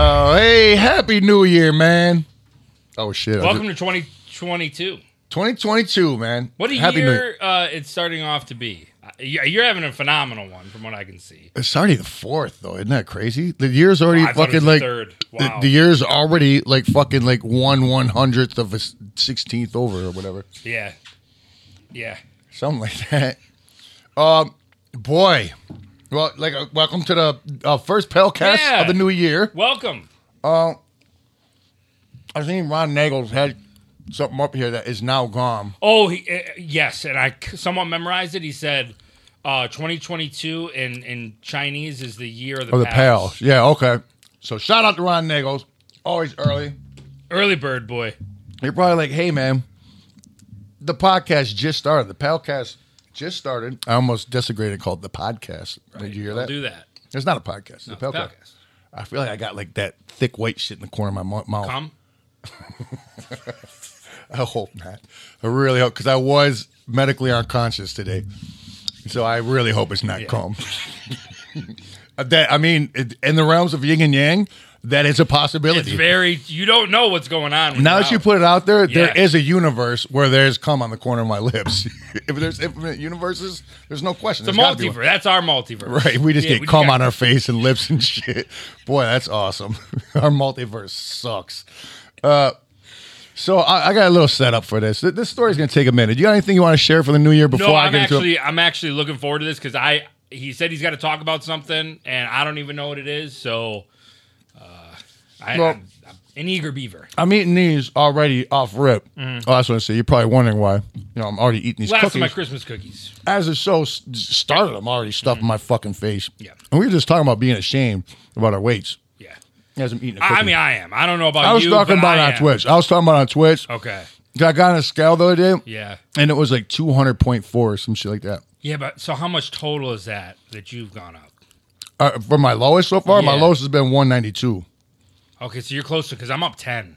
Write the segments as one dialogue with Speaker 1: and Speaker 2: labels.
Speaker 1: Oh, Happy New Year, man. Oh shit.
Speaker 2: Welcome to 2022.
Speaker 1: 2022, man.
Speaker 2: What a
Speaker 1: Happy New
Speaker 2: year uh, it's starting off to be. Uh, you- You're having a phenomenal one, from what I can see.
Speaker 1: It's already the fourth, though. Isn't that crazy? The year's already
Speaker 2: I thought it
Speaker 1: fucking
Speaker 2: was the
Speaker 1: like
Speaker 2: third.
Speaker 1: the,
Speaker 2: Wow.
Speaker 1: the year's already like fucking like one one hundredth of a sixteenth over or whatever,
Speaker 2: Yeah, yeah.
Speaker 1: something like that. Um, boy, well, like uh, welcome to the uh, first Pelcast
Speaker 2: Yeah.
Speaker 1: of the new year.
Speaker 2: Welcome.
Speaker 1: I seen Ron Nagel's had something up here that is now gone.
Speaker 2: Oh, he, uh, yes, and I c- somewhat memorized it. He said, uh, "2022" in in Chinese is the year of the,
Speaker 1: Or Oh, the
Speaker 2: pals.
Speaker 1: pals, yeah, okay. So shout out to Ron Nagels, always early.
Speaker 2: Early bird boy.
Speaker 1: You're probably like, hey, man, the podcast just started. The podcast just started. I almost desecrated and called it the podcast. Did you hear that?
Speaker 2: Do that.
Speaker 1: It's not a podcast. It's a podcast.
Speaker 2: podcast.
Speaker 1: I feel like I got like that thick white shit in the corner of my mo- mouth.
Speaker 2: Come.
Speaker 1: I hope not. Oh, I really hope because I was medically unconscious today, so I really hope it's not calm. that I mean, it, in the realms of yin and yang, that is a
Speaker 2: It's
Speaker 1: possibility.
Speaker 2: very. You don't know what's going on. when
Speaker 1: Now
Speaker 2: you're
Speaker 1: that you
Speaker 2: out.
Speaker 1: put it out there, there
Speaker 2: Yeah.
Speaker 1: is a universe where there's cum on the corner of my lips. if there's infinite universes, there's no question.
Speaker 2: the
Speaker 1: There's gotta be one.
Speaker 2: multiverse. That's our multiverse.
Speaker 1: Right, we just
Speaker 2: Yeah,
Speaker 1: get
Speaker 2: we
Speaker 1: cum
Speaker 2: got-
Speaker 1: on our face and lips and shit. Boy, that's awesome. our multiverse sucks. Uh, so I, I got a little setup for this. Th- This story's gonna take a minute. You got anything you want to share for the new year before
Speaker 2: No,
Speaker 1: I
Speaker 2: I'm
Speaker 1: get into it?
Speaker 2: actually I'm actually looking forward to this because I he said he's got to talk about something and I don't even know what it is. So, uh, I,
Speaker 1: Well-
Speaker 2: am an eager beaver.
Speaker 1: I'm eating these already off rip. Oh, that's what I say. You're probably wondering why. You know, I'm already eating these
Speaker 2: Mm. Last of
Speaker 1: cookies.
Speaker 2: my Christmas cookies.
Speaker 1: as the show s- started, I'm already stuffing my fucking face.
Speaker 2: Yeah.
Speaker 1: And we were just talking about being ashamed about our weights
Speaker 2: Yeah,
Speaker 1: as I'm eating a cookie.
Speaker 2: I, I mean I am. I don't know about
Speaker 1: I was
Speaker 2: you.
Speaker 1: talking
Speaker 2: but
Speaker 1: about
Speaker 2: I
Speaker 1: on
Speaker 2: am. Oh.
Speaker 1: Twitch. I was talking about on Twitch.
Speaker 2: Okay.
Speaker 1: I got on a scale the other day,
Speaker 2: Yeah.
Speaker 1: and it was like 200.4 or some shit like that.
Speaker 2: Yeah, but so how much total is that that you've gone up?
Speaker 1: Uh, for my lowest so far, my
Speaker 2: Yeah.
Speaker 1: lowest has been 192.
Speaker 2: Okay, so you're closer because I'm up ten.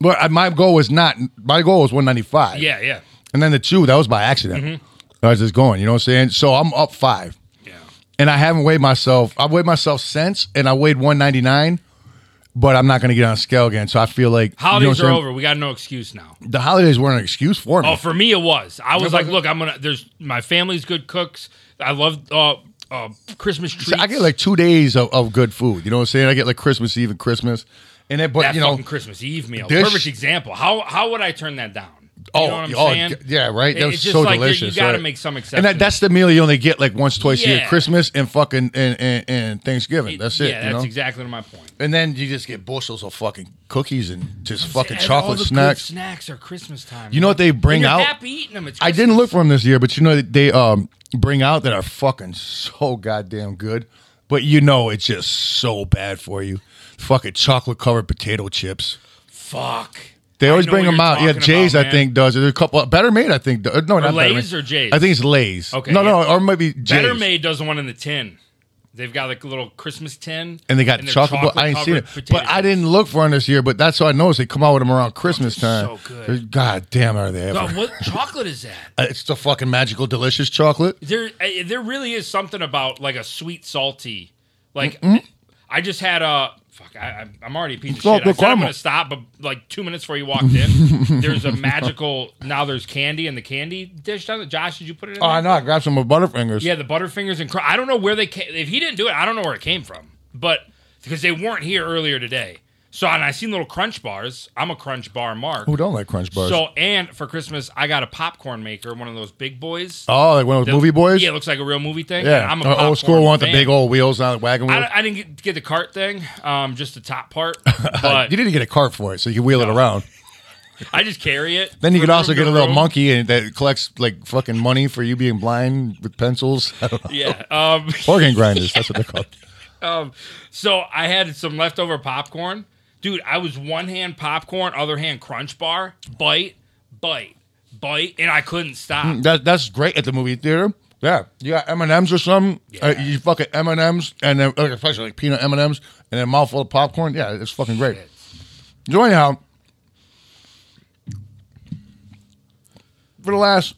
Speaker 1: But I, my goal was not, my goal was 195.
Speaker 2: Yeah, Mm-hmm. yeah,
Speaker 1: And then the two, that was by accident. I was just going, you know what I'm saying? So I'm up five.
Speaker 2: yeah.
Speaker 1: and I haven't weighed myself. I've weighed myself since, and I weighed 199, but I'm not going to get on a scale again. So I feel like you know what
Speaker 2: Holidays
Speaker 1: I'm
Speaker 2: are
Speaker 1: saying?
Speaker 2: over. We got no excuse now.
Speaker 1: The holidays weren't an excuse for me.
Speaker 2: Oh, for me it was. I was
Speaker 1: Yeah,
Speaker 2: like,
Speaker 1: but-
Speaker 2: look, I'm gonna. There's my family's good cooks. I love uh, uh, Christmas treats.
Speaker 1: I get like two days of, of good food. You know what I'm saying? I get like Christmas Eve and Christmas, and then but
Speaker 2: that
Speaker 1: you know,
Speaker 2: fucking Christmas Eve meal.
Speaker 1: this-
Speaker 2: Perfect example. How how would I turn that down? You
Speaker 1: oh,
Speaker 2: know what I'm
Speaker 1: oh,
Speaker 2: saying?
Speaker 1: g- yeah, right.
Speaker 2: It-
Speaker 1: That was
Speaker 2: it's just
Speaker 1: so
Speaker 2: like you-
Speaker 1: delicious.
Speaker 2: You got to
Speaker 1: right?
Speaker 2: make some
Speaker 1: And
Speaker 2: exceptions.
Speaker 1: that, that's the meal you only get like once, twice a year:
Speaker 2: Yeah.
Speaker 1: Christmas and fucking and and, and Thanksgiving. That's it.
Speaker 2: Yeah,
Speaker 1: you
Speaker 2: that's
Speaker 1: know?
Speaker 2: exactly my point.
Speaker 1: and then you just get bushels of fucking cookies and just fucking
Speaker 2: And all
Speaker 1: chocolate
Speaker 2: the good
Speaker 1: snacks.
Speaker 2: snacks are Christmas time.
Speaker 1: You know what they bring
Speaker 2: you're
Speaker 1: out?
Speaker 2: Happy eating them. It's
Speaker 1: I
Speaker 2: Christmas.
Speaker 1: didn't look for them this year, but you know that they um bring out that are fucking so goddamn good. But you know it's just so bad for you. Fucking chocolate covered potato chips.
Speaker 2: Fuck.
Speaker 1: They
Speaker 2: I
Speaker 1: always
Speaker 2: know
Speaker 1: bring
Speaker 2: what
Speaker 1: them
Speaker 2: you're
Speaker 1: out. Yeah,
Speaker 2: talking
Speaker 1: Jay's
Speaker 2: about,
Speaker 1: I
Speaker 2: man.
Speaker 1: think does. it. There's a couple uh, Better Made I think. do- No, not Better
Speaker 2: Lay's
Speaker 1: Made.
Speaker 2: or Jay's?
Speaker 1: I think it's Lay's.
Speaker 2: Okay,
Speaker 1: No, no,
Speaker 2: yeah.
Speaker 1: or maybe Jay's.
Speaker 2: Better Made does one in the tin. They've got like a little Christmas tin,
Speaker 1: And they got
Speaker 2: they're
Speaker 1: chocolate. but I ain't seen it,
Speaker 2: chocolate-covered
Speaker 1: but
Speaker 2: potato
Speaker 1: I
Speaker 2: chips.
Speaker 1: didn't look for them this year. But that's how I noticed they come out with them around Christmas time.
Speaker 2: so good.
Speaker 1: They're- God damn, are they ever?
Speaker 2: God, what chocolate is that?
Speaker 1: Uh, It's the fucking magical, delicious chocolate.
Speaker 2: there eh, there really is something about like a sweet salty like
Speaker 1: Mm-hmm.
Speaker 2: i just had a fuck I, I'm- i'm already a piece of
Speaker 1: Stop
Speaker 2: shit i
Speaker 1: the
Speaker 2: said i'm
Speaker 1: karma.
Speaker 2: gonna stop but like two minutes before you walked in there's a magical now there's candy in the candy dish down there. josh did you put it in
Speaker 1: Oh, I
Speaker 2: there?
Speaker 1: know. I grabbed some of Butterfingers.
Speaker 2: yeah the butterfingers and cr- i don't know where they came if he didn't do it i don't know where it came from but because they weren't here earlier today so and i seen little crunch bars i'm a crunch bar mark
Speaker 1: Who don't like Crunch Bars?
Speaker 2: so and for christmas i got a popcorn maker one of those big boys
Speaker 1: Oh, like one of those movie boys.
Speaker 2: Yeah, it looks like a real movie thing.
Speaker 1: yeah.
Speaker 2: I'm a
Speaker 1: Uh,
Speaker 2: popcorn
Speaker 1: old school one with the
Speaker 2: fan.
Speaker 1: big old wheels on the wagon
Speaker 2: I,
Speaker 1: wheel.
Speaker 2: don't- I didn't get, get the cart thing, um, just the top part. But
Speaker 1: you need to get a cart for it so you can wheel it around.
Speaker 2: I just carry it.
Speaker 1: Then you
Speaker 2: from
Speaker 1: could also
Speaker 2: room to
Speaker 1: get a little
Speaker 2: room.
Speaker 1: monkey and that collects like fucking money for you being blind with pencils. I don't know.
Speaker 2: Yeah. Um,
Speaker 1: Organ grinders. That's what they're called.
Speaker 2: um, so I had some leftover popcorn, dude. I was one hand popcorn, other hand crunch bar, bite, bite, bite, and I couldn't stop.
Speaker 1: That that's great at the movie theater. Yeah, you got M and M's or something. Uh,
Speaker 2: Yeah.
Speaker 1: you fucking M and M's and then like, especially like peanut M and M's and then a mouthful of popcorn. Yeah, it's fucking great. So anyhow, for the last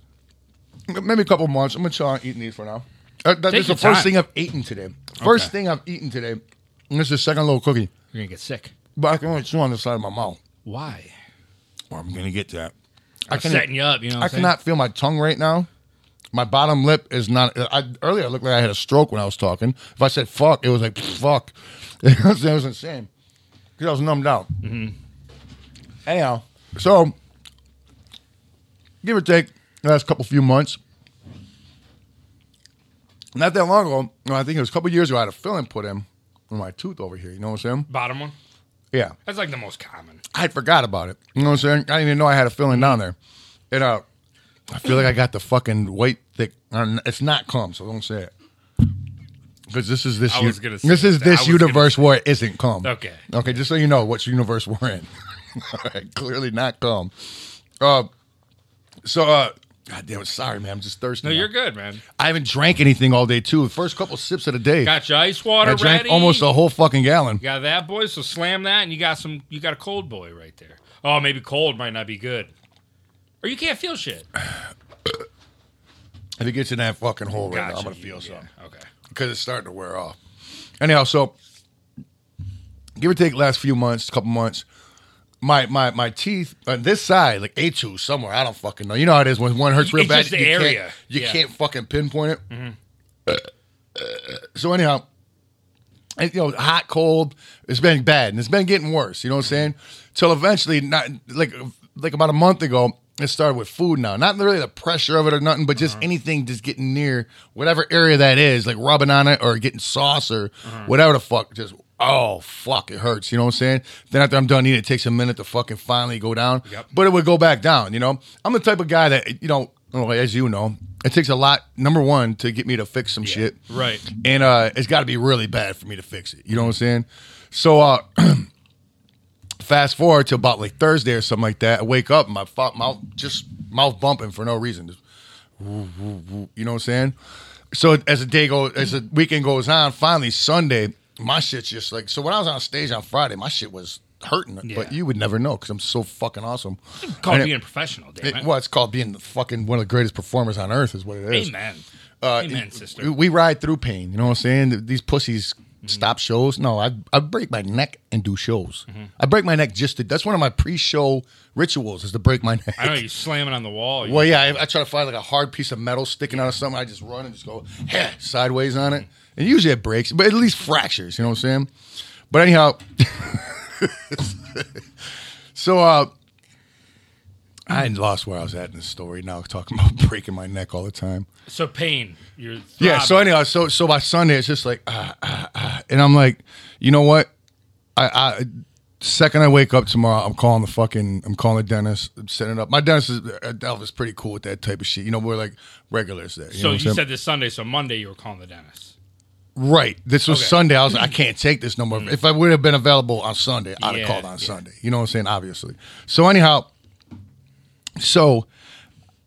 Speaker 1: maybe a couple months, I'm gonna chill on eating these for now. Uh, that, this is the
Speaker 2: your
Speaker 1: first
Speaker 2: time.
Speaker 1: thing I've eaten today. First
Speaker 2: Okay.
Speaker 1: thing I've eaten today. And this is the second little cookie.
Speaker 2: You're gonna get sick.
Speaker 1: But I can only chew on the side of my mouth.
Speaker 2: Why?
Speaker 1: Well, I'm gonna get to that. I
Speaker 2: I'm setting you up. You know. What
Speaker 1: I
Speaker 2: I'm saying?
Speaker 1: cannot feel my tongue right now. My bottom lip is not. I, earlier, I looked like I had a stroke when I was talking. If I said fuck, it was like fuck. It was, it was insane because I was numbed out. Mm-hmm. Anyhow, so give or take the last couple few months, not that long ago, no, I think it was a couple years ago, I had a filling put in on my tooth over here. You know what I'm saying?
Speaker 2: Bottom one.
Speaker 1: Yeah.
Speaker 2: That's like the most common.
Speaker 1: I forgot about it. You know what I'm saying? I didn't even know I had a feeling down there. And uh, I feel like I got the fucking white thick. uh, It's not calm, so don't say it. Because this is this
Speaker 2: I
Speaker 1: u-
Speaker 2: was gonna say
Speaker 1: this is
Speaker 2: that. I
Speaker 1: this
Speaker 2: was gonna
Speaker 1: universe where it isn't calm.
Speaker 2: Okay.
Speaker 1: Okay, just so you know which universe we're in. All right, clearly not calm. Uh, so uh, God damn it, sorry, man. I'm just thirsty.
Speaker 2: No,
Speaker 1: now.
Speaker 2: Oh, you're good, man.
Speaker 1: I haven't drank anything all day too. The first couple sips of the day,
Speaker 2: Got your ice water
Speaker 1: I drank
Speaker 2: ready.
Speaker 1: almost a whole fucking gallon.
Speaker 2: You got that boy, so slam that, and you got some. You got a cold boy right there. Oh, maybe cold might not be good, or you can't feel shit.
Speaker 1: If it gets in that fucking hole right now, I'm gonna
Speaker 2: you-
Speaker 1: feel something.
Speaker 2: yeah, Okay.
Speaker 1: because it's starting to wear off. Anyhow, so give or take last few months, couple months, my my my teeth on this side, like A two somewhere, I don't fucking know. You know how it is when one hurts real
Speaker 2: It's
Speaker 1: bad.
Speaker 2: just the
Speaker 1: you
Speaker 2: area.
Speaker 1: Can't, you
Speaker 2: Yeah.
Speaker 1: can't fucking pinpoint it.
Speaker 2: Mm-hmm.
Speaker 1: So anyhow, and, you know, hot, cold. It's been bad, and it's been getting worse. You know what I'm saying? Till eventually, not like like about a month ago, it started with food. Now, not really the pressure of it or nothing, but just anything just getting near whatever area that is, like rubbing on it or getting sauce or whatever the fuck. Just oh fuck, it hurts. You know what I'm saying? Then after I'm done eating, it takes a minute to fucking finally go down.
Speaker 2: Yep.
Speaker 1: But it would go back down. You know, I'm the type of guy that you know, well, as you know, it takes a lot. Number one, to get me to fix some shit
Speaker 2: Right.
Speaker 1: and uh, it's got to be really bad for me to fix it. You know what I'm saying? So, uh, fast forward to about like Thursday or something like that. I wake up, my fu- mouth just mouth bumping for no reason. Just woo, woo, woo, you know what I'm saying? So as the day goes, as the weekend goes on, finally Sunday, my shit's just like. So when I was on stage on Friday, my shit was hurting,
Speaker 2: Yeah.
Speaker 1: but you would never know because I'm so fucking awesome.
Speaker 2: Called
Speaker 1: And it-
Speaker 2: being professional, damn it.
Speaker 1: it, well, it's called being the fucking one of the greatest performers on earth, is what it is. uh,
Speaker 2: Amen. Amen, sister.
Speaker 1: We, we ride through pain. You know what I'm saying? These pussies stop shows. No, I I break my neck and do shows. I break my neck just to. That's one of my pre-show rituals is to break my neck.
Speaker 2: I know you slamming on the wall. You-
Speaker 1: Well, yeah, I, I try to find like a hard piece of metal sticking out of something. I just run and just go heh, sideways on it, and usually it breaks, but at least fractures. You know what I'm saying? But anyhow, so uh, I lost where I was at in this story. Now talking about breaking my neck all the time.
Speaker 2: so pain. You're
Speaker 1: Yeah. So
Speaker 2: throbbing.
Speaker 1: anyhow, so so by Sunday it's just like, ah, ah, ah. and I'm like, you know what? I, I second I wake up tomorrow, I'm calling the fucking, I'm calling the dentist, I'm setting it up. My dentist is uh, Alvin's pretty cool with that type of shit. You know, we're like regulars there. You
Speaker 2: so
Speaker 1: know
Speaker 2: you
Speaker 1: what I'm saying?
Speaker 2: said this Sunday. So Monday you were calling the dentist.
Speaker 1: right? This was
Speaker 2: Okay. Mm-hmm.
Speaker 1: Sunday. I was like, I can't take this no more. If I would have been available on Sunday, I'd
Speaker 2: Yeah,
Speaker 1: have called on
Speaker 2: yeah.
Speaker 1: Sunday. You know what I'm saying? Obviously. So anyhow, so.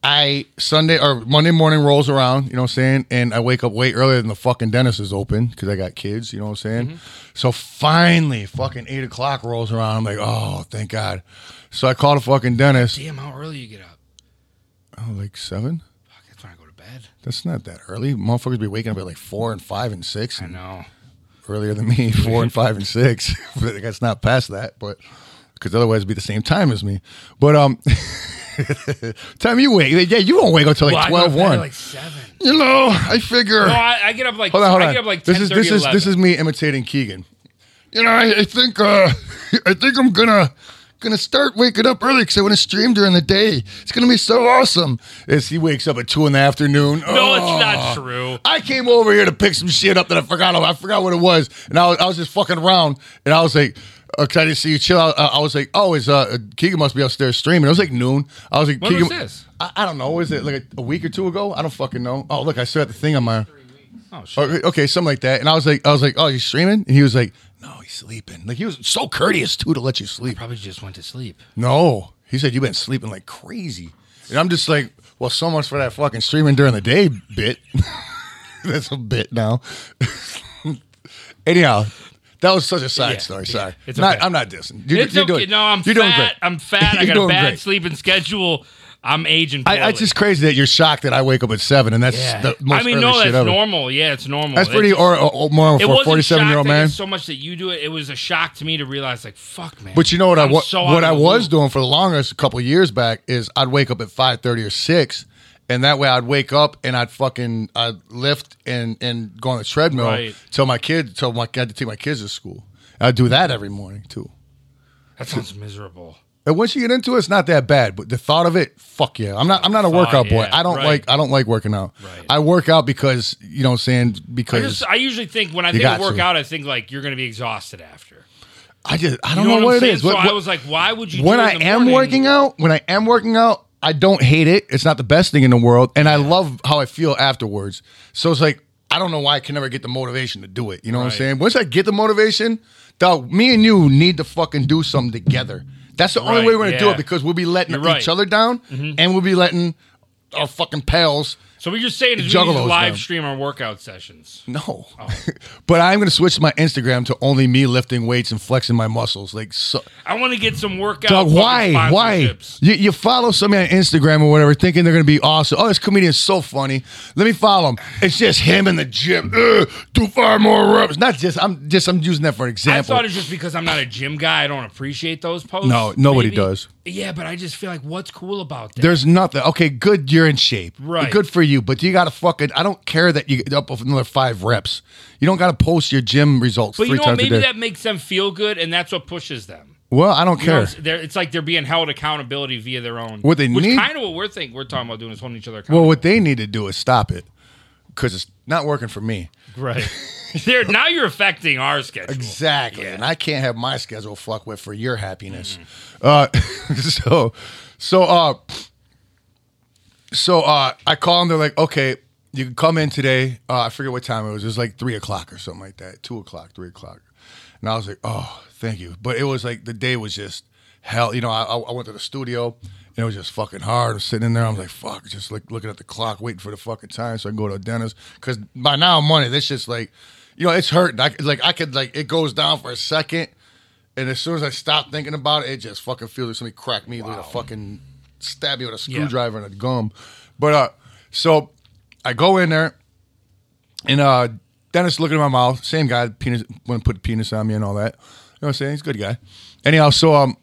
Speaker 1: I Sunday or Monday morning rolls around, you know what I'm saying? And I wake up way earlier than the fucking dentist is open because I got kids, you know what I'm saying?
Speaker 2: Mm-hmm.
Speaker 1: So finally, fucking eight o'clock rolls around. I'm like, oh, thank God. So I call the fucking dentist.
Speaker 2: Damn, how early you get up?
Speaker 1: Oh, like seven?
Speaker 2: Fuck, that's when I go to bed.
Speaker 1: That's not that early. Motherfuckers be waking up at like four and five and six
Speaker 2: I
Speaker 1: and
Speaker 2: know.
Speaker 1: earlier than me, four and five and six. but I guess not past that, but because otherwise it'd be the same time as me. But um, time you wake, yeah, you won't wake up till like
Speaker 2: Well, I go
Speaker 1: twelve
Speaker 2: to bed at
Speaker 1: one.
Speaker 2: Like seven.
Speaker 1: you know, I figure.
Speaker 2: No, I, I get up like
Speaker 1: Hold on, hold on.
Speaker 2: I get up like 10,
Speaker 1: this is this is this is me imitating Keegan. You know, I, I think uh, I think I'm gonna gonna start waking up early because I want to stream during the day. It's gonna be so awesome. As he wakes up at two in the afternoon.
Speaker 2: No, it's not
Speaker 1: Oh.
Speaker 2: true.
Speaker 1: I came over here to pick some shit up that I forgot. I forgot what it was, and I was, I was just fucking around, and I was like, uh, "Can I just see you chill?" out? Uh, I was like, "Oh, is uh, Keegan must be upstairs streaming." It was like noon. I was like,
Speaker 2: When was
Speaker 1: "Keegan,
Speaker 2: this?
Speaker 1: I, I don't know. Was it like a, a week or two ago? I don't fucking know." Oh, look, I still had the thing on my.
Speaker 2: Oh shit.
Speaker 1: Okay, okay, something like that. And I was like, I was like, "Oh, you streaming?" And he was like, "No, he's sleeping." Like he was so courteous too to let you sleep.
Speaker 2: Probably just went to sleep.
Speaker 1: No, he said you've been sleeping like crazy, and I'm just like, well, so much for that fucking streaming during the day bit. That's a bit now. Anyhow, that was such a side
Speaker 2: Yeah,
Speaker 1: story.
Speaker 2: yeah.
Speaker 1: Sorry,
Speaker 2: It's
Speaker 1: not,
Speaker 2: okay.
Speaker 1: I'm not dissing. You're,
Speaker 2: it's
Speaker 1: you're
Speaker 2: okay.
Speaker 1: doing
Speaker 2: no, I'm
Speaker 1: you're
Speaker 2: fat.
Speaker 1: doing great.
Speaker 2: I'm fat. I
Speaker 1: You're
Speaker 2: got a
Speaker 1: doing
Speaker 2: bad
Speaker 1: great.
Speaker 2: sleeping schedule. I'm aging.
Speaker 1: I,
Speaker 2: Poorly.
Speaker 1: it's just crazy that you're shocked that I wake up at seven, and that's
Speaker 2: Yeah.
Speaker 1: the most
Speaker 2: I mean,
Speaker 1: early
Speaker 2: no,
Speaker 1: shit
Speaker 2: that's
Speaker 1: ever.
Speaker 2: normal. Yeah, it's normal.
Speaker 1: That's
Speaker 2: It-
Speaker 1: pretty or, or, or more
Speaker 2: It
Speaker 1: for a
Speaker 2: wasn't
Speaker 1: 47 year old
Speaker 2: shock that
Speaker 1: man.
Speaker 2: it's So much that you do it, it was a shock to me to realize, like, fuck, man.
Speaker 1: But you know what i
Speaker 2: I'm
Speaker 1: wa-
Speaker 2: so out
Speaker 1: what
Speaker 2: of
Speaker 1: I
Speaker 2: the
Speaker 1: was
Speaker 2: loop.
Speaker 1: doing for the longest a couple of years back is I'd wake up at five thirty or six, and that way I'd wake up and I'd fucking I'd lift and and go on the treadmill
Speaker 2: Right.
Speaker 1: till my kid till my I had to take my kids to school. I'd do that every morning too.
Speaker 2: That sounds miserable.
Speaker 1: And once you get into it, it's not that bad. But the thought of it, fuck yeah. I'm not I'm not a workout boy.
Speaker 2: yeah,
Speaker 1: I don't
Speaker 2: right.
Speaker 1: like I don't like working out.
Speaker 2: Right.
Speaker 1: I work out because you know what I'm saying
Speaker 2: I
Speaker 1: because
Speaker 2: just, I usually think when I think
Speaker 1: got
Speaker 2: of
Speaker 1: to.
Speaker 2: workout, I think like you're going to be exhausted after.
Speaker 1: I just I
Speaker 2: You
Speaker 1: don't know,
Speaker 2: I'm
Speaker 1: what, it
Speaker 2: saying?
Speaker 1: is.
Speaker 2: So
Speaker 1: What-
Speaker 2: I
Speaker 1: what-
Speaker 2: was like, why would you?
Speaker 1: when
Speaker 2: do it
Speaker 1: I
Speaker 2: in the
Speaker 1: am
Speaker 2: morning?
Speaker 1: working out, when I am working out, I don't hate it. It's not the best thing in the world, and I love how I feel afterwards. So it's like I don't know why I can never get the motivation to do it. You know what I'm
Speaker 2: Right.
Speaker 1: saying? Once I get the motivation, dog, me and you need to fucking do something together. That's the only
Speaker 2: Right,
Speaker 1: way we're gonna do
Speaker 2: yeah.
Speaker 1: it because we'll be letting
Speaker 2: You're right. Mm-hmm.
Speaker 1: each other down, and we'll be letting our fucking pals.
Speaker 2: So what you're saying is we need to
Speaker 1: Juggalos,
Speaker 2: live
Speaker 1: man.
Speaker 2: stream our workout sessions.
Speaker 1: No,
Speaker 2: Oh.
Speaker 1: but I'm gonna switch my Instagram to only me lifting weights and flexing my muscles. Like, so,
Speaker 2: I want to get some workout.
Speaker 1: Dog,
Speaker 2: fucking
Speaker 1: why? Why?
Speaker 2: sponsorships.
Speaker 1: You, you follow somebody on Instagram or whatever, thinking they're going to be awesome. Oh, this comedian's so funny. Let me follow him. It's just him in the gym. Ugh, do five more reps. Not just. I'm just. I'm using that for an
Speaker 2: I
Speaker 1: example.
Speaker 2: thought it's just because I'm not a gym guy. I don't appreciate those posts.
Speaker 1: No, nobody
Speaker 2: maybe.
Speaker 1: does.
Speaker 2: Yeah, but I just feel like what's cool about that?
Speaker 1: There's nothing. Okay, good. You're in shape.
Speaker 2: Right.
Speaker 1: Good for you. But you got to fucking. I don't care that you get up with another five reps. You don't got to post your gym results
Speaker 2: But
Speaker 1: three
Speaker 2: you know, what?
Speaker 1: times a
Speaker 2: maybe
Speaker 1: day.
Speaker 2: that makes them feel good, and that's what pushes them.
Speaker 1: well, I don't
Speaker 2: You know,
Speaker 1: care.
Speaker 2: it's, they're- it's like they're being held accountability via their own.
Speaker 1: What they
Speaker 2: which
Speaker 1: need-
Speaker 2: kind of what we're think we're talking about doing is holding each other accountable.
Speaker 1: well, what they need to do is stop it because it's not working for me.
Speaker 2: right. They're, now you're affecting our schedule.
Speaker 1: Exactly.
Speaker 2: Yeah.
Speaker 1: And I can't have my schedule fuck with for your happiness. Uh, so, so, uh, so, uh, I call them. They're like, okay, you can come in today. Uh, I forget what time it was. It was like three o'clock or something like that. Two o'clock, three o'clock. And I was like, oh, thank you. But it was like the day was just hell. You know, I, I went to the studio and it was just fucking hard. I was sitting in there. I was like, fuck, just like looking at the clock, waiting for the fucking time so I can go to a dentist. Because by now, money, this shit's like, you know, it's hurting. I, could- like, I could, like, it goes down for a second. And as soon as I stop thinking about it, it just fucking feels like somebody cracked me with a fucking stab me with a screwdriver and a gum. But uh, so I go in there, and uh, Dennis looking at my mouth. Same guy, penis wouldn't put penis on me and all that. You know what I'm saying? He's a good guy. Anyhow, so um,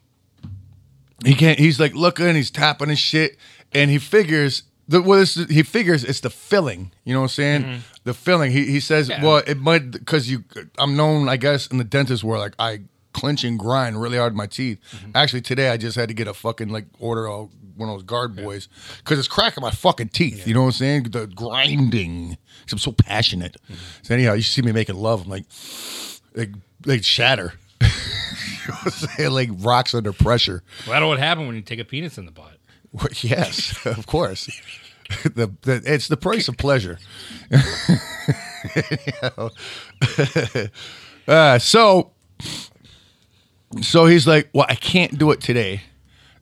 Speaker 1: he can't. He's like looking. He's tapping his shit, and he figures the well. This, he figures it's the filling. You know what I'm saying? The filling. He he says, well, it might because you. I'm known, I guess, in the dentist world. Like I clench and grind really hard with my teeth. Actually, today I just had to get a fucking like order of one of those guard boys because it's cracking my fucking teeth. You know what I'm saying? The grinding. 'Cause I'm so passionate. So anyhow, you see me making love. I'm like, like, like shatter. you know what I'm saying? Like rocks under pressure.
Speaker 2: Well, that'll what happen when you take a penis in the butt.
Speaker 1: Well, yes, of course. the, the it's the price of pleasure. uh, so so he's like, "Well, I can't do it today.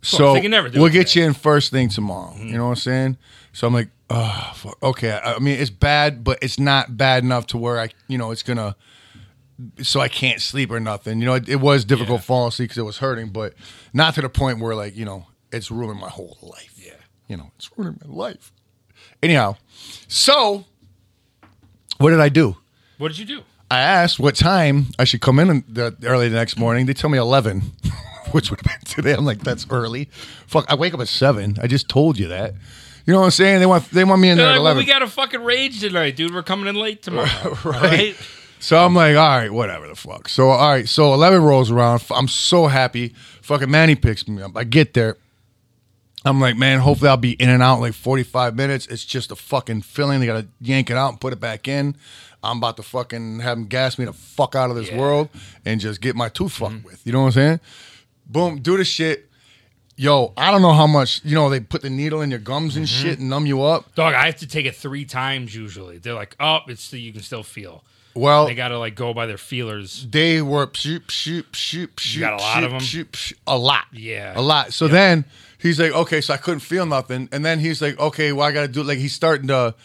Speaker 1: So
Speaker 2: they can never do
Speaker 1: we'll
Speaker 2: it
Speaker 1: get
Speaker 2: today.
Speaker 1: you in first thing tomorrow." You know what I'm saying? So I'm like, "Oh, fuck. okay. I I mean, it's bad, but it's not bad enough to where I, you know, it's gonna." so I can't sleep or nothing. You know, it, it was difficult falling asleep because it was hurting, but not to the point where like you know it's ruining my whole life. Yeah, you know, it's ruining my life. Anyhow, so what did I do?
Speaker 2: What did you do?
Speaker 1: I asked what time I should come in the, early the next morning. They tell me eleven, which would have been today. I'm like, that's early. Fuck, I wake up at seven. I just told you that. You know what I'm saying? They want they want me in there
Speaker 2: They're
Speaker 1: at
Speaker 2: like, well,
Speaker 1: eleven.
Speaker 2: we got a fucking rage tonight, dude. We're coming in late tomorrow. right?
Speaker 1: So I'm like, all right, whatever the fuck. So all right, so eleven rolls around. F- I'm so happy. Fucking Manny picks me up. I get there. I'm like, man, hopefully I'll be in and out in like 45 minutes. It's just a fucking feeling. They gotta yank it out and put it back in. I'm about to fucking have them gas me the fuck out of this
Speaker 2: Yeah.
Speaker 1: world and just get my tooth fucked with. You know what I'm saying? Boom, do the shit. Yo, I don't know how much, you know, they put the needle in your gums and
Speaker 2: Mm-hmm.
Speaker 1: shit and numb you up.
Speaker 2: Dog, I have to take it three times usually. They're like, oh, it's the, you can still feel.
Speaker 1: Well,
Speaker 2: They got to like go by their feelers.
Speaker 1: they were shoop shoop shoop shoop.
Speaker 2: got a lot of 'em?
Speaker 1: a lot.
Speaker 2: Yeah.
Speaker 1: a lot. So then he's like, okay, so I couldn't feel nothing, and then he's like, okay, well I got to do like he's starting to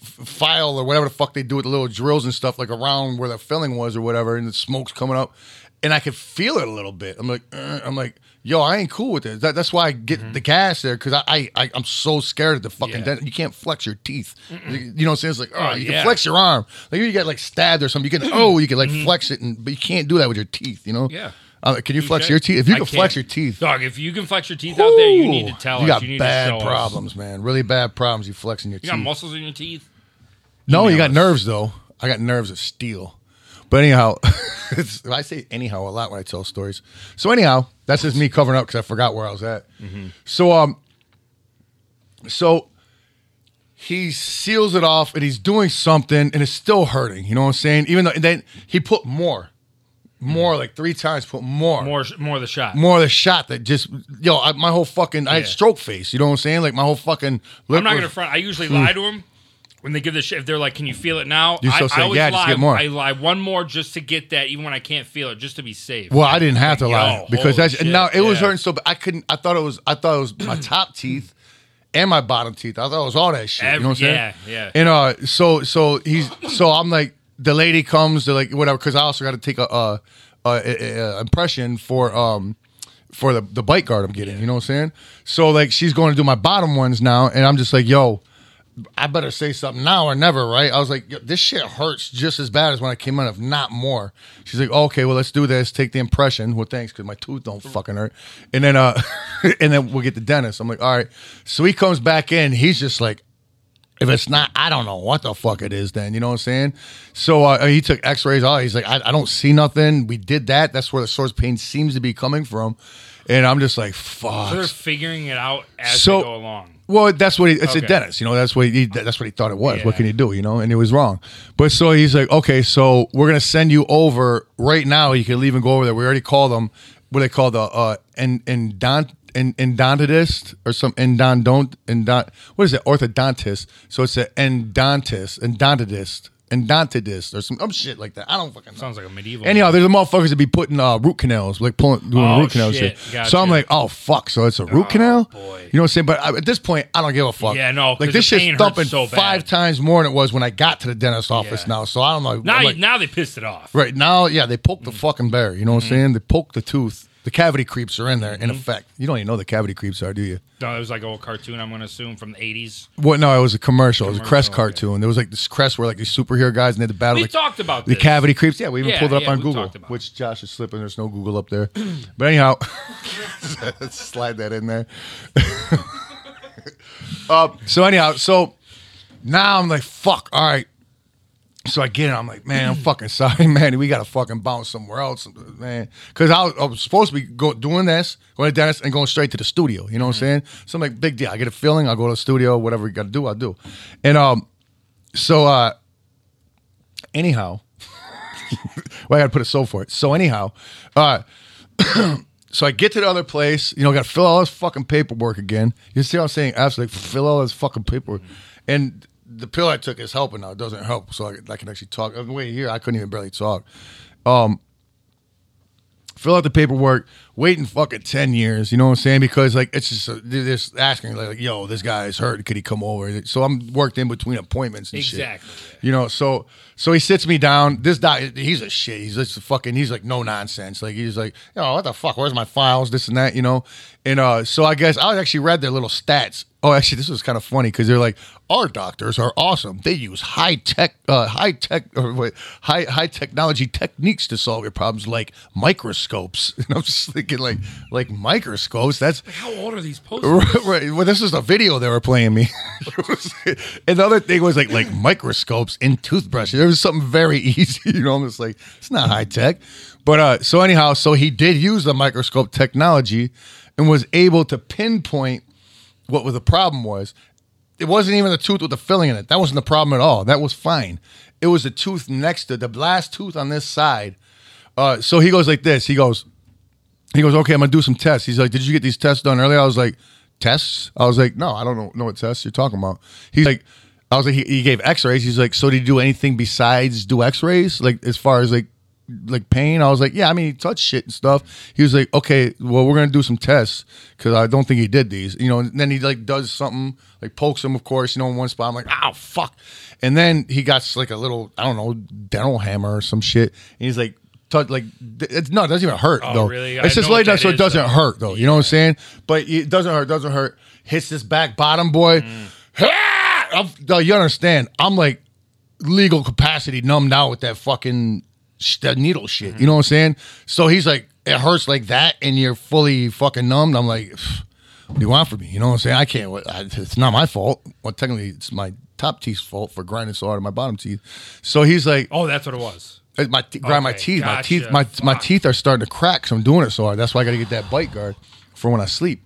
Speaker 1: f- file or whatever the fuck they do with the little drills and stuff like around where the filling was or whatever, and the smoke's coming up, and I could feel it a little bit. I'm like, "Uh," I'm like, yo, I ain't cool with this. That, that's why I get the cash there because I, I, I I'm so scared of the fucking
Speaker 2: Mm-hmm. Yeah.
Speaker 1: dentist. You can't flex your teeth. You, you know what I'm saying? It's like oh, you
Speaker 2: yeah.
Speaker 1: can flex your arm. Like if you get like stabbed or something, you can oh you can like flex it, and but you can't do that with your teeth. You know?
Speaker 2: Mm-hmm. Yeah.
Speaker 1: Uh, can you flex
Speaker 2: Okay.
Speaker 1: your teeth? If you
Speaker 2: I
Speaker 1: can flex your
Speaker 2: can't.
Speaker 1: teeth,
Speaker 2: Dog, if you can flex your teeth out there, you need to
Speaker 1: Ooh,
Speaker 2: tell
Speaker 1: you
Speaker 2: us.
Speaker 1: Got
Speaker 2: you need
Speaker 1: bad
Speaker 2: to show Us.
Speaker 1: problems, Hmm. man. Really bad problems. You flexing your
Speaker 2: You
Speaker 1: teeth.
Speaker 2: got muscles in your teeth.
Speaker 1: no, you
Speaker 2: email
Speaker 1: got
Speaker 2: us.
Speaker 1: nerves though. I got nerves of steel. But anyhow, it's, I say anyhow a lot when I tell stories. So anyhow, that's just me covering up because I forgot where I was at.
Speaker 2: Mm-hmm.
Speaker 1: So um, so he seals it off and he's doing something and it's still hurting. You know what I'm saying? Even though and then he put more, more like three times. Put more,
Speaker 2: Mm-hmm. More, sh- more of the shot.
Speaker 1: more of the shot that just yo I, my whole fucking I had
Speaker 2: Yeah.
Speaker 1: stroke face. You know what I'm saying? Like my whole fucking. Lip
Speaker 2: I'm not gonna
Speaker 1: was-
Speaker 2: front. I usually
Speaker 1: Hmm.
Speaker 2: lie to them when they give the shit. If they're like, "Can you feel it now?"
Speaker 1: You
Speaker 2: I,
Speaker 1: still say,
Speaker 2: I always
Speaker 1: "Yeah,
Speaker 2: lie.
Speaker 1: just get more."
Speaker 2: I lie one more just to get that, even when I can't feel it, just to be safe.
Speaker 1: well, I didn't have to
Speaker 2: Yo,
Speaker 1: lie because
Speaker 2: holy
Speaker 1: that's
Speaker 2: shit,
Speaker 1: now it was
Speaker 2: yeah.
Speaker 1: hurting so bad. I couldn't. I thought it was. I thought it was my top teeth and my bottom teeth. I thought it was all that shit. you know what I'm
Speaker 2: Every-
Speaker 1: saying?
Speaker 2: yeah, yeah.
Speaker 1: And uh, so so he's so I'm like the lady comes to like whatever because I also got to take a uh a, a, a impression for um for the the bite guard I'm getting. You know what I'm saying? So like she's going to do my bottom ones now, and I'm just like yo. I better say something now or never, right? I was like, "Yo, this shit hurts just as bad as when I came in, if not more. She's like, "Oh, okay, well, let's do this. Take the impression. Well, thanks, because my tooth don't fucking hurt. And then, uh, and then we'll get the dentist. I'm like, all right. So he comes back in. He's just like, if it's not, I don't know what the fuck it is. Then you know what I'm saying. So uh, he took X-rays. All he's like, I, I don't see nothing. We did that. That's where the source pain seems to be coming from. And I'm just like, fuck.
Speaker 2: So they're figuring it out as
Speaker 1: So-
Speaker 2: they go along.
Speaker 1: Well, that's what he, it's
Speaker 2: Okay.
Speaker 1: a dentist, you know. That's what he, that's what he thought it was. What
Speaker 2: Yeah.
Speaker 1: can you do, you know? And it was wrong. But so he's like, okay, so we're gonna send you over right now. You can leave and go over there. We already called them. What do they call the uh, and endont en- endodontist or some endodont endont what is it orthodontist? So it's an endodontist endodontist endodontist or some some shit like that. I don't fucking know.
Speaker 2: Sounds like a medieval.
Speaker 1: Anyhow, there's the motherfuckers that be putting uh, root canals, like pulling doing
Speaker 2: Oh,
Speaker 1: root canal
Speaker 2: shit.
Speaker 1: shit.
Speaker 2: Gotcha.
Speaker 1: So I'm like, oh fuck, so it's a root canal.
Speaker 2: boy.
Speaker 1: You know what I'm saying? But I, at this point, I don't give a fuck.
Speaker 2: Yeah, no, 'cause
Speaker 1: Like this
Speaker 2: the pain
Speaker 1: shit's
Speaker 2: hurts
Speaker 1: thumping
Speaker 2: so bad.
Speaker 1: five times more than it was when I got to the dentist office
Speaker 2: Yeah.
Speaker 1: now. So I don't know.
Speaker 2: now,
Speaker 1: I'm
Speaker 2: you- Mm.
Speaker 1: like-
Speaker 2: now they pissed it off.
Speaker 1: right now, yeah, they poke the fucking bear. You know
Speaker 2: Mm-hmm.
Speaker 1: what I'm saying? They poke the tooth. The cavity creeps are in there. In effect, you don't even know the cavity creeps are, do you?
Speaker 2: No, it was like an old cartoon. I'm gonna assume from the 80s.
Speaker 1: What? No, it was a commercial. It was a Crest
Speaker 2: Commercial, okay.
Speaker 1: cartoon. There was like this Crest where like these superhero guys and they had to battle.
Speaker 2: We
Speaker 1: like,
Speaker 2: talked about
Speaker 1: the
Speaker 2: this.
Speaker 1: cavity creeps. Yeah, we even
Speaker 2: Yeah,
Speaker 1: pulled it up
Speaker 2: yeah,
Speaker 1: on
Speaker 2: we
Speaker 1: Google,
Speaker 2: talked about
Speaker 1: which Josh is slipping. There's no Google up there. but anyhow, slide that in there. uh, so anyhow, so now I'm like, fuck. All right. So I get it. I'm like, man, I'm fucking sorry, man. We gotta fucking bounce somewhere else, man. Because I was, I was supposed to be go, doing this, going to dentist, and going straight to the studio. You know what
Speaker 2: Mm-hmm.
Speaker 1: I'm saying? So I'm like, big deal. I get a feeling. I'll go to the studio. Whatever you gotta do, I'll do. And um, so uh, anyhow, well, I gotta put a soul for it. So anyhow, uh, so I get to the other place, you know, got to fill all this fucking paperwork again. You see what I'm saying? Absolutely, fill all this fucking paperwork. And the pill I took is helping now. It doesn't help, so I, I can actually talk. On the way here, I couldn't even barely talk. Um, fill out the paperwork, waiting fucking 10 years, you know what I'm saying? Because, like, it's just, uh, they're just asking, like, yo, this guy is hurt. Could he come over? So I'm worked in between appointments and shit.
Speaker 2: Exactly.
Speaker 1: You know, so so he sits me down. This doc, he's a shit. He's just a fucking. He's like no nonsense. Like he's like, yo, what the fuck? Where's my files? This and that. You know, and uh, so I guess I actually read their little stats. Oh, actually, this was kind of funny because they're like, our doctors are awesome. They use high tech, uh, high tech, or wait, high high technology techniques to solve your problems, like microscopes. And I'm just thinking, like, like microscopes. That's
Speaker 2: How old are these posters?
Speaker 1: Right, right. Well, this is a video they were playing me. and the other thing was like like microscopes in toothbrushes. There was something very easy, you know. I'm just like, it's not high tech. But uh, so anyhow, so he did use the microscope technology and was able to pinpoint what was the problem was. It wasn't even the tooth with the filling in it. That wasn't the problem at all. That was fine. It was the tooth next to the last tooth on this side. Uh, so he goes like this. He goes, he goes, okay, I'm gonna do some tests. He's like, did you get these tests done earlier? I was like, tests? I was like, no, I don't know, know what tests you're talking about. He's like, I was like, he, he gave X-rays. He's like, so did you do anything besides do X-rays? Like as far as like like pain? I was like, yeah, I mean, he touched shit and stuff. He was like, okay, well, we're gonna do some tests because I don't think he did these. You know, and then he like does something like pokes him, of course, you know, in one spot. I'm like, oh fuck, and then he got like a little, I don't know, dental hammer or some shit, and he's like touch like th- it's no, it doesn't even hurt
Speaker 2: Oh,
Speaker 1: though.
Speaker 2: really? I
Speaker 1: It's just
Speaker 2: know what
Speaker 1: laid down
Speaker 2: that
Speaker 1: so it
Speaker 2: is,
Speaker 1: doesn't
Speaker 2: though.
Speaker 1: hurt though. You know what I'm saying? But it doesn't hurt, doesn't hurt. Hits this back bottom boy.
Speaker 2: Mm.
Speaker 1: I'm- though, you understand? I'm like legal capacity numbed out with that fucking sh- that needle shit.
Speaker 2: Mm-hmm.
Speaker 1: You know what I'm saying? So he's like, it hurts like that, and you're fully fucking numbed. I'm like, what do you want from me? You know what I'm saying? I can't. what- I- It's not my fault. Well, technically, it's my top teeth's fault for grinding so hard on my bottom teeth. So he's like,
Speaker 2: Oh, that's what it was.
Speaker 1: it's my te- grind my
Speaker 2: Okay,
Speaker 1: teeth. My
Speaker 2: gotcha.
Speaker 1: teeth. My my
Speaker 2: Fuck.
Speaker 1: teeth are starting to crack. So I'm doing it so hard. That's why I got to get that bite guard for when I sleep.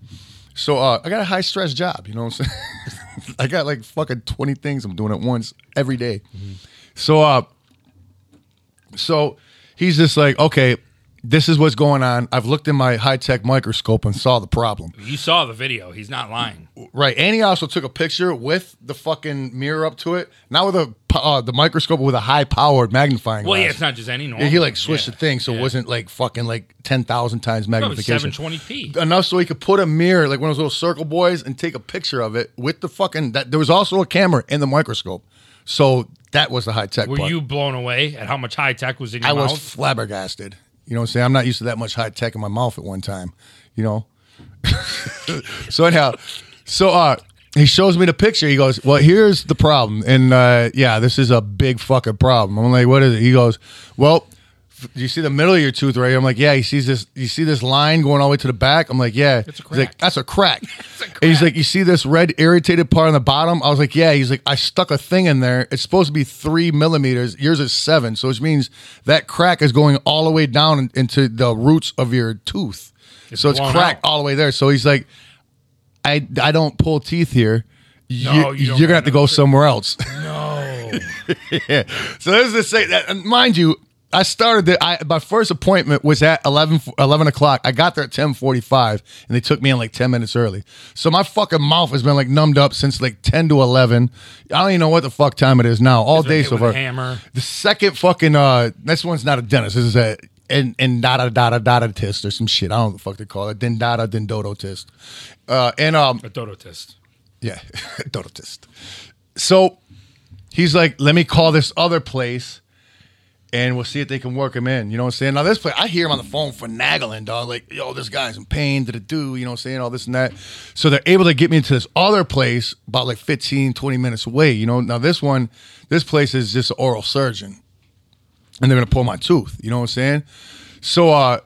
Speaker 1: So uh, I got a high stress job. You know what I'm saying? I got like fucking twenty things I'm doing at once every day.
Speaker 2: Mm-hmm.
Speaker 1: So uh, so he's just like, okay, this is what's going on. I've looked in my high tech microscope and saw the problem.
Speaker 2: You saw the video. He's not lying.
Speaker 1: Right, and he also took a picture with the fucking mirror up to it, not with a po- uh, the microscope, but with a high powered magnifying
Speaker 2: Well,
Speaker 1: glass.
Speaker 2: yeah, it's not just any normal.
Speaker 1: Yeah, he like switched
Speaker 2: yeah.
Speaker 1: the thing, so it wasn't like fucking like ten thousand times magnification.
Speaker 2: 720p.
Speaker 1: Enough so he could put a mirror, like one of those little circle boys, and take a picture of it with the fucking. That, there was also a camera in the microscope, so that was the high tech.
Speaker 2: Were
Speaker 1: part.
Speaker 2: you blown away at how much high tech was in your
Speaker 1: I
Speaker 2: mouth?
Speaker 1: was flabbergasted. You know what I'm saying? I'm not used to that much high tech in my mouth at one time, you know? so anyhow, so uh he shows me the picture. He goes, Well, here's the problem. And uh yeah, this is a big fucking problem. I'm like, what is it? He goes, Well, f- you see the middle of your tooth right here? I'm like, yeah. He sees this. You see this line going all the way to the back. I'm like, yeah.
Speaker 2: a
Speaker 1: He's like,
Speaker 2: crack.
Speaker 1: that's a crack.
Speaker 2: a
Speaker 1: And he's
Speaker 2: crack.
Speaker 1: like, you see this red irritated part on the bottom? I was like, yeah. He's like, I stuck a thing in there. It's supposed to be three millimeters. Yours is seven. So which means that crack is going all the way down in- into the roots of your tooth. so it's
Speaker 2: blown
Speaker 1: cracked
Speaker 2: out.
Speaker 1: all the way there. So he's like, I, I don't pull teeth here. You,
Speaker 2: No, you
Speaker 1: you are
Speaker 2: don't
Speaker 1: gonna have to go somewhere else.
Speaker 2: no.
Speaker 1: yeah. So this is the same. That, and mind you, I started the, I my first appointment was at 11, 11 o'clock. I got there at ten forty five, and they took me in like ten minutes early. So my fucking mouth has been like numbed up since like ten to eleven. I don't even know what the fuck time it is now. All day
Speaker 2: hit
Speaker 1: so
Speaker 2: with a
Speaker 1: far.
Speaker 2: hammer.
Speaker 1: The second fucking uh, this one's not a dentist. This is a and and dada dada dada test or some shit. I don't know what the fuck they call it. Dendata dendodo test. Uh, and um,
Speaker 2: A dodo test.
Speaker 1: yeah, Dorotist. So he's like, let me call this other place and we'll see if they can work him in. You know what I'm saying? Now, this place, I hear him on the phone finagling, dog. Like, yo, this guy's in pain, did it do? You know what I'm saying? All this and that. So they're able to get me into this other place about like 15, 20 minutes away. You know, now this one, this place is just an oral surgeon and they're going to pull my tooth. You know what I'm saying? So, uh,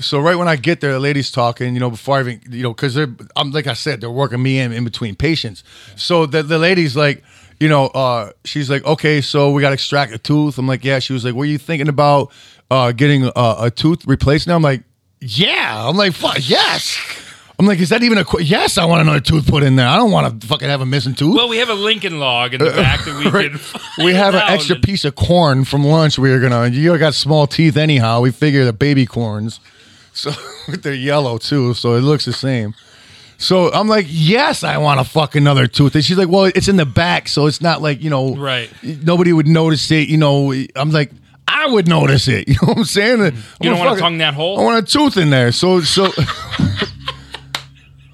Speaker 1: so right when I get there, the lady's talking, you know, before I even, you know, because they're, I'm like I said, they're working me in in between patients. So the, the lady's like, you know, uh, she's like, okay, so we got to extract a tooth. I'm like, yeah. She was like, were you thinking about uh, getting a, a tooth replaced? Now I'm like, yeah. I'm like, fuck, yes. I'm like, is that even a? Qu-? Yes, I want another tooth put in there. I don't want to fucking have a missing tooth
Speaker 2: Well, we have a Lincoln log in the back that we
Speaker 1: Uh, right.
Speaker 2: can.
Speaker 1: we have an
Speaker 2: find
Speaker 1: extra
Speaker 2: out.
Speaker 1: piece of corn from lunch. We are gonna. You got small teeth anyhow. We figure the baby corns, so they're yellow too, so it looks the same. So I'm like, yes, I want a fucking another tooth. And she's like, well, it's in the back, so it's not like you know,
Speaker 2: Right.
Speaker 1: Nobody would notice it, you know. I'm like. I would notice it. You know what I'm saying?
Speaker 2: You don't want to tongue that hole?
Speaker 1: I want a tooth in there. So, so.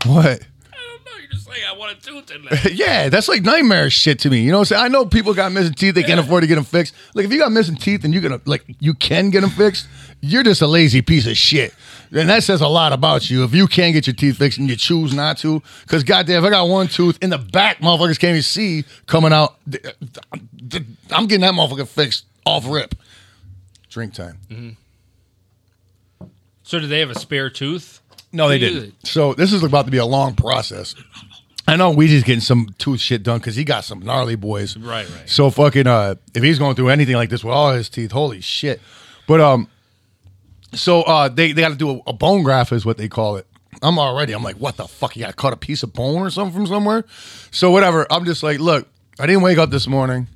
Speaker 1: what?
Speaker 2: I don't know. You're just like, I want a tooth in there.
Speaker 1: Yeah, that's like nightmare shit to me. You know what I'm saying? I know people got missing teeth, they can't afford to get them fixed. Like if you got missing teeth and you gonna like you can get them fixed, you're just a lazy piece of shit. And that says a lot about you. If you can get your teeth fixed and you choose not to, because goddamn, if I got one tooth in the back, motherfuckers can't even see coming out. th- th- I'm getting that motherfucker fixed off rip. Drink time.
Speaker 2: So, do they have a spare tooth?
Speaker 1: No, they
Speaker 2: Dude.
Speaker 1: didn't. So this is about to be a long process. I know we just getting some tooth shit done because he got some gnarly boys.
Speaker 2: Right, right.
Speaker 1: So fucking uh, if he's going through anything like this with all his teeth, holy shit. But um, so uh, they they got to do a, a bone graft is what they call it. I'm already. I'm like, what the fuck? You got to cut a piece of bone or something from somewhere. So whatever. I'm just like, look, I didn't wake up this morning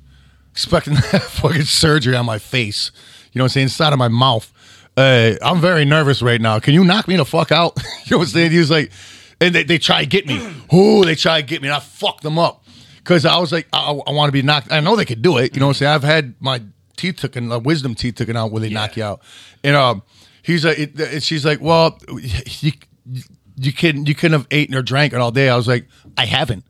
Speaker 1: expecting that fucking surgery on my face. You know what I'm saying? Inside of my mouth. Uh, I'm very nervous right now. Can you knock me the fuck out? you know what I'm saying? He was like, and they, they try to get me. Ooh, they try to get me, and I fucked them up. Cause I was like, I, want to be knocked. I know they could do it. You know what I'm saying? I've had my teeth taken, uh, wisdom teeth taken out where they knock you out. And um, he's like, it, and she's like, well, you, you couldn't, you couldn't have eaten or drank it all day. I was like, I haven't.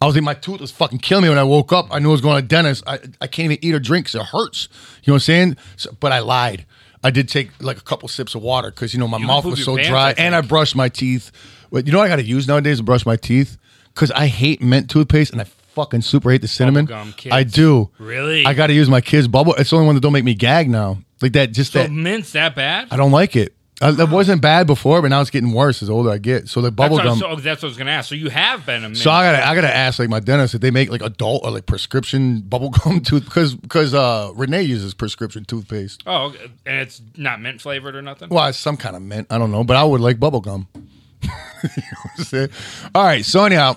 Speaker 1: I was like, my tooth was fucking killing me when I woke up. I knew I was going to the dentist. I, I can't even eat or drink 'cause it hurts. You know what I'm saying? So, but I lied. I did take like a couple sips of water because you know my
Speaker 2: You can
Speaker 1: mouth
Speaker 2: poop
Speaker 1: was
Speaker 2: your
Speaker 1: so
Speaker 2: pants,
Speaker 1: dry,
Speaker 2: I
Speaker 1: and I
Speaker 2: think.
Speaker 1: brushed my teeth. But you know what I got to use nowadays to brush my teeth because I hate mint toothpaste and I fucking super hate the cinnamon.
Speaker 2: Bubblegum kids.
Speaker 1: I do.
Speaker 2: Really?
Speaker 1: I got to use my kids' bubble. It's the only one that don't make me gag now. Like that, just
Speaker 2: So
Speaker 1: that.
Speaker 2: mint's that bad?
Speaker 1: I don't like it. I, that wasn't bad before, but now it's getting worse as older I get. So the
Speaker 2: That's
Speaker 1: bubble
Speaker 2: what, I-
Speaker 1: gum.
Speaker 2: so that's what I was gonna ask. So you have been a mint.
Speaker 1: So I gotta, I gotta ask like my dentist if they make like adult or like prescription bubblegum tooth because because uh, Renee uses prescription toothpaste.
Speaker 2: oh, okay. and it's not mint flavored or nothing.
Speaker 1: Well, it's some kind of mint. I don't know, but I would like bubblegum. you know what I'm saying? All right. So anyhow,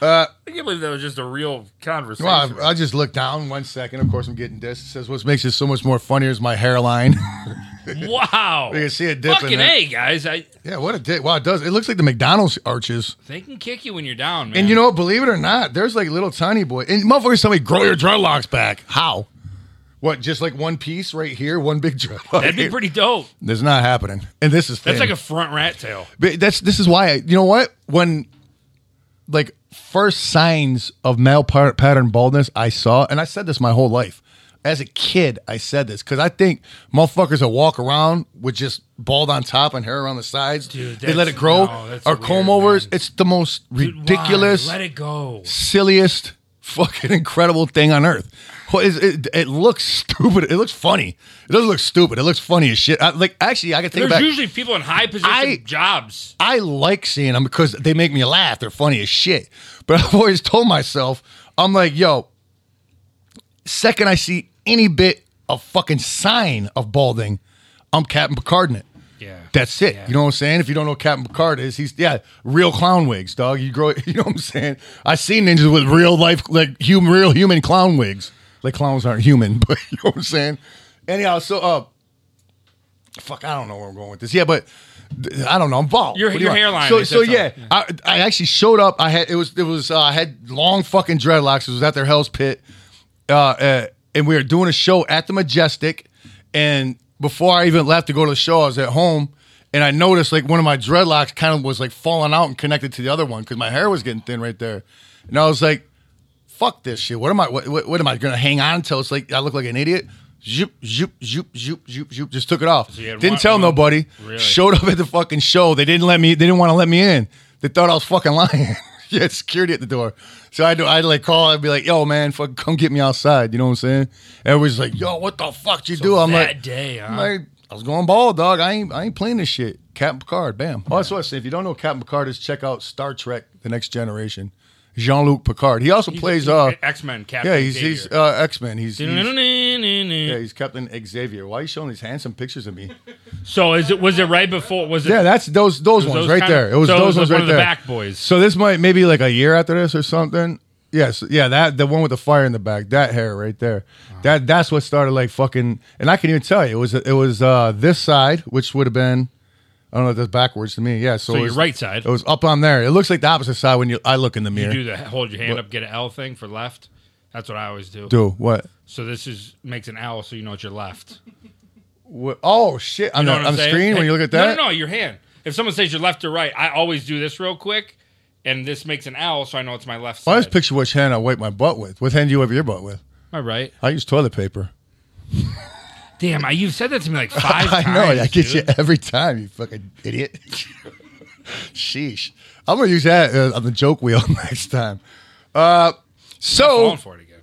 Speaker 2: I can't believe that was just a real conversation.
Speaker 1: well, I, I just look down one second. Of course, I'm getting this. It says what makes it so much more funnier is my hairline.
Speaker 2: wow.
Speaker 1: You can see a dip in
Speaker 2: Fucking
Speaker 1: there.
Speaker 2: a, guys. I
Speaker 1: yeah, what a dick. Wow, it does. It looks like the McDonald's arches.
Speaker 2: they can kick you when you're down, man.
Speaker 1: And you know, what? believe it or not, there's like little tiny boy. And motherfuckers tell me, grow your dreadlocks back. How? What? Just like one piece right here, one big dreadlock.
Speaker 2: that'd be pretty dope.
Speaker 1: That's not happening. And this is
Speaker 2: That's
Speaker 1: thin.
Speaker 2: like a front rat tail.
Speaker 1: But that's this is why I, you know what when like first signs of male par- pattern baldness I saw, and I said this my whole life. As a kid, I said this because I think motherfuckers that walk around with just bald on top and hair around the sides,
Speaker 2: Dude,
Speaker 1: they let it
Speaker 2: that's-
Speaker 1: grow
Speaker 2: no, that's
Speaker 1: or
Speaker 2: weird,
Speaker 1: comb overs.
Speaker 2: man.
Speaker 1: It's the most
Speaker 2: Dude, why?
Speaker 1: ridiculous
Speaker 2: Let it go.
Speaker 1: silliest fucking incredible thing on earth. What is it, it looks stupid. It looks funny. It doesn't look stupid. It looks funny as shit. I, like actually, I can think
Speaker 2: There's
Speaker 1: about.
Speaker 2: usually people in high position
Speaker 1: I-
Speaker 2: jobs.
Speaker 1: I like seeing them because they make me laugh. They're funny as shit. But I've always told myself, I'm like, yo. Second, I see any bit of fucking sign of balding, I'm Captain Picard in it.
Speaker 2: Yeah.
Speaker 1: That's it. You know what I'm saying? If you don't know what Captain Picard is, he's yeah, real clown wigs, dog. You grow, you know what I'm saying? I seen ninjas with real life, like human, real human clown wigs. Like clowns aren't human, but you know what I'm saying? Anyhow, so uh, fuck, I don't know where I'm going with this. Yeah, but th- I don't know. I'm bald.
Speaker 2: Your-
Speaker 1: What do
Speaker 2: your
Speaker 1: you want?
Speaker 2: hairline
Speaker 1: So,
Speaker 2: is-
Speaker 1: so
Speaker 2: that's
Speaker 1: yeah, I, I actually showed up. I had it was it was uh, I had long fucking dreadlocks. It was at their Hell's Pit uh, uh, and we were doing a show at the Majestic. And before I even left to go to the show, I was at home and I noticed like one of my dreadlocks kind of was like falling out and connected to the other one because my hair was getting thin right there. And I was like, fuck this shit. What am I, what, what, what am I going to hang on until it's like I look like an idiot? Zoop, zoop, zoop, zoop, zoop, zoop. Just took it off.
Speaker 2: you had
Speaker 1: didn't
Speaker 2: one-
Speaker 1: tell
Speaker 2: one-
Speaker 1: nobody.
Speaker 2: Really?
Speaker 1: Showed up at the fucking show. They didn't let me, they didn't want to let me in. They thought I was fucking lying. yeah, security at the door. So I'd, I'd like call, I'd be like, yo, man, fuck, come get me outside. You know what I'm saying? Everybody's like, yo, what the fuck you do? I'm
Speaker 2: that
Speaker 1: like,
Speaker 2: day, huh?
Speaker 1: I'm like, I was going bald, dog. I ain't, I ain't playing this shit. Captain Picard, bam. Oh, that's what I say. If you don't know who Captain Picard is, check out Star Trek: The Next Generation. Jean Luc Picard. He also plays, uh,
Speaker 2: X Men Captain.
Speaker 1: yeah, he's he's uh, X Men. He's, he's yeah,
Speaker 2: Xavier.
Speaker 1: he's Captain Xavier. Why are you showing these handsome pictures of me?
Speaker 2: So is it was it right before was it
Speaker 1: Yeah, that's those those ones
Speaker 2: those
Speaker 1: right
Speaker 2: kind of-
Speaker 1: there. It was
Speaker 2: so it
Speaker 1: those ones
Speaker 2: was one
Speaker 1: right
Speaker 2: of the
Speaker 1: there.
Speaker 2: back boys.
Speaker 1: So this might maybe like a year after this or something. Yes, yeah, that the one with the fire in the back, that hair right there.
Speaker 2: Uh-huh.
Speaker 1: That that's what started like fucking. And I can even tell you, it was it was uh this side, which would have been, I don't know, if that's backwards to me. Yeah, so,
Speaker 2: so
Speaker 1: it
Speaker 2: your
Speaker 1: was-
Speaker 2: right side?
Speaker 1: It was up on there. It looks like the opposite side when you I look in the mirror.
Speaker 2: Do the hold your hand up, get an L thing for left. That's what I always do.
Speaker 1: Do what?
Speaker 2: So this is makes an L, so you know it's your left.
Speaker 1: What? Oh shit! On
Speaker 2: You
Speaker 1: the,
Speaker 2: know what
Speaker 1: on
Speaker 2: I'm
Speaker 1: the
Speaker 2: saying?
Speaker 1: screen when you look at
Speaker 2: No,
Speaker 1: that.
Speaker 2: No, no, your hand. If someone says your left or right, I always do this real quick, and this makes an L, so I know it's my left
Speaker 1: I
Speaker 2: side.
Speaker 1: just Oh, picture which hand I wipe my butt with. What hand do you wipe your butt with?
Speaker 2: Am I right?
Speaker 1: I use toilet paper.
Speaker 2: Damn, I, you've said that to me like five times.
Speaker 1: I know. I get
Speaker 2: dude.
Speaker 1: you every time, you fucking idiot. Sheesh. I'm going to use that uh, on the joke wheel next time. Uh, so
Speaker 2: Going for it again.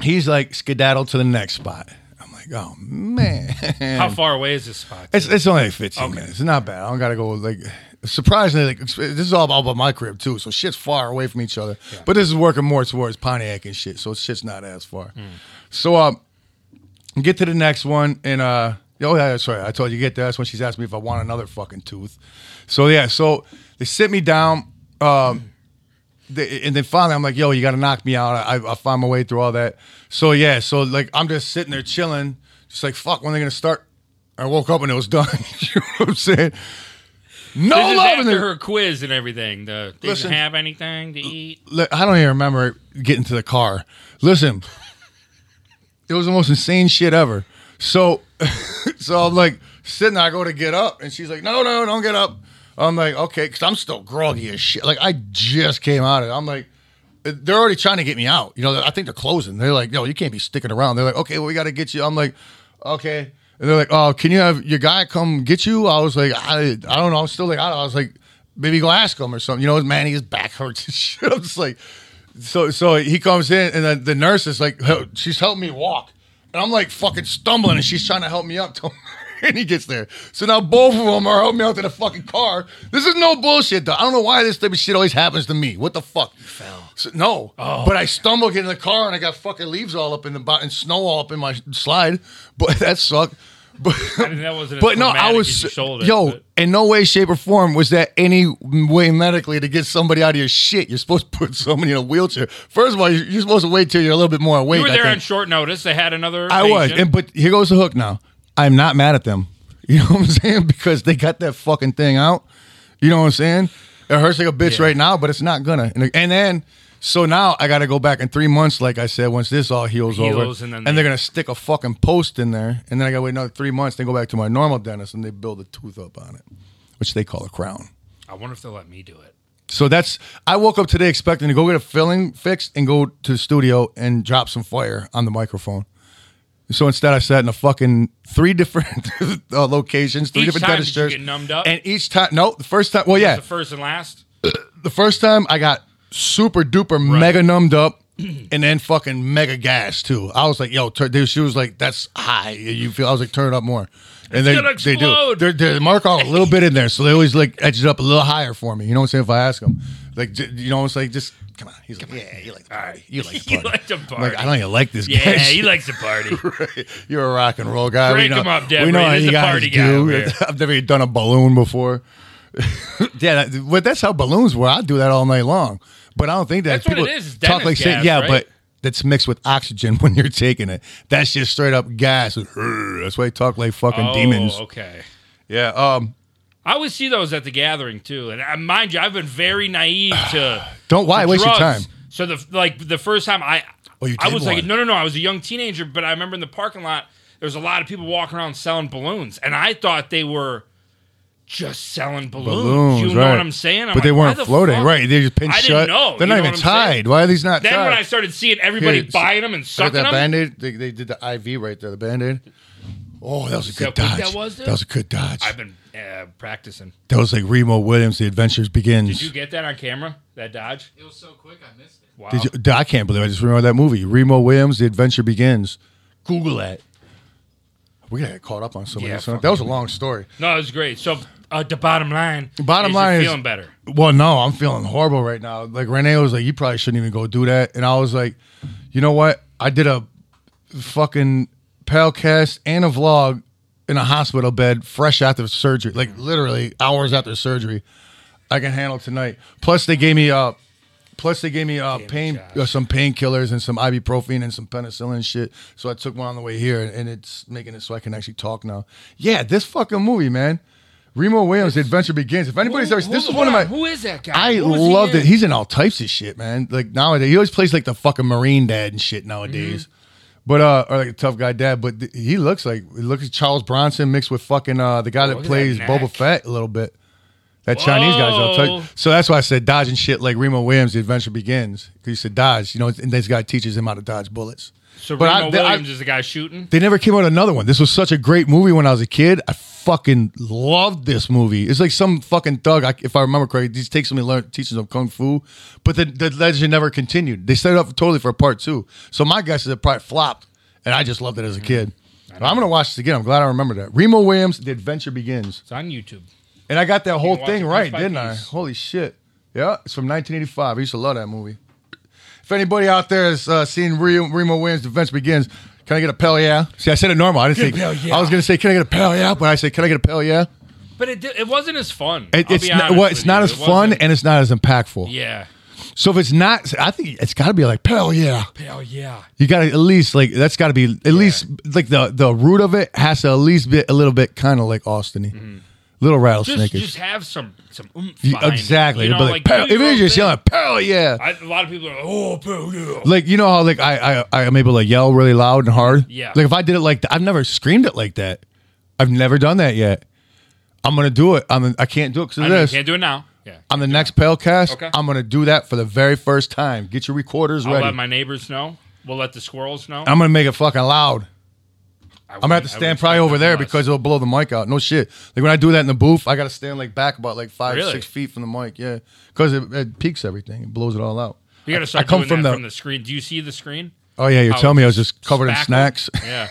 Speaker 1: he's like skedaddle to the next spot. I'm like, oh, man.
Speaker 2: How far away is this spot?
Speaker 1: It's, it's only like 15 minutes. It's not bad. I don't got to go like surprisingly like this is all all about my crib too. So shit's far away from each other. But this is working more towards Pontiac and shit. So shit's not as far. So um get to the next one and uh oh yeah, sorry. I told you get there. That's when she's asked me if I want another fucking tooth. So yeah, so they sit me down um they, and then finally, I'm like, "Yo, you got to knock me out." I, I find my way through all that. So yeah, so like I'm just sitting there chilling, just like, "Fuck, when are they gonna start?" I woke up and it was done. you know what I'm saying? No
Speaker 2: This is
Speaker 1: love in
Speaker 2: after
Speaker 1: there.
Speaker 2: her quiz and everything. The didn't
Speaker 1: Listen.
Speaker 2: have anything to eat.
Speaker 1: Li- I don't even remember getting to the car. Listen, it was the most insane shit ever. So, so I'm like sitting. there, I go to get up, and she's like, "No, no, don't get up." I'm like, "Okay," because I'm still groggy as shit. Like I just came out of it. I'm like, they're already trying to get me out. You know, I think they're closing. They're like, yo, you can't be sticking around. They're like, okay, well, we got to get you. I'm like, okay. And they're like, oh, can you have your guy come get you? I was like, I, I don't know. I'm still like, I, I was like, maybe go ask him or something. You know, man, his back hurts and shit. I'm just like, so so he comes in and then the nurse is like, "Hel- she's helping me walk, and I'm like fucking stumbling, and she's trying to help me up. Till and he gets there. So now both of them are helping me out to the fucking car. This is no bullshit, though. I don't know why this type of shit always happens to me. What the fuck? So- no, but I stumbled in the car and I got fucking leaves all up in the bo- and snow all up in my slide. But that sucked. But
Speaker 2: I mean, that wasn't. As
Speaker 1: but no, I
Speaker 2: traumatic
Speaker 1: was
Speaker 2: as your shoulder,
Speaker 1: yo.
Speaker 2: but-
Speaker 1: In no way, shape, or form was that any way medically to get somebody out of your shit. You're supposed to put somebody in a wheelchair. First of all, you're you're supposed to wait till you're a little bit more awake.
Speaker 2: you were
Speaker 1: I
Speaker 2: there
Speaker 1: think.
Speaker 2: on short notice. They had another.
Speaker 1: I was,
Speaker 2: patient.
Speaker 1: and but here goes the hook. Now I'm not mad at them. You know what I'm saying? Because they got that fucking thing out. You know what I'm saying? It hurts like a bitch right now, but it's not gonna. And, and then. So now I got to go back in three months, like I said, once this all heals,
Speaker 2: Heals,
Speaker 1: over,
Speaker 2: and
Speaker 1: and,
Speaker 2: then
Speaker 1: they're
Speaker 2: they-
Speaker 1: gonna stick a fucking post in there, and then I got to wait another three months, then go back to my normal dentist, and they build a tooth up on it, which they call a crown.
Speaker 2: I wonder if they'll let me do it.
Speaker 1: So that's I woke up today expecting to go get a filling fixed and go to the studio and drop some fire on the microphone. So instead, I sat in a fucking three different uh, locations, three
Speaker 2: Each
Speaker 1: different
Speaker 2: time
Speaker 1: dentist
Speaker 2: did you
Speaker 1: chairs,
Speaker 2: get numbed up?
Speaker 1: and each time, no, the first time, well, yeah,
Speaker 2: The first and last.
Speaker 1: the first time I got super duper mega numbed up and then fucking mega gas too. I was like, yo, tur- dude, she was like, that's high. You feel? I was like, turn it up more. And they,
Speaker 2: gonna
Speaker 1: they do.
Speaker 2: explode.
Speaker 1: They're, they mark off a little bit in there, so they always like edge it up a little higher for me. You know what I'm saying? If I ask them, like, j- you know, it's like, just come on. He's like, yeah, you like, the party. you like, the
Speaker 2: You
Speaker 1: party.
Speaker 2: like to
Speaker 1: I'm like,
Speaker 2: party.
Speaker 1: I don't even like this guy.
Speaker 2: Yeah, he likes to party.
Speaker 1: You're a rock and roll guy.
Speaker 2: Crank
Speaker 1: we know,
Speaker 2: him up,
Speaker 1: We
Speaker 2: Debra.
Speaker 1: know
Speaker 2: He's
Speaker 1: how you
Speaker 2: a
Speaker 1: guys
Speaker 2: party guy
Speaker 1: do.
Speaker 2: over here.
Speaker 1: I've never even done a balloon before. yeah, that, but that's how balloons were. I do that all night long. But I don't think that
Speaker 2: That's what
Speaker 1: people
Speaker 2: it is, is
Speaker 1: talk
Speaker 2: Dennis
Speaker 1: like shit.
Speaker 2: gas,
Speaker 1: Yeah,
Speaker 2: right?
Speaker 1: but that's mixed with oxygen when you're taking it. That's just straight up gas. That's why they talk like fucking
Speaker 2: Oh,
Speaker 1: demons.
Speaker 2: Okay.
Speaker 1: Yeah. Um.
Speaker 2: I always see those at the gathering too, and I, mind you, I've been very naive to.
Speaker 1: Don't why
Speaker 2: to
Speaker 1: waste your
Speaker 2: drugs.
Speaker 1: time.
Speaker 2: So the like the first time I,
Speaker 1: Oh, you
Speaker 2: I
Speaker 1: did
Speaker 2: was like,
Speaker 1: one.
Speaker 2: no, no, no. I was a young teenager, but I remember in the parking lot there was a lot of people walking around selling balloons, and I thought they were just selling balloons.
Speaker 1: Balloons,
Speaker 2: you know
Speaker 1: right.
Speaker 2: what I'm saying? I'm
Speaker 1: but they
Speaker 2: like, why
Speaker 1: weren't
Speaker 2: the
Speaker 1: floating,
Speaker 2: fuck?
Speaker 1: right? They just pinched
Speaker 2: I didn't
Speaker 1: shut.
Speaker 2: know,
Speaker 1: They're
Speaker 2: you
Speaker 1: not
Speaker 2: know
Speaker 1: even
Speaker 2: what I'm
Speaker 1: tied.
Speaker 2: saying?
Speaker 1: Why are these not
Speaker 2: Then
Speaker 1: tied?
Speaker 2: when I started seeing everybody
Speaker 1: Here,
Speaker 2: buying them and
Speaker 1: Look at
Speaker 2: sucking
Speaker 1: that
Speaker 2: them,
Speaker 1: band-aid. They, they did the IV right there, the band-aid. Oh, that was a
Speaker 2: that
Speaker 1: good
Speaker 2: what
Speaker 1: dodge.
Speaker 2: that was, dude?
Speaker 1: that was a good dodge.
Speaker 2: I've been uh, practicing.
Speaker 1: That was like Remo Williams, The Adventures Begins.
Speaker 2: Did you get that on camera? That dodge?
Speaker 3: It was so quick, I missed it.
Speaker 2: Wow.
Speaker 1: Did you- dude, I can't believe I just remember that movie. Remo Williams, The Adventure Begins. Google that. We got caught up on something.
Speaker 2: Yeah,
Speaker 1: So
Speaker 2: fuck
Speaker 1: that was a long story.
Speaker 2: No, it was great. So uh, the bottom line.
Speaker 1: Bottom
Speaker 2: is
Speaker 1: line
Speaker 2: you're
Speaker 1: is-
Speaker 2: feeling better.
Speaker 1: Well, no, I'm feeling horrible right now. Like Renee was like, you probably shouldn't even go do that. And I was like, you know what? I did a fucking palcast and a vlog in a hospital bed fresh after surgery. Like literally hours after surgery. I can handle tonight. Plus they gave me uh plus they gave me uh pain
Speaker 2: Josh.
Speaker 1: uh, some painkillers and some ibuprofen and some penicillin and shit. So I took one on the way here and it's making it so I can actually talk now. Yeah, this fucking movie, man. Remo Williams, The Adventure Begins. If anybody's ever, this is
Speaker 2: hold
Speaker 1: one of my
Speaker 2: on, Who is that guy?
Speaker 1: I
Speaker 2: Who is he
Speaker 1: loved
Speaker 2: in?
Speaker 1: it. He's in all types of shit, man. Like nowadays, he always plays like the fucking marine dad and shit
Speaker 2: Mm-hmm.
Speaker 1: nowadays. But uh, or like a tough guy dad. But th- he looks like look at Charles Bronson mixed with fucking uh the guy
Speaker 2: Oh, look
Speaker 1: that
Speaker 2: at
Speaker 1: plays
Speaker 2: that
Speaker 1: Boba
Speaker 2: neck.
Speaker 1: Fett a little bit. That Chinese guy's all
Speaker 2: Whoa.
Speaker 1: type. So that's why I said dodging shit like Remo Williams, The Adventure Begins. Because you said dodge, you know, and this guy teaches him how to dodge bullets.
Speaker 2: So
Speaker 1: But I-
Speaker 2: Remo
Speaker 1: th- I-
Speaker 2: Williams is the guy shooting.
Speaker 1: They never came out with another one. This was such a great movie when I was a kid. I fucking loved this movie. It's like some fucking thug, I, if I remember correctly, just takes him and learn, teaches him kung fu. But the, the legend never continued. They set it up totally for a part two. So my guess is it probably flopped, and I just loved it as a kid. I'm gonna watch this again. I'm glad I remember that. Remo Williams, The Adventure Begins,
Speaker 2: It's on YouTube.
Speaker 1: and I got that whole
Speaker 2: can watch
Speaker 1: thing
Speaker 2: it
Speaker 1: right,
Speaker 2: piece by
Speaker 1: didn't I?
Speaker 2: piece.
Speaker 1: Holy shit! Yeah, it's from 1985. I used to love that movie. If anybody out there has uh, seen Remo, Remo Williams, Defense Begins, can I get a pell yeah? See, I said it normal. I didn't
Speaker 2: Get a
Speaker 1: say,
Speaker 2: pell yeah.
Speaker 1: I was going to say, can I get a pell yeah? But I said, can I get a pell yeah?
Speaker 2: But it, di- it wasn't as fun.
Speaker 1: It,
Speaker 2: I'll
Speaker 1: it's
Speaker 2: be
Speaker 1: not,
Speaker 2: honest
Speaker 1: well,
Speaker 2: with
Speaker 1: it's
Speaker 2: you.
Speaker 1: not
Speaker 2: It
Speaker 1: as fun
Speaker 2: wasn't-
Speaker 1: and it's not as impactful.
Speaker 2: yeah.
Speaker 1: So if it's not, I think it's got to be like, pell yeah.
Speaker 2: Hell yeah.
Speaker 1: You got to at least, like, that's got to be at least, like, the, the root of it has to at least be a little bit kind of like Austin Little rattlesnake
Speaker 2: Mm-hmm. Just, just have some some oomph
Speaker 1: You-
Speaker 2: behind it.
Speaker 1: exactly.
Speaker 2: You know,
Speaker 1: But, like,
Speaker 2: like,
Speaker 1: "Pell-"
Speaker 2: do
Speaker 1: if
Speaker 2: your
Speaker 1: you're
Speaker 2: own
Speaker 1: just
Speaker 2: thing.
Speaker 1: yelling, pell yeah.
Speaker 2: I, a lot of people are like, oh, pal, yeah.
Speaker 1: Like you know how like I, I I'm able to yell really loud and hard.
Speaker 2: Yeah.
Speaker 1: Like if I did it like that, I've never screamed it like that. I've never done that yet. I'm gonna do it. I'm I can't do it because of
Speaker 2: I mean, you
Speaker 1: this.
Speaker 2: can't do it now. Yeah.
Speaker 1: On the next Palecast,
Speaker 2: Okay.
Speaker 1: I'm going to do that for the very first time. Get your recorders
Speaker 2: I'll
Speaker 1: ready.
Speaker 2: let my neighbors know. We'll let the squirrels know.
Speaker 1: I'm going to make it fucking loud.
Speaker 2: I
Speaker 1: I'm gonna have
Speaker 2: would-
Speaker 1: to
Speaker 2: I would
Speaker 1: stand probably
Speaker 2: expect
Speaker 1: over there
Speaker 2: nothing
Speaker 1: because it'll blow the mic out. No shit. Like when I do that in the booth, I gotta stand like back about like five,
Speaker 2: Really?
Speaker 1: six feet from the mic. Yeah, because it, it peaks everything. It blows it all out.
Speaker 2: less. You got
Speaker 1: I-
Speaker 2: to start
Speaker 1: I come
Speaker 2: doing
Speaker 1: from
Speaker 2: that
Speaker 1: the-
Speaker 2: from the screen. Do you see the screen?
Speaker 1: Oh yeah, you're
Speaker 2: How
Speaker 1: telling me I was
Speaker 2: it's
Speaker 1: just covered in
Speaker 2: spackled?
Speaker 1: snacks.
Speaker 2: Yeah.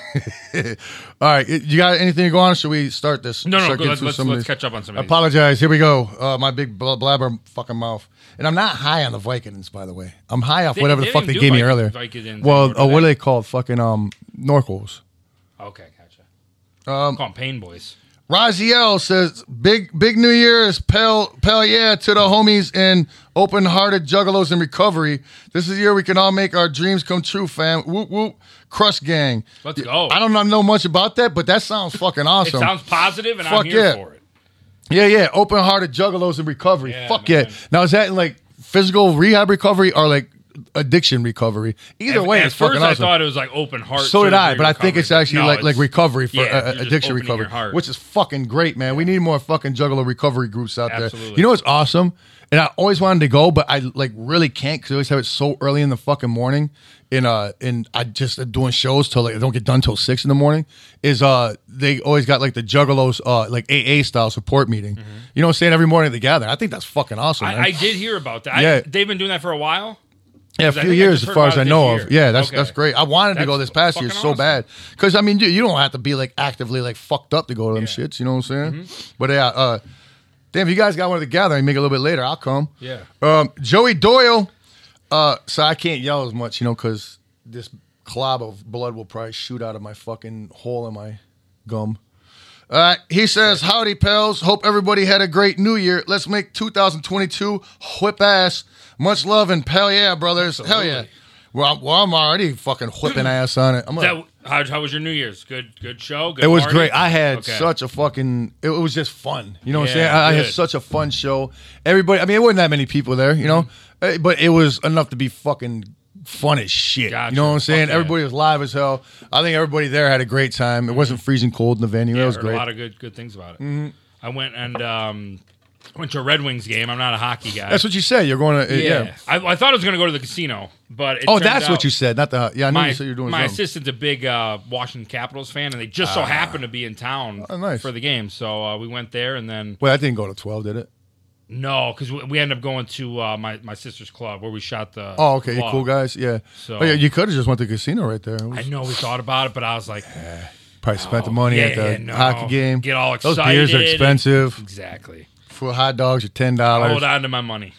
Speaker 1: all right, you got anything to go on? Or should we start this?
Speaker 2: No, no.
Speaker 1: start
Speaker 2: go-
Speaker 1: getting
Speaker 2: Let's
Speaker 1: through
Speaker 2: let's,
Speaker 1: some of
Speaker 2: let's
Speaker 1: these?
Speaker 2: catch up on some
Speaker 1: I
Speaker 2: of these.
Speaker 1: apologize. Here we go. Uh, my big bl- blabber fucking mouth. And I'm not high on the Vikings, by the way. I'm high off
Speaker 2: They-
Speaker 1: whatever
Speaker 2: they
Speaker 1: the fuck
Speaker 2: didn't
Speaker 1: they
Speaker 2: do
Speaker 1: gave me
Speaker 2: Vik-
Speaker 1: earlier.
Speaker 2: Vicodin
Speaker 1: well,
Speaker 2: anymore,
Speaker 1: oh,
Speaker 2: do
Speaker 1: what are
Speaker 2: they?
Speaker 1: they called? Fucking um, Norcals.
Speaker 2: Okay, gotcha. Um, Call 'em pain boys.
Speaker 1: Raziel says, "Big big New Year's, pal, pal, yeah, to the homies and open-hearted juggalos in recovery. This is the year we can all make our dreams come true, fam. Whoop whoop, crush gang.
Speaker 2: Let's go.
Speaker 1: I don't know much about that, but that sounds fucking
Speaker 2: It
Speaker 1: awesome.
Speaker 2: sounds positive, and
Speaker 1: Fuck
Speaker 2: I'm here
Speaker 1: yeah.
Speaker 2: for it.
Speaker 1: yeah, yeah, open-hearted juggalos in recovery.
Speaker 2: Yeah,
Speaker 1: Fuck
Speaker 2: man.
Speaker 1: yeah. Now is that like physical rehab recovery or like addiction recovery? Either
Speaker 2: At-
Speaker 1: way,
Speaker 2: at
Speaker 1: it's
Speaker 2: first
Speaker 1: fucking
Speaker 2: I
Speaker 1: awesome.
Speaker 2: thought it was like open heart.
Speaker 1: so did I,
Speaker 2: surgery
Speaker 1: but I think
Speaker 2: recovery,
Speaker 1: it's actually
Speaker 2: no,
Speaker 1: like like
Speaker 2: it's-
Speaker 1: recovery for
Speaker 2: yeah, you're
Speaker 1: uh,
Speaker 2: just
Speaker 1: addiction
Speaker 2: opening
Speaker 1: recovery,
Speaker 2: your heart.
Speaker 1: which is fucking great, man. We need more fucking juggler recovery groups out there.
Speaker 2: Absolutely.
Speaker 1: You know what's awesome? And I always wanted to go, but I like really can't because I always have it so early in the fucking morning. And uh, and I just uh, doing shows till like I don't get done till six in the morning. Is uh, they always got like the juggalos uh, like AA style support meeting. You know what I'm saying? Every morning they gather. I think that's fucking awesome.
Speaker 2: Mm-hmm. I,
Speaker 1: man.
Speaker 2: I did hear about that. I-
Speaker 1: Yeah.
Speaker 2: they've been doing that for a while.
Speaker 1: Yeah, a
Speaker 2: 'Cause I
Speaker 1: few
Speaker 2: think I
Speaker 1: years
Speaker 2: just
Speaker 1: as
Speaker 2: heard
Speaker 1: far
Speaker 2: about
Speaker 1: as
Speaker 2: it
Speaker 1: I
Speaker 2: this
Speaker 1: know
Speaker 2: year.
Speaker 1: of. Yeah, that's
Speaker 2: Okay.
Speaker 1: that's great. I wanted to
Speaker 2: That's
Speaker 1: go this past
Speaker 2: fucking
Speaker 1: year so
Speaker 2: awesome.
Speaker 1: bad because I mean you, you don't have to be like actively like fucked up to go to them shits. You know what I'm saying?
Speaker 2: Mm-hmm.
Speaker 1: But yeah, uh, damn, if you guys got one of the gathering. Make it a little bit later. I'll come.
Speaker 2: Yeah.
Speaker 1: Um, Joey Doyle. Uh, so I can't yell as much, you know, because this glob of blood will probably shoot out of my fucking hole in my gum. All right. He says, Howdy, pals. Hope everybody had a great new year. Let's make 2022 whip ass. Much love and pal yeah, brothers. Hell yeah.
Speaker 2: Absolutely.
Speaker 1: Well, well, I'm already fucking whipping ass on it. I'm gonna-
Speaker 2: That, how, how was your New Year's? Good, good show. Good
Speaker 1: it was
Speaker 2: party?
Speaker 1: great. I had
Speaker 2: Okay.
Speaker 1: such a fucking. It was just fun. You know what I'm
Speaker 2: Yeah,
Speaker 1: saying? I, I had
Speaker 2: good.
Speaker 1: such a fun show. Everybody. I mean, it wasn't that many people there. You know,
Speaker 2: Mm-hmm.
Speaker 1: Eh, but it was enough to be fucking fun as shit. You
Speaker 2: Gotcha.
Speaker 1: know what I'm saying?
Speaker 2: Fuck yeah.
Speaker 1: Everybody was live as hell. I think everybody there had a great time. It wasn't freezing cold in the venue.
Speaker 2: Mm-hmm. Yeah,
Speaker 1: that was
Speaker 2: heard
Speaker 1: great. Mm-hmm.
Speaker 2: A lot of good, good things about it. I went and um, went to a Red Wings game. I'm not a hockey guy.
Speaker 1: That's what you said. You're going to. eh, Yeah.
Speaker 2: I, I thought I was going to go to the casino, but it
Speaker 1: Oh,
Speaker 2: turned
Speaker 1: that's
Speaker 2: out
Speaker 1: what you said. Not the. Yeah, I knew
Speaker 2: My,
Speaker 1: you said you were doing
Speaker 2: my
Speaker 1: something. Ah.
Speaker 2: assistant's a big uh, Washington Capitals fan, and they just so happened to be in town
Speaker 1: Oh, nice.
Speaker 2: for the game. So uh, we went there, and then
Speaker 1: Wait, I didn't go to twelve, did it?
Speaker 2: no, because we, we ended up going to uh, my my sister's club where we shot the.
Speaker 1: Oh, okay. You
Speaker 2: vlog.
Speaker 1: cool guys. Yeah.
Speaker 2: So-
Speaker 1: oh, yeah, you could have just went to the casino right there. It
Speaker 2: I
Speaker 1: was-
Speaker 2: know we thought about it, but I was like,
Speaker 1: probably spent the money
Speaker 2: yeah,
Speaker 1: at the
Speaker 2: yeah, no.
Speaker 1: hockey game.
Speaker 2: Get all
Speaker 1: Those beers are
Speaker 2: excited.
Speaker 1: expensive.
Speaker 2: exactly.
Speaker 1: For hot dogs are ten
Speaker 2: Hold
Speaker 1: dollars.
Speaker 2: on to my money.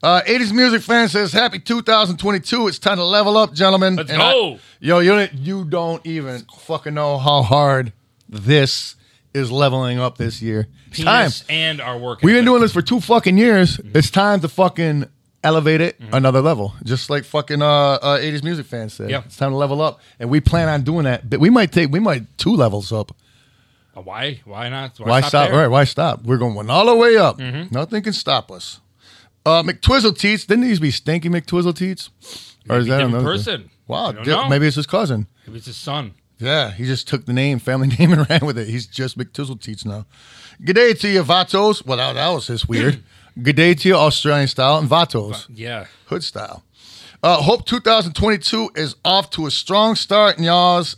Speaker 1: Uh, 80s music fan says, "Happy 2022! It's time to level up, gentlemen."
Speaker 2: Let's
Speaker 1: I-
Speaker 2: go.
Speaker 1: yo, you don't, you don't even fucking know how hard this is leveling up this year. It's time.
Speaker 2: Penis and our work.
Speaker 1: We've been
Speaker 2: ethic.
Speaker 1: doing this for two fucking years. It's time to fucking elevate it
Speaker 2: Mm-hmm.
Speaker 1: another level, just like fucking uh, uh 80s music fans said.
Speaker 2: Yeah.
Speaker 1: It's time to level up, and we plan on doing that. But we might take we might two levels up.
Speaker 2: Uh, Why? Why not?
Speaker 1: Why stop?
Speaker 2: there? Mm-hmm.
Speaker 1: Right? Why stop? We're going all the way up. Nothing can stop us. Uh, McTwizzle teats. Didn't these be stinky McTwizzle teats? Or is that
Speaker 2: different
Speaker 1: another
Speaker 2: person.
Speaker 1: Wow,
Speaker 2: You don't
Speaker 1: di-
Speaker 2: know.
Speaker 1: maybe it's his cousin.
Speaker 2: If It's his son.
Speaker 1: Yeah, he just took the name, family name, and ran with it. He's just McTwizzle teats now. G'day to you, Vatos. Well, that, that was just weird. G'day to you, Australian style, and Vatos,
Speaker 2: Yeah.
Speaker 1: hood style. Uh, hope 2022 is off to a strong start, and y'all's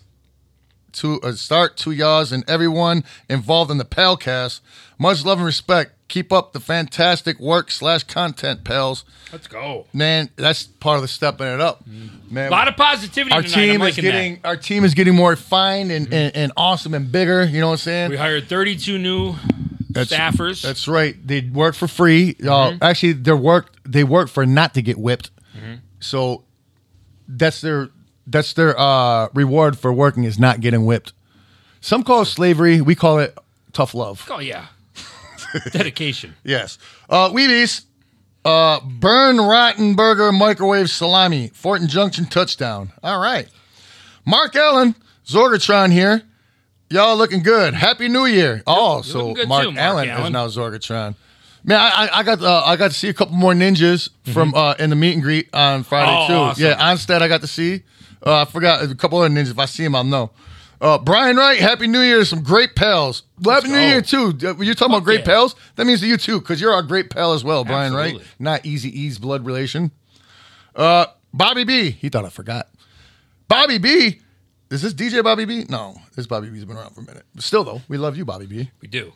Speaker 1: to a start to y'all's and everyone involved in the Palcast. Much love and respect. Keep up the fantastic work slash content, pals.
Speaker 2: Let's go.
Speaker 1: Man, that's part of the stepping it up. Man,
Speaker 2: A lot of positivity
Speaker 1: our
Speaker 2: tonight. I'm
Speaker 1: team is
Speaker 2: liking that. Mm-hmm.
Speaker 1: getting our team is getting more refined and, and, and awesome and bigger. You know what I'm saying?
Speaker 2: We hired 32 new staffers.
Speaker 1: That's right. They work for free. Uh,
Speaker 2: Mm-hmm.
Speaker 1: Actually, they work they work for not to get whipped. So that's their that's their uh, reward for working is not getting whipped. Some call it slavery. We call it tough love.
Speaker 2: oh yeah. Dedication.
Speaker 1: Yes. Uh, Wheaties, uh, Burn Rotten Burger Microwave Salami, Fortin Junction touchdown. All right. Mark Allen, Zorgatron here. Y'all looking good. Happy New Year. Oh, so
Speaker 2: looking good
Speaker 1: Mark,
Speaker 2: too, Mark
Speaker 1: Allen, is
Speaker 2: Allen.
Speaker 1: now Zorgatron. Man, I, I, I got uh, I got to see a couple more ninjas from uh, in the meet and greet on Friday
Speaker 2: Mm-hmm. Oh,
Speaker 1: too.
Speaker 2: awesome.
Speaker 1: Yeah, Onstead I got to see. Uh, I forgot a couple other ninjas. If I see him, I'll know. Uh, Brian Wright, Happy New Year. Some great pals. Happy New
Speaker 2: go.
Speaker 1: Year, too. Uh, You're talking about great
Speaker 2: yeah.
Speaker 1: pals? That means you, too, because you're our great pal as well, Brian Wright.
Speaker 2: Absolutely.
Speaker 1: Not Easy E's blood relation. Uh, Bobby B. He thought I forgot. Bobby B. Is this DJ Bobby B? No, this Bobby B's been around for a minute. Still, though, we love you, Bobby B.
Speaker 2: We do.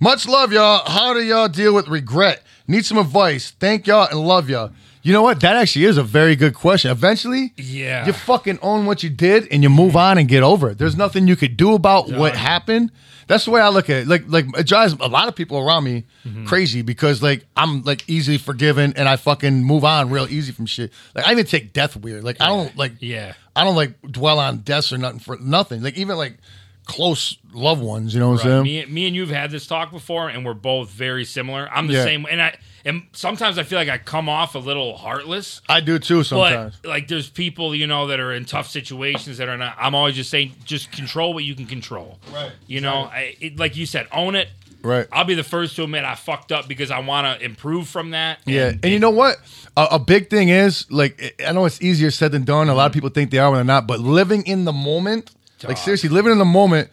Speaker 1: Much love, y'all. How do y'all deal with regret? Need some advice. Thank y'all and love y'all. You know what? That actually is a very good question. Eventually,
Speaker 2: Yeah.
Speaker 1: you fucking own what you did and you move on and get over it. There's nothing you could do about what happened. That's the way I look at it. Like, like it drives a lot of people around me
Speaker 2: Mm-hmm.
Speaker 1: crazy because like I'm like easily forgiven and I fucking move on real easy from shit. Like I even take death weird. Like I don't like
Speaker 2: Yeah.
Speaker 1: I don't like dwell on deaths or nothing for nothing. Like even like close loved ones. You know what I'm
Speaker 2: Right.
Speaker 1: saying?
Speaker 2: Me, me and you've had this talk before, and we're both very similar. I'm the
Speaker 1: Yeah.
Speaker 2: same, and I and sometimes I feel like I come off a little heartless.
Speaker 1: I do too
Speaker 2: But
Speaker 1: sometimes.
Speaker 2: like, there's people you know that are in tough situations that are not. I'm always just saying, just control what you can control.
Speaker 1: Right.
Speaker 2: You know, I, it, like you said, own it.
Speaker 1: Right.
Speaker 2: I'll be the first to admit I fucked up because I want to improve from that.
Speaker 1: Yeah, and you know what? A, a big thing is like I know it's easier said than done. A lot of people think they are when they're not, but living in the moment, like
Speaker 2: Mm-hmm. Dog. Mm-hmm.
Speaker 1: seriously, living in the moment,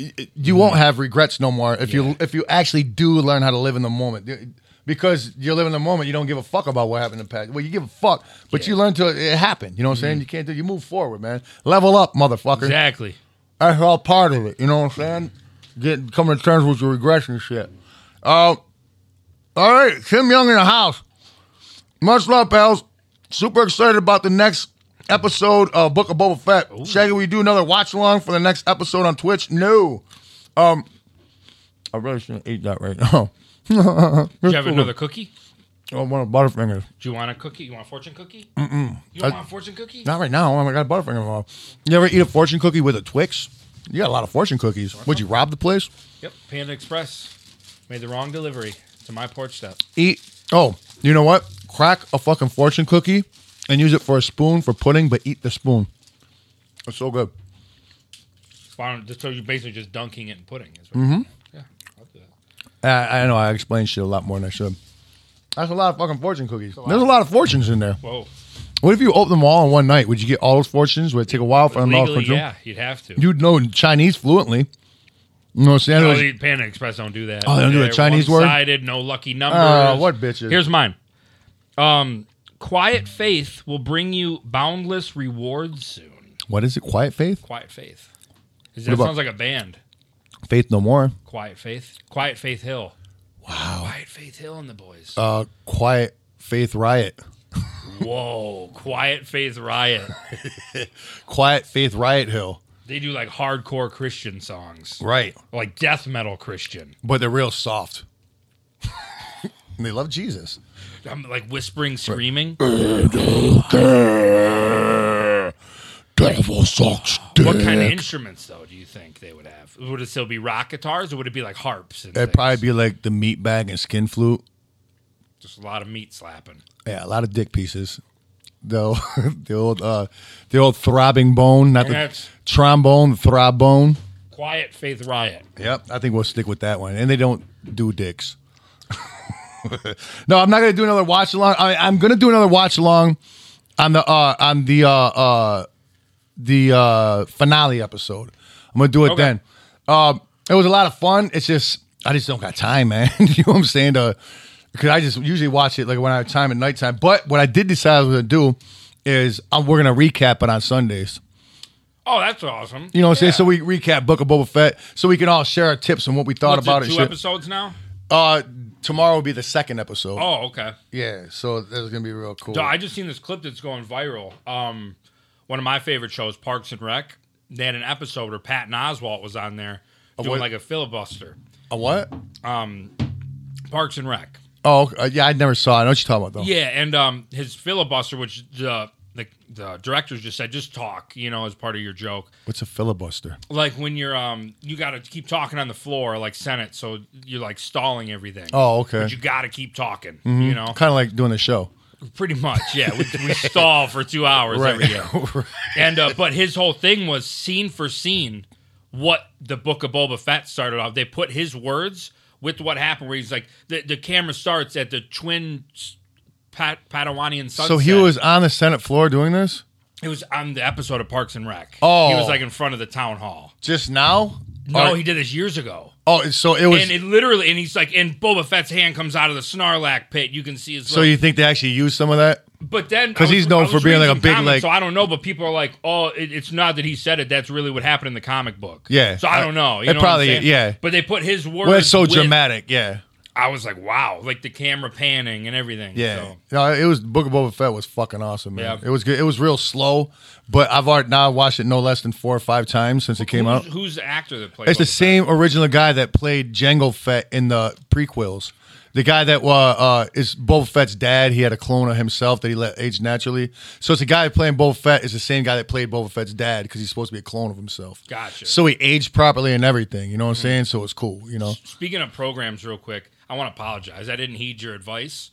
Speaker 1: y- y- you won't have regrets no more if you if you actually do learn how to live in the moment. Because you're living in the moment, you don't give a fuck about what happened in the past. Well, you give a fuck, but you learn to it happened. You know what I'm
Speaker 2: Mm-hmm.
Speaker 1: saying? You can't do. You move forward, man. Level up, motherfucker.
Speaker 2: Exactly.
Speaker 1: That's all part of it. You know what I'm saying? Get coming to terms with your regrets and shit. Uh, all right, Tim Young in the house. Much love, pals. Super excited about the next episode of Book of Boba Fett. Shaggy, we do another watch along for the next episode on Twitch. No, um, I really shouldn't eat that right now.
Speaker 2: Do you have another cookie?
Speaker 1: I want a Butterfingers.
Speaker 2: Do you want a cookie? You want a fortune cookie? Mm-mm. You don't want a fortune cookie?
Speaker 1: Not right now. I got a Butterfinger involved. You ever eat a fortune cookie with a Twix? You got a lot of fortune cookies. Would you rob the place?
Speaker 2: Yep. Panda Express made the wrong delivery to my porch step.
Speaker 1: eat. Oh, you know what? Crack a fucking fortune cookie and use it for a spoon for pudding, but eat the spoon. It's so good.
Speaker 2: Bottom- So you're basically just dunking it in pudding. Is what mm-hmm. Yeah. I'll do that.
Speaker 1: I, I know I explained shit a lot more than I should. That's a lot of fucking fortune cookies. There's a lot of fortunes in there.
Speaker 2: Whoa.
Speaker 1: What if you opened them all in one night? Would you get all those fortunes? Would it take a while for them all to come
Speaker 2: Legally,
Speaker 1: through?
Speaker 2: yeah, you'd have to.
Speaker 1: You'd know Chinese fluently. You know what I'm saying?
Speaker 2: No,
Speaker 1: Otherwise-
Speaker 2: the Panda Express don't do that.
Speaker 1: Oh, they don't do the
Speaker 2: They're
Speaker 1: Chinese word?
Speaker 2: one-sided, No lucky numbers.
Speaker 1: Ah, what bitches.
Speaker 2: Here's mine. Um, quiet faith will bring you boundless rewards soon.
Speaker 1: what is it? Quiet faith?
Speaker 2: Quiet faith.
Speaker 1: What
Speaker 2: 'Cause That
Speaker 1: about-
Speaker 2: sounds like a band.
Speaker 1: Faith no more.
Speaker 2: Quiet faith. Quiet faith Hill.
Speaker 1: Wow.
Speaker 2: Quiet faith Hill and the boys.
Speaker 1: Uh, quiet faith riot.
Speaker 2: Whoa. Quiet faith riot.
Speaker 1: Quiet faith riot hill.
Speaker 2: they do like hardcore Christian songs,
Speaker 1: Right.
Speaker 2: like death metal Christian.
Speaker 1: But they're real soft. they love Jesus.
Speaker 2: I'm like whispering, screaming.
Speaker 1: Devil sucks dick.
Speaker 2: What kind of instruments though do you think they would have? Would it still be rock guitars or would it be like harps? And
Speaker 1: It'd
Speaker 2: things?
Speaker 1: probably be like the meat bag and skin flute.
Speaker 2: just a lot of meat slapping.
Speaker 1: Yeah, a lot of dick pieces. Though the old uh the old throbbing bone, not the
Speaker 2: Yes.
Speaker 1: trombone, the throb bone.
Speaker 2: Quiet Faith Riot.
Speaker 1: Yep, I think we'll stick with that one. And they don't do dicks. no, I'm not gonna do another watch along. I, I'm gonna do another watch along on the uh on the uh uh the uh finale episode. I'm gonna do it
Speaker 2: Okay.
Speaker 1: then. Um, it was a lot of fun. It's just I just don't got time, man. you know what I'm saying? To, because I just usually watch it like when I have time at nighttime. But what I did decide I was gonna do is um, we're gonna recap it on Sundays.
Speaker 2: Oh, that's awesome.
Speaker 1: You know what I'm saying?
Speaker 2: Yeah.
Speaker 1: So we recap Book of Boba Fett, so we can all share our tips and what we thought
Speaker 2: What's
Speaker 1: about
Speaker 2: it,
Speaker 1: it.
Speaker 2: two
Speaker 1: shit.
Speaker 2: episodes now.
Speaker 1: Uh, tomorrow will be the second episode.
Speaker 2: Oh, okay.
Speaker 1: Yeah, so that's gonna be real cool.
Speaker 2: So I just seen this clip that's going viral. Um, one of my favorite shows, Parks and Rec. They had an episode where Patton Oswalt was on there doing
Speaker 1: what?
Speaker 2: like a filibuster.
Speaker 1: A what?
Speaker 2: Parks and Rec.
Speaker 1: Oh, okay. Uh, yeah, I never saw. it. I know what you're talking about though.
Speaker 2: Yeah, and um, his filibuster, which the, the the directors just said, just talk, you know, as part of your joke.
Speaker 1: What's a filibuster?
Speaker 2: like when you're um you got to keep talking on the floor like senate so you're like stalling everything
Speaker 1: Oh, okay. Mm-hmm.
Speaker 2: but you got to keep talking you know
Speaker 1: Kind of like doing a show.
Speaker 2: pretty much yeah we, we stall for two hours every day and uh, but his whole thing was scene for scene what the book of Boba Fett started off. They put his words with what happened, where he's like the, the camera starts at the twin s- Pat, Padawanian sunset.
Speaker 1: so he was on the Senate floor doing this.
Speaker 2: It was on the episode of Parks and Rec.
Speaker 1: Oh.
Speaker 2: he was like in front of the town hall.
Speaker 1: Just now?
Speaker 2: No,
Speaker 1: Or-
Speaker 2: he did this years ago.
Speaker 1: oh, so it was.
Speaker 2: And it literally, and he's like, and Boba Fett's hand comes out of the Snarlack pit. You can see his.
Speaker 1: so
Speaker 2: little-
Speaker 1: you think they actually used some of that?
Speaker 2: but then
Speaker 1: 'cause
Speaker 2: I was-
Speaker 1: he's known
Speaker 2: I was
Speaker 1: for being,
Speaker 2: reading
Speaker 1: like, a
Speaker 2: some
Speaker 1: big, like-
Speaker 2: comments, So I don't know, but people are like, oh, it, it's not that he said it. That's really what happened in the comic book.
Speaker 1: Yeah.
Speaker 2: So I
Speaker 1: I-
Speaker 2: don't know. You
Speaker 1: it
Speaker 2: know what I'm
Speaker 1: probably-
Speaker 2: saying?
Speaker 1: yeah.
Speaker 2: But they put his words.
Speaker 1: Well, it's so
Speaker 2: with-
Speaker 1: dramatic. Yeah.
Speaker 2: I was like, wow, like the camera panning and everything.
Speaker 1: Yeah,
Speaker 2: So.
Speaker 1: no, it was Book of Boba Fett was fucking awesome, man.
Speaker 2: Yeah.
Speaker 1: It was good. It was real slow, but I've already now watched it no less than four or five times since it came
Speaker 2: who's,
Speaker 1: out.
Speaker 2: who's the actor that plays?
Speaker 1: It's the same original guy that played Jango Fett in the prequels. The guy that uh, uh, is Boba Fett's dad. He had a clone of himself that he let age naturally. So it's the guy playing Boba Fett is the same guy that played Boba Fett's dad because he's supposed to be a clone of himself.
Speaker 2: Gotcha. Mm-hmm.
Speaker 1: So he aged properly and everything. You know what I'm saying? So it's cool. You know.
Speaker 2: Speaking of programs, real quick, I want to apologize. I didn't heed your advice,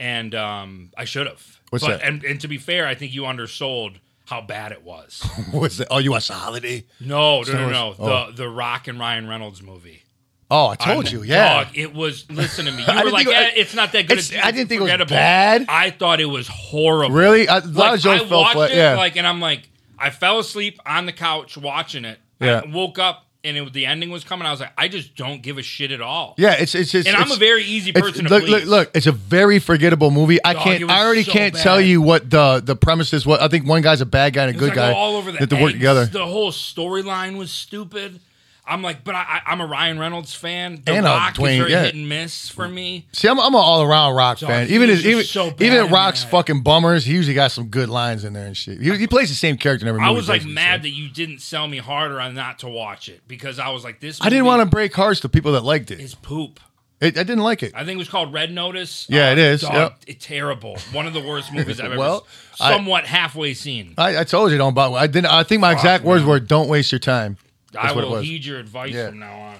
Speaker 2: and um, I should have.
Speaker 1: What's
Speaker 2: but,
Speaker 1: that?
Speaker 2: And, and to be fair, I think you undersold how bad it was.
Speaker 1: What's that? Oh, you watched the holiday?
Speaker 2: No, no, no,
Speaker 1: Wars.
Speaker 2: no.
Speaker 1: Oh.
Speaker 2: The the Rock and Ryan Reynolds movie.
Speaker 1: Oh, I told
Speaker 2: I'm-
Speaker 1: you. Yeah.
Speaker 2: dog, it was. Listen to me.
Speaker 1: I
Speaker 2: You were
Speaker 1: didn't
Speaker 2: like,
Speaker 1: think it-
Speaker 2: "Eh, it's not that good.
Speaker 1: It's-
Speaker 2: It's-
Speaker 1: I didn't think it was
Speaker 2: forgettable."
Speaker 1: bad.
Speaker 2: I thought it was horrible.
Speaker 1: Really? I- a lot of
Speaker 2: Like,
Speaker 1: jokes
Speaker 2: I
Speaker 1: fell
Speaker 2: watched
Speaker 1: flat,
Speaker 2: it,
Speaker 1: yeah.
Speaker 2: like, and I'm like, I fell asleep on the couch watching it.
Speaker 1: Yeah.
Speaker 2: I woke up and it, was- the ending was coming. I was like, I just don't give a shit at all.
Speaker 1: Yeah, it's it's just.
Speaker 2: And I'm
Speaker 1: it's-
Speaker 2: a very easy
Speaker 1: it's-
Speaker 2: person to
Speaker 1: look, look,
Speaker 2: please.
Speaker 1: look, it's a very forgettable movie. I
Speaker 2: Dog, it
Speaker 1: can't.
Speaker 2: was
Speaker 1: I already
Speaker 2: so
Speaker 1: can't
Speaker 2: bad.
Speaker 1: tell you what the the premise is. What I think one guy's a bad guy and a
Speaker 2: It was
Speaker 1: good
Speaker 2: like
Speaker 1: guy.
Speaker 2: all over the
Speaker 1: that they work
Speaker 2: eggs.
Speaker 1: together.
Speaker 2: The whole storyline was stupid. I'm like, but I, I, I'm a Ryan Reynolds fan. The
Speaker 1: And a
Speaker 2: Rock
Speaker 1: Dwayne,
Speaker 2: is very
Speaker 1: yeah.
Speaker 2: hit and miss for me.
Speaker 1: See, I'm, I'm an all around Rock
Speaker 2: Dog,
Speaker 1: fan.
Speaker 2: he
Speaker 1: Even his,
Speaker 2: was just
Speaker 1: even
Speaker 2: so bad
Speaker 1: even
Speaker 2: in
Speaker 1: Rock's
Speaker 2: that.
Speaker 1: fucking bummers, he usually got some good lines in there and shit. He, he plays the same character in every
Speaker 2: I
Speaker 1: movie.
Speaker 2: was like
Speaker 1: basically,
Speaker 2: mad
Speaker 1: so.
Speaker 2: that you didn't sell me harder on not to watch it because I was like, this.
Speaker 1: I didn't want to break hearts to people that liked it.
Speaker 2: Is poop.
Speaker 1: it I didn't like it.
Speaker 2: I think it was called Red Notice.
Speaker 1: Yeah, it is,
Speaker 2: dog,
Speaker 1: yep.
Speaker 2: it- terrible. One of the worst movies I've ever
Speaker 1: Well, I- Uh,
Speaker 2: somewhat halfway seen.
Speaker 1: I, I told you don't buy. I didn't. I think my exact words were "Don't waste your time." That's
Speaker 2: I
Speaker 1: what it
Speaker 2: will
Speaker 1: was.
Speaker 2: heed your advice
Speaker 1: Yeah.
Speaker 2: from now on.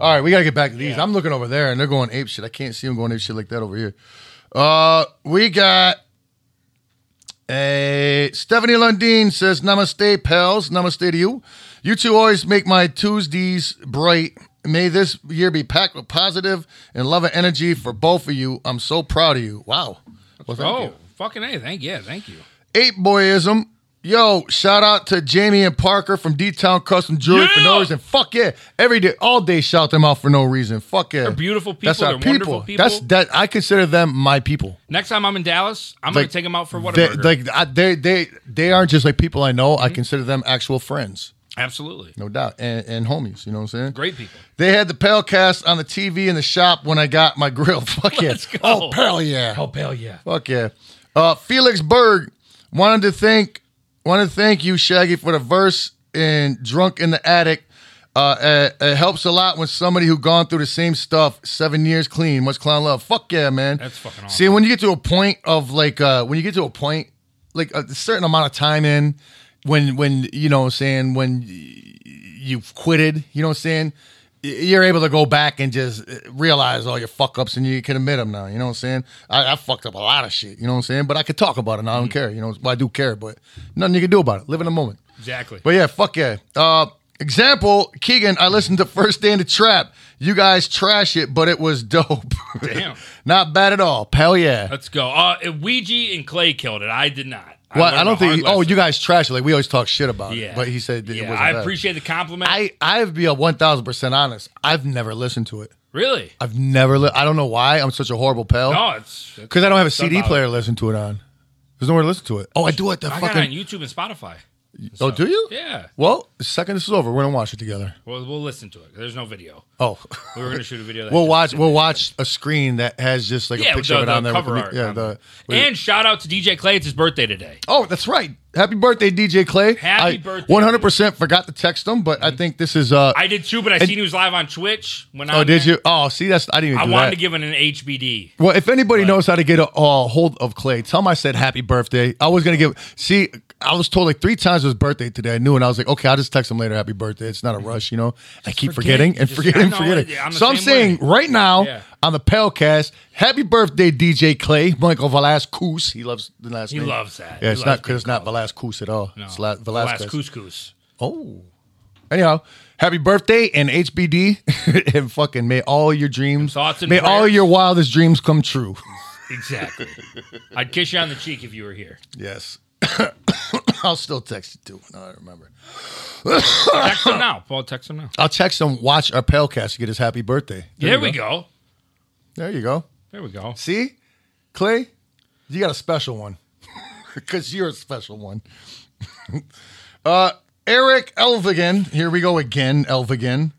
Speaker 1: All right, we gotta get back to these.
Speaker 2: Yeah.
Speaker 1: I'm looking over there, and they're going ape shit. I can't see them going ape shit like that over here. Uh, we got a Stephanie Lundeen says, "Namaste, pals. Namaste to you. You two always make my Tuesdays bright. May this year be packed with positive and love and energy for both of you. I'm so proud of you. Wow. Well, thank
Speaker 2: oh,
Speaker 1: you.
Speaker 2: fucking a! Thank yeah, thank you.
Speaker 1: Ape Boyism. Yo, shout out to Jamie and Parker from D Town Custom Jewelry for no
Speaker 2: Yeah!
Speaker 1: reason. Fuck yeah. Every day, all day, shout them out for no reason. Fuck yeah. They're
Speaker 2: beautiful people. They're wonderful people.
Speaker 1: That's that. I consider them my people.
Speaker 2: Next time I'm in Dallas, I'm gonna
Speaker 1: Like,
Speaker 2: take him out for
Speaker 1: They,
Speaker 2: whatever.
Speaker 1: like I, they, they, they aren't just like people I know.
Speaker 2: Mm-hmm.
Speaker 1: I consider them actual friends,
Speaker 2: Absolutely,
Speaker 1: no doubt, and, and homies. You know what I'm saying?
Speaker 2: great people.
Speaker 1: They had the Palcast on the TV in the shop when I got my grill. Fuck yeah.
Speaker 2: Let's go.
Speaker 1: Oh, pal, yeah.
Speaker 2: Oh hell yeah!
Speaker 1: Fuck yeah. Uh, Felix Berg wanted to thank wanted to thank you, Shaggy, for the verse in "Drunk in the Attic." Uh, it, it helps a lot when somebody who gone through the same stuff seven years clean. Much clown love. Fuck yeah, man.
Speaker 2: That's fucking
Speaker 1: See, when you get to a point of like, uh, when you get to a point, like a certain amount of time in, when when you know, what I'm saying when you've quitted, you know what I'm saying? y- You're able to go back and just uh, realize all your fuck ups and you can admit them now. You know what I'm saying? I, I fucked up a lot of shit. You know what I'm saying? But I could talk about it. And I don't
Speaker 2: Mm.
Speaker 1: care. You know, well, I do care, but nothing you can do about it. Live in the moment.
Speaker 2: Exactly.
Speaker 1: But yeah, fuck yeah. Uh, example, Keegan, I listened to First Day in the Trap. You guys trash it, but it was dope.
Speaker 2: Damn.
Speaker 1: Not bad at all. Hell yeah.
Speaker 2: Let's go. Uh, Ouija and Clay killed it. I did not.
Speaker 1: well,
Speaker 2: learned
Speaker 1: I
Speaker 2: a
Speaker 1: don't think.
Speaker 2: hard
Speaker 1: oh,
Speaker 2: lesson.
Speaker 1: you guys trash it. Like we always talk shit about
Speaker 2: Yeah.
Speaker 1: it. But he said that it
Speaker 2: Yeah,
Speaker 1: wasn't
Speaker 2: I
Speaker 1: bad.
Speaker 2: appreciate the compliment.
Speaker 1: I I've be a one thousand percent honest. I've never listened to it.
Speaker 2: really?
Speaker 1: I've never. Li- I don't know why I'm such a horrible pal.
Speaker 2: No, it's
Speaker 1: Because I don't have a CD
Speaker 2: about it.
Speaker 1: player to listen to it on. There's nowhere to listen to it. Oh, I do it. The
Speaker 2: I got it on
Speaker 1: fucking.
Speaker 2: YouTube and Spotify.
Speaker 1: Oh, do you?
Speaker 2: Yeah.
Speaker 1: Well, the second this is over, we're gonna watch it together.
Speaker 2: Well, we'll listen to it. There's no video.
Speaker 1: Oh,
Speaker 2: We were gonna shoot a video. That
Speaker 1: we'll watch. We'll watch a screen that has just like a
Speaker 2: Yeah, with
Speaker 1: picture
Speaker 2: the,
Speaker 1: of it on
Speaker 2: the
Speaker 1: there. with
Speaker 2: cover
Speaker 1: the, mu-
Speaker 2: art.
Speaker 1: yeah.
Speaker 2: on
Speaker 1: The,
Speaker 2: it.
Speaker 1: with-
Speaker 2: and shout out to DJ Clay. It's his birthday today.
Speaker 1: oh, that's right. Happy birthday, DJ Clay.
Speaker 2: Happy
Speaker 1: I
Speaker 2: birthday. Mm-hmm.
Speaker 1: 100% forgot to text him, but I think this is. uh
Speaker 2: I did too, but I seen he was live on Twitch when I.
Speaker 1: Oh, did you? Oh, see, that's I didn't even
Speaker 2: I
Speaker 1: do
Speaker 2: wanted
Speaker 1: that.
Speaker 2: to give it an HBD.
Speaker 1: Well, if anybody knows how to get a, a hold of Clay, tell him I said happy birthday. I was gonna give. See, I was told like three times his birthday today. I knew, and I was like, okay, I'll just text him later. Happy birthday. It's not a rush, you know. I keep
Speaker 2: forget.
Speaker 1: forgetting and
Speaker 2: Mm-hmm. Just-
Speaker 1: forgetting,
Speaker 2: I
Speaker 1: and
Speaker 2: know,
Speaker 1: forgetting.
Speaker 2: I'm the
Speaker 1: so I'm
Speaker 2: same
Speaker 1: saying
Speaker 2: way.
Speaker 1: right now
Speaker 2: Yeah.
Speaker 1: on the Pelcast, happy birthday, DJ Clay, Michael Velasquez. He loves the last
Speaker 2: He
Speaker 1: name.
Speaker 2: loves that.
Speaker 1: Yeah,
Speaker 2: He
Speaker 1: it's
Speaker 2: loves
Speaker 1: not because it's not Velasquez at all. It's La-
Speaker 2: Velasquez.
Speaker 1: Velasquez.
Speaker 2: Couscous.
Speaker 1: Oh. Anyhow, happy birthday and HBD and fucking may all your dreams,
Speaker 2: Thoughts and
Speaker 1: may all
Speaker 2: prayers.
Speaker 1: your wildest dreams come true.
Speaker 2: Exactly. I'd kiss you on the cheek if you were here.
Speaker 1: Yes. I'll still text it too. No, I remember.
Speaker 2: Text him now, Paul. Text him now.
Speaker 1: I'll text him. Watch our Palecast to get his happy birthday.
Speaker 2: There,
Speaker 1: you
Speaker 2: we go.
Speaker 1: There you go.
Speaker 2: There we go.
Speaker 1: See, Clay, you got a special one because you're a special one. uh, Eric Elvigan. Here we go again, Elvigan.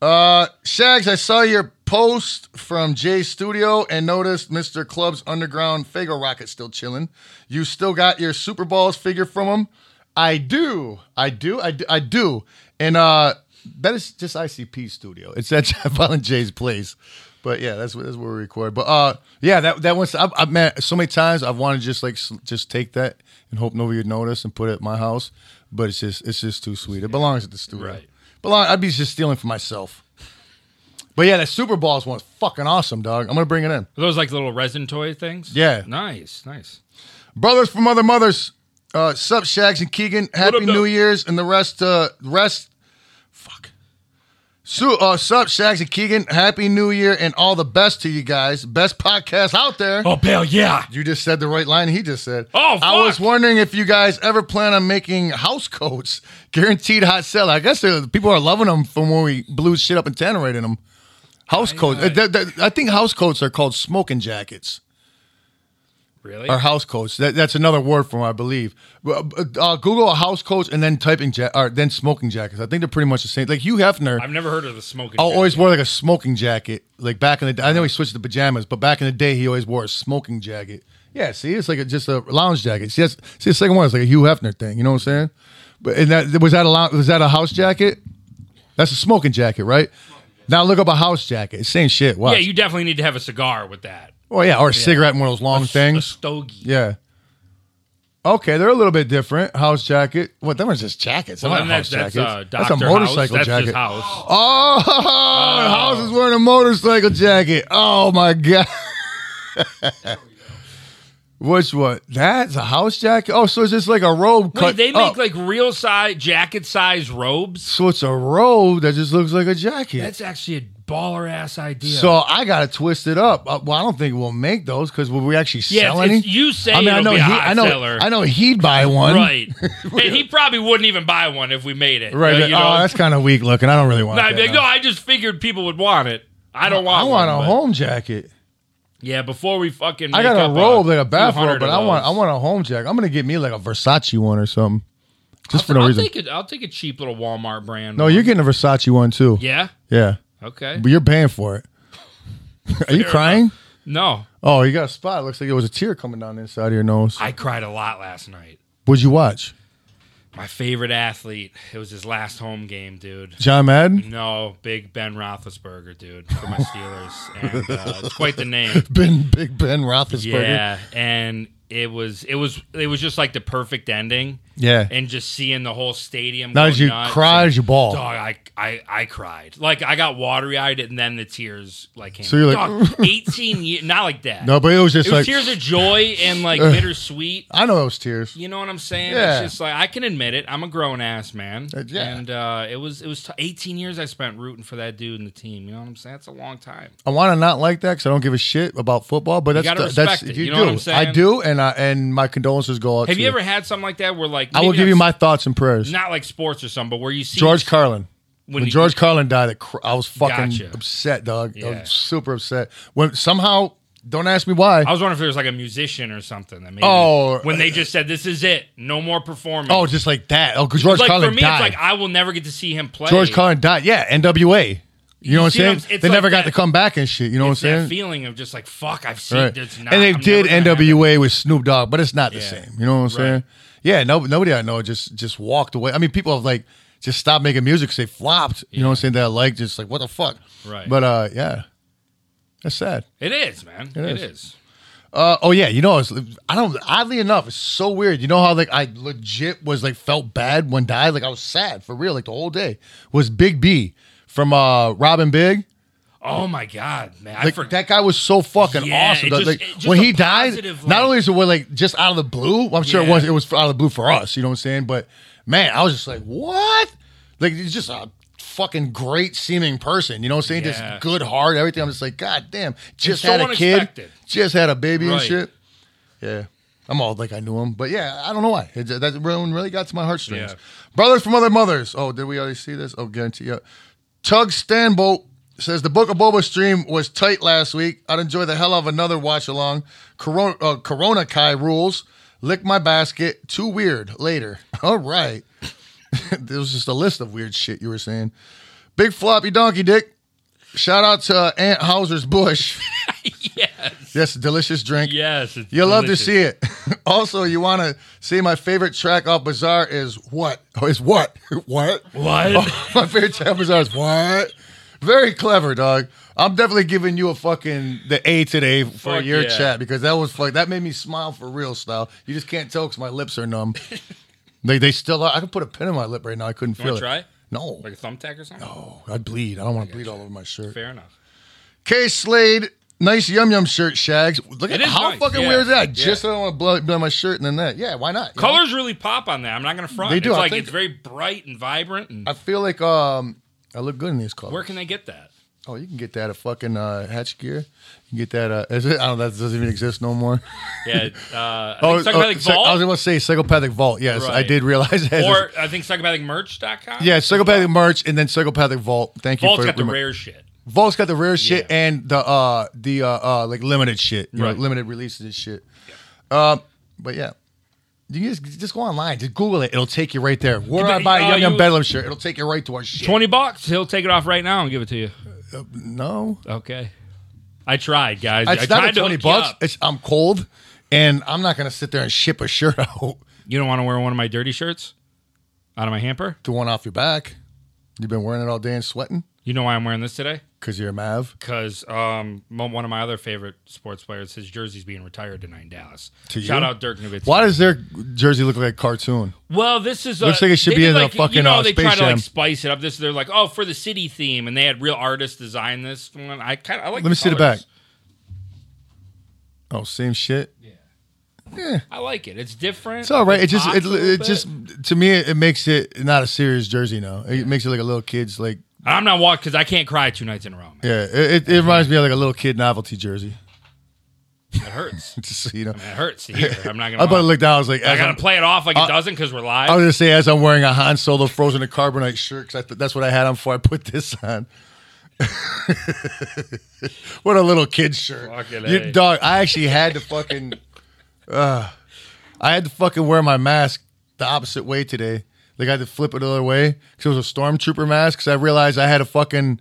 Speaker 1: Uh, Shags, I saw your post from Jay Studio and noticed Mr. Club's underground Fago Rocket still chilling. You still got your Super Balls figure from him? I do. I do. I do. I do. And uh, that is just ICP Studio. It's at Jeff Allen Jay's place. But yeah, that's where, that's where we record. But uh, yeah, that that one's I've, I've met so many times. I've wanted to just like s- just take that and hope nobody would notice and put it at my house. But it's just it's just too sweet. It belongs at the studio.
Speaker 2: Right.
Speaker 1: Belong. I'd be just stealing for myself. But yeah, that Super Balls one's fucking awesome, dog. I'm gonna bring it in.
Speaker 2: Are those like little resin toy things?
Speaker 1: Yeah.
Speaker 2: Nice, nice.
Speaker 1: Brothers from other mothers. Uh, sup, Shags and Keegan. Happy
Speaker 2: up,
Speaker 1: New
Speaker 2: though?
Speaker 1: Year's and the rest. Uh, rest. Fuck. So, uh, sup, Shags and Keegan. Happy New Year and all the best to you guys. Best podcast out there.
Speaker 2: Oh, Bill, yeah.
Speaker 1: You just said the right line. He just said.
Speaker 2: Oh, fuck.
Speaker 1: I was wondering if you guys ever plan on making house coats guaranteed hot sell. I guess the people are loving them from when we blew shit up and tannerated them. House coats. Uh, th- th- I think house coats are called smoking jackets
Speaker 2: Really?
Speaker 1: or house coats. That, that's another word for 'em, I believe. But, Uh, uh, Google a house coats and then typing ja- or then smoking jackets. I think they're pretty much the same. Like Hugh Hefner,
Speaker 2: I've never heard of the smoking.
Speaker 1: I
Speaker 2: jacket.
Speaker 1: always wore like a smoking jacket. Like back in the day, I know he switched to pajamas, but back in the day, he always wore a smoking jacket. Yeah, see, it's like a, just a lounge jacket. See, that's, see, the second one is like a Hugh Hefner thing. You know what I'm saying? But and that was that a lou- was that a house jacket? That's a smoking jacket, right? Now look up a house jacket. It's Same shit. Wow.
Speaker 2: Yeah, you definitely need to have a cigar with that.
Speaker 1: oh yeah, or a cigarette, in one of those long
Speaker 2: A
Speaker 1: things.
Speaker 2: stogie.
Speaker 1: Yeah. Okay, they're a little bit different. House jacket. What? That one's just jackets. They're
Speaker 2: Well,
Speaker 1: not
Speaker 2: then that's,
Speaker 1: house
Speaker 2: that's, uh,
Speaker 1: jackets.
Speaker 2: Dr.
Speaker 1: a motorcycle
Speaker 2: house.
Speaker 1: jacket.
Speaker 2: Oh. That's his house.
Speaker 1: Oh, House is wearing a motorcycle jacket. Oh my god. Which one? That's a house jacket. Oh, so it's just like a robe
Speaker 2: Wait,
Speaker 1: cut.
Speaker 2: they make
Speaker 1: up.
Speaker 2: like real size jacket size robes.
Speaker 1: so it's a robe that just looks like a jacket.
Speaker 2: That's actually a baller ass idea.
Speaker 1: So I gotta twist it up. Uh, Well, I don't think we'll make those because will we actually
Speaker 2: yeah,
Speaker 1: sell
Speaker 2: it's-
Speaker 1: any?
Speaker 2: it's- you say
Speaker 1: I mean,
Speaker 2: it'll
Speaker 1: I know,
Speaker 2: be
Speaker 1: he,
Speaker 2: a hot
Speaker 1: I know,
Speaker 2: seller,
Speaker 1: I know he'd buy one.
Speaker 2: right? and he probably wouldn't even buy one if we made it,
Speaker 1: Right.
Speaker 2: Uh,
Speaker 1: but,
Speaker 2: you know?
Speaker 1: Oh, that's kind of weak looking. I don't really want.
Speaker 2: I'd
Speaker 1: that,
Speaker 2: be like, no, I just figured people would want it. I don't want.
Speaker 1: I want
Speaker 2: one,
Speaker 1: a
Speaker 2: but-
Speaker 1: home jacket.
Speaker 2: Yeah, before we fucking.
Speaker 1: I
Speaker 2: make
Speaker 1: got
Speaker 2: up
Speaker 1: a robe, like a
Speaker 2: 200
Speaker 1: bathrobe,
Speaker 2: of
Speaker 1: but I want I
Speaker 2: those.
Speaker 1: want a home jacket. I'm gonna get me like a Versace one or something, just for no
Speaker 2: I'll
Speaker 1: reason.
Speaker 2: Take a, I'll take a cheap little Walmart brand.
Speaker 1: no, you're getting a Versace one too.
Speaker 2: Yeah.
Speaker 1: Yeah,
Speaker 2: Okay.
Speaker 1: but you're paying for it. Are you crying?
Speaker 2: No,
Speaker 1: Oh, you got a spot. Looks like it was a tear coming down the inside of your nose.
Speaker 2: I cried a lot last night.
Speaker 1: What'd you watch?
Speaker 2: My favorite athlete. It was his last home game, dude.
Speaker 1: John Madden,
Speaker 2: No, big Ben Roethlisberger, dude, for my Steelers, and uh, it's quite the name.
Speaker 1: Ben, Big Ben Roethlisberger.
Speaker 2: Yeah, and it was it was it was just like the perfect ending.
Speaker 1: Yeah.
Speaker 2: and just seeing the whole stadium.
Speaker 1: Now
Speaker 2: go
Speaker 1: did you
Speaker 2: nuts
Speaker 1: cry?
Speaker 2: and-
Speaker 1: Did you ball?
Speaker 2: Dog, I, I I cried. Like I got watery eyed, and then the tears like came.
Speaker 1: So you're like-
Speaker 2: Dog, eighteen years, not like that.
Speaker 1: No, but it was just
Speaker 2: it was
Speaker 1: like
Speaker 2: tears of joy and like bittersweet.
Speaker 1: I know those tears.
Speaker 2: You know what I'm saying?
Speaker 1: Yeah.
Speaker 2: It's just like I can admit it. I'm a grown ass man.
Speaker 1: Uh, yeah.
Speaker 2: And uh, it was it was t- 18 years I spent rooting for that dude and the team. You know what I'm saying? That's a long time.
Speaker 1: I want to not like that because I don't give a shit about football. But that's
Speaker 2: gotta
Speaker 1: the- that's
Speaker 2: respect it.
Speaker 1: you,
Speaker 2: You
Speaker 1: do.
Speaker 2: know what I'm saying?
Speaker 1: I do, and I and my condolences go out.
Speaker 2: Have
Speaker 1: to
Speaker 2: you ever had something like that where like
Speaker 1: I will
Speaker 2: maybe
Speaker 1: give you
Speaker 2: not-
Speaker 1: my thoughts and prayers.
Speaker 2: not like sports or something, but where you see
Speaker 1: George Carlin.
Speaker 2: When
Speaker 1: When,
Speaker 2: he-
Speaker 1: George Carlin died, it cr- I was fucking
Speaker 2: Gotcha.
Speaker 1: upset, dog. I
Speaker 2: Yeah.
Speaker 1: was super upset. When somehow, don't ask me why.
Speaker 2: I was wondering if there was like a musician or something that maybe
Speaker 1: Oh.
Speaker 2: when they just said this is it, no more performance.
Speaker 1: oh, just like that. Oh, 'cause George
Speaker 2: like
Speaker 1: Carlin
Speaker 2: for me,
Speaker 1: died.
Speaker 2: it's like I will never get to see him play.
Speaker 1: George Carlin died. Yeah, NWA. You know what
Speaker 2: see what
Speaker 1: I'm
Speaker 2: I'm-
Speaker 1: saying?
Speaker 2: it's
Speaker 1: They never
Speaker 2: like
Speaker 1: got
Speaker 2: that-
Speaker 1: to come back and shit. You know
Speaker 2: It's
Speaker 1: what I'm
Speaker 2: that
Speaker 1: saying?
Speaker 2: feeling of just like fuck, I've seen
Speaker 1: Right.
Speaker 2: there's not,
Speaker 1: and they
Speaker 2: I'm
Speaker 1: did
Speaker 2: never gonna have it.
Speaker 1: NWA with Snoop Dogg, but it's not the
Speaker 2: Yeah.
Speaker 1: same. You know what I'm saying? Yeah, no, nobody I know just just walked away. I mean, people have like just stopped making music 'cause they flopped. You know what I'm saying? That I like just like what the fuck.
Speaker 2: Right.
Speaker 1: But uh, yeah, that's sad.
Speaker 2: It is, man.
Speaker 1: is.
Speaker 2: it is.
Speaker 1: Uh, oh yeah, you know, it's, I don't. Oddly enough, it's so weird. You know how like I legit was like felt bad when died. Like I was sad for real, like the whole day. Was Big B from uh Robin Big?
Speaker 2: Oh my god, man! I
Speaker 1: Like
Speaker 2: forgot.
Speaker 1: that guy was so fucking
Speaker 2: Yeah,
Speaker 1: awesome.
Speaker 2: it just-
Speaker 1: like
Speaker 2: it just
Speaker 1: when
Speaker 2: a
Speaker 1: he died,
Speaker 2: positive,
Speaker 1: not
Speaker 2: like-
Speaker 1: only is it like just out of the blue. I'm sure it
Speaker 2: Yeah.
Speaker 1: was. It was out of the blue for us. You know what I'm saying? But man, I was just like, what? Like he's just a fucking great seeming person. You know what I'm saying?
Speaker 2: Yeah.
Speaker 1: Just good heart, everything. I'm just like, god damn, just
Speaker 2: so
Speaker 1: had a kid,
Speaker 2: unexpected.
Speaker 1: just had a baby and
Speaker 2: Right.
Speaker 1: shit. Yeah. I'm all like I knew him, but yeah, I don't know why. It, that one really got to my heartstrings.
Speaker 2: Yeah.
Speaker 1: Brothers from other mothers. Oh, did we already see this? Oh, guarantee. Yeah. Tug Stanbolt says the Book of Boba stream was tight last week. I'd enjoy the hell of another watch along. Corona, uh, Corona Kai rules. Lick my basket. Too weird. Later. All right. there was just a list of weird shit you were saying. Big floppy donkey dick. Shout out to uh, Aunt Hauser's Bush.
Speaker 2: yes.
Speaker 1: Yes, delicious drink.
Speaker 2: Yes. it's
Speaker 1: You'll love to
Speaker 2: delicious.
Speaker 1: see it. also, you want to see my favorite track off Bazaar is what? Oh, is what? what? Oh,
Speaker 2: What?
Speaker 1: my favorite track off Bazaar is what? Very clever, dog. I'm definitely giving you a fucking the A today for
Speaker 2: Fuck
Speaker 1: your
Speaker 2: yeah.
Speaker 1: chat because that was fuck that made me smile for real style. You just can't tell because my lips are numb. they they still are. I could put a pin in my lip right now. I couldn't feel
Speaker 2: wanna
Speaker 1: it.
Speaker 2: try?
Speaker 1: No.
Speaker 2: Like a thumbtack or something?
Speaker 1: oh, I'd bleed. I don't want to bleed all over my shirt.
Speaker 2: Fair enough.
Speaker 1: K Slade, nice yum yum shirt, Shags. Look at
Speaker 2: It is
Speaker 1: how
Speaker 2: nice,
Speaker 1: fucking
Speaker 2: yeah.
Speaker 1: weird is that? I
Speaker 2: Yeah.
Speaker 1: Just don't want to blow, blow my shirt and then that. Yeah, why not? you know?
Speaker 2: Colors really pop on that. I'm not gonna front.
Speaker 1: They do,
Speaker 2: It's
Speaker 1: I
Speaker 2: like
Speaker 1: think-
Speaker 2: it's very bright and vibrant. And
Speaker 1: I feel like um, I look good in these colors.
Speaker 2: where can they get that?
Speaker 1: Oh, you can get that at fucking uh, Hatch Gear. You can get that. Uh, is it? I don't. know, That doesn't even exist no more.
Speaker 2: Yeah. Uh, I
Speaker 1: Oh,
Speaker 2: think Psychopathic
Speaker 1: oh, psych- I was
Speaker 2: Vault,
Speaker 1: going to say psychopathic vault. Yes, I
Speaker 2: Right.
Speaker 1: did realize. that.
Speaker 2: or I think psychopathicmerch.com.
Speaker 1: yeah, psychopathic merch and then psychopathic vault. Thank you
Speaker 2: Vault's
Speaker 1: for
Speaker 2: got the
Speaker 1: remem-
Speaker 2: rare shit.
Speaker 1: Vault's got the rare shit
Speaker 2: Yeah.
Speaker 1: and the uh the uh, uh like limited shit, you
Speaker 2: Right.
Speaker 1: know, limited releases and shit. Um, but yeah, you just just go online, just Google it. It'll take you right there. Where do I
Speaker 2: But,
Speaker 1: buy a
Speaker 2: uh,
Speaker 1: Yum Yum
Speaker 2: you-
Speaker 1: Bedlam shirt? It'll take you right to our shit.
Speaker 2: Twenty bucks. He'll take it off right now and give it to you.
Speaker 1: no,
Speaker 2: Okay. I tried, guys. I
Speaker 1: it's
Speaker 2: tried
Speaker 1: not a
Speaker 2: to
Speaker 1: twenty
Speaker 2: hook you
Speaker 1: bucks.
Speaker 2: up.
Speaker 1: It's I'm cold, and I'm not gonna sit there and ship a shirt out
Speaker 2: You don't want to wear one of my dirty shirts out of my hamper.
Speaker 1: to one off your back. You've been wearing it all day and sweating
Speaker 2: You know why I'm wearing this today?
Speaker 1: because you're a Mav.
Speaker 2: Because um, mo- one of my other favorite sports players, his jersey's being retired tonight in Dallas.
Speaker 1: To
Speaker 2: Shout
Speaker 1: you?
Speaker 2: out Dirk Nowitzki.
Speaker 1: Why does their jersey look like a cartoon?
Speaker 2: Well, this is
Speaker 1: Looks
Speaker 2: a,
Speaker 1: like it should
Speaker 2: they
Speaker 1: be
Speaker 2: did
Speaker 1: in a
Speaker 2: like-
Speaker 1: fucking,
Speaker 2: You know,
Speaker 1: uh,
Speaker 2: they
Speaker 1: Space
Speaker 2: try to
Speaker 1: Jam.
Speaker 2: like spice it up. This they're like, oh, for the city theme, and they had real artists design this one. I kind of I like.
Speaker 1: Let me see the
Speaker 2: colors.
Speaker 1: back. Oh, same shit.
Speaker 2: I like it. It's different.
Speaker 1: It's all right. It just
Speaker 2: hot
Speaker 1: it,
Speaker 2: a little
Speaker 1: it
Speaker 2: bit.
Speaker 1: just to me it makes it not a serious jersey now. It makes it like a little kid's like
Speaker 2: I'm not walking because I can't cry two nights in a row. Man.
Speaker 1: yeah. It, it, it reminds me of like a little kid novelty jersey.
Speaker 2: It hurts.
Speaker 1: Just so you know,
Speaker 2: it hurts to hear. I'm not
Speaker 1: I about Uh, to
Speaker 2: gonna. lie.
Speaker 1: look down. I was like,
Speaker 2: I
Speaker 1: as
Speaker 2: gotta
Speaker 1: I'm-
Speaker 2: play it off like
Speaker 1: I-
Speaker 2: it doesn't because we're live.
Speaker 1: I was gonna say as I'm wearing a Han Solo frozen to carbonite shirt because th- that's what I had on before I put this on. what a little kid shirt,
Speaker 2: Fucking
Speaker 1: you,
Speaker 2: A.
Speaker 1: dog! I actually had to fucking, uh, I had to fucking wear my mask the opposite way today. Like I had to flip it the other way because it was a stormtrooper mask. Because I realized I had a fucking,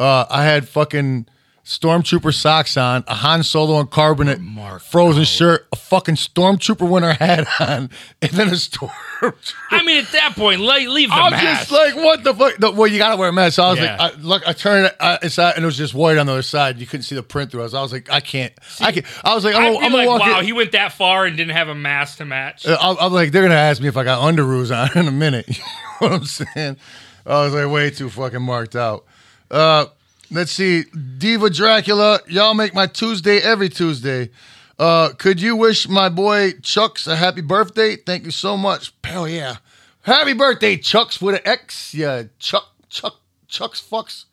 Speaker 1: uh, I had fucking stormtrooper socks on, a Han Solo and carbonate frozen shirt, a fucking stormtrooper winter hat on, and then a stormtrooper.
Speaker 2: I mean, at that point, lay, leave the
Speaker 1: I'm
Speaker 2: mask.
Speaker 1: just like, what the fuck? No, well, you gotta wear a mask. So I was
Speaker 2: Yeah.
Speaker 1: like, I, look, I turned it uh, inside, and it was just white on the other side. You couldn't see the print through. I was, I was like, I can't. I can not I was like, I'm,
Speaker 2: I'd
Speaker 1: gonna-
Speaker 2: be
Speaker 1: I'm gonna
Speaker 2: like,
Speaker 1: walk. Uh,
Speaker 2: wow,
Speaker 1: in-
Speaker 2: he went that far and didn't have a mask to match.
Speaker 1: I'm, I'm like, they're gonna ask me if I got underoos on in a minute. You know what I'm saying? I was like, way too fucking marked out. Uh, let's see, Diva Dracula, y'all make my Tuesday every Tuesday. Uh, could you wish my boy Chucks a happy birthday? Thank you so much. Hell yeah, happy birthday, Chucks with an X. Yeah, Chuck, Chuck, Chucks fucks.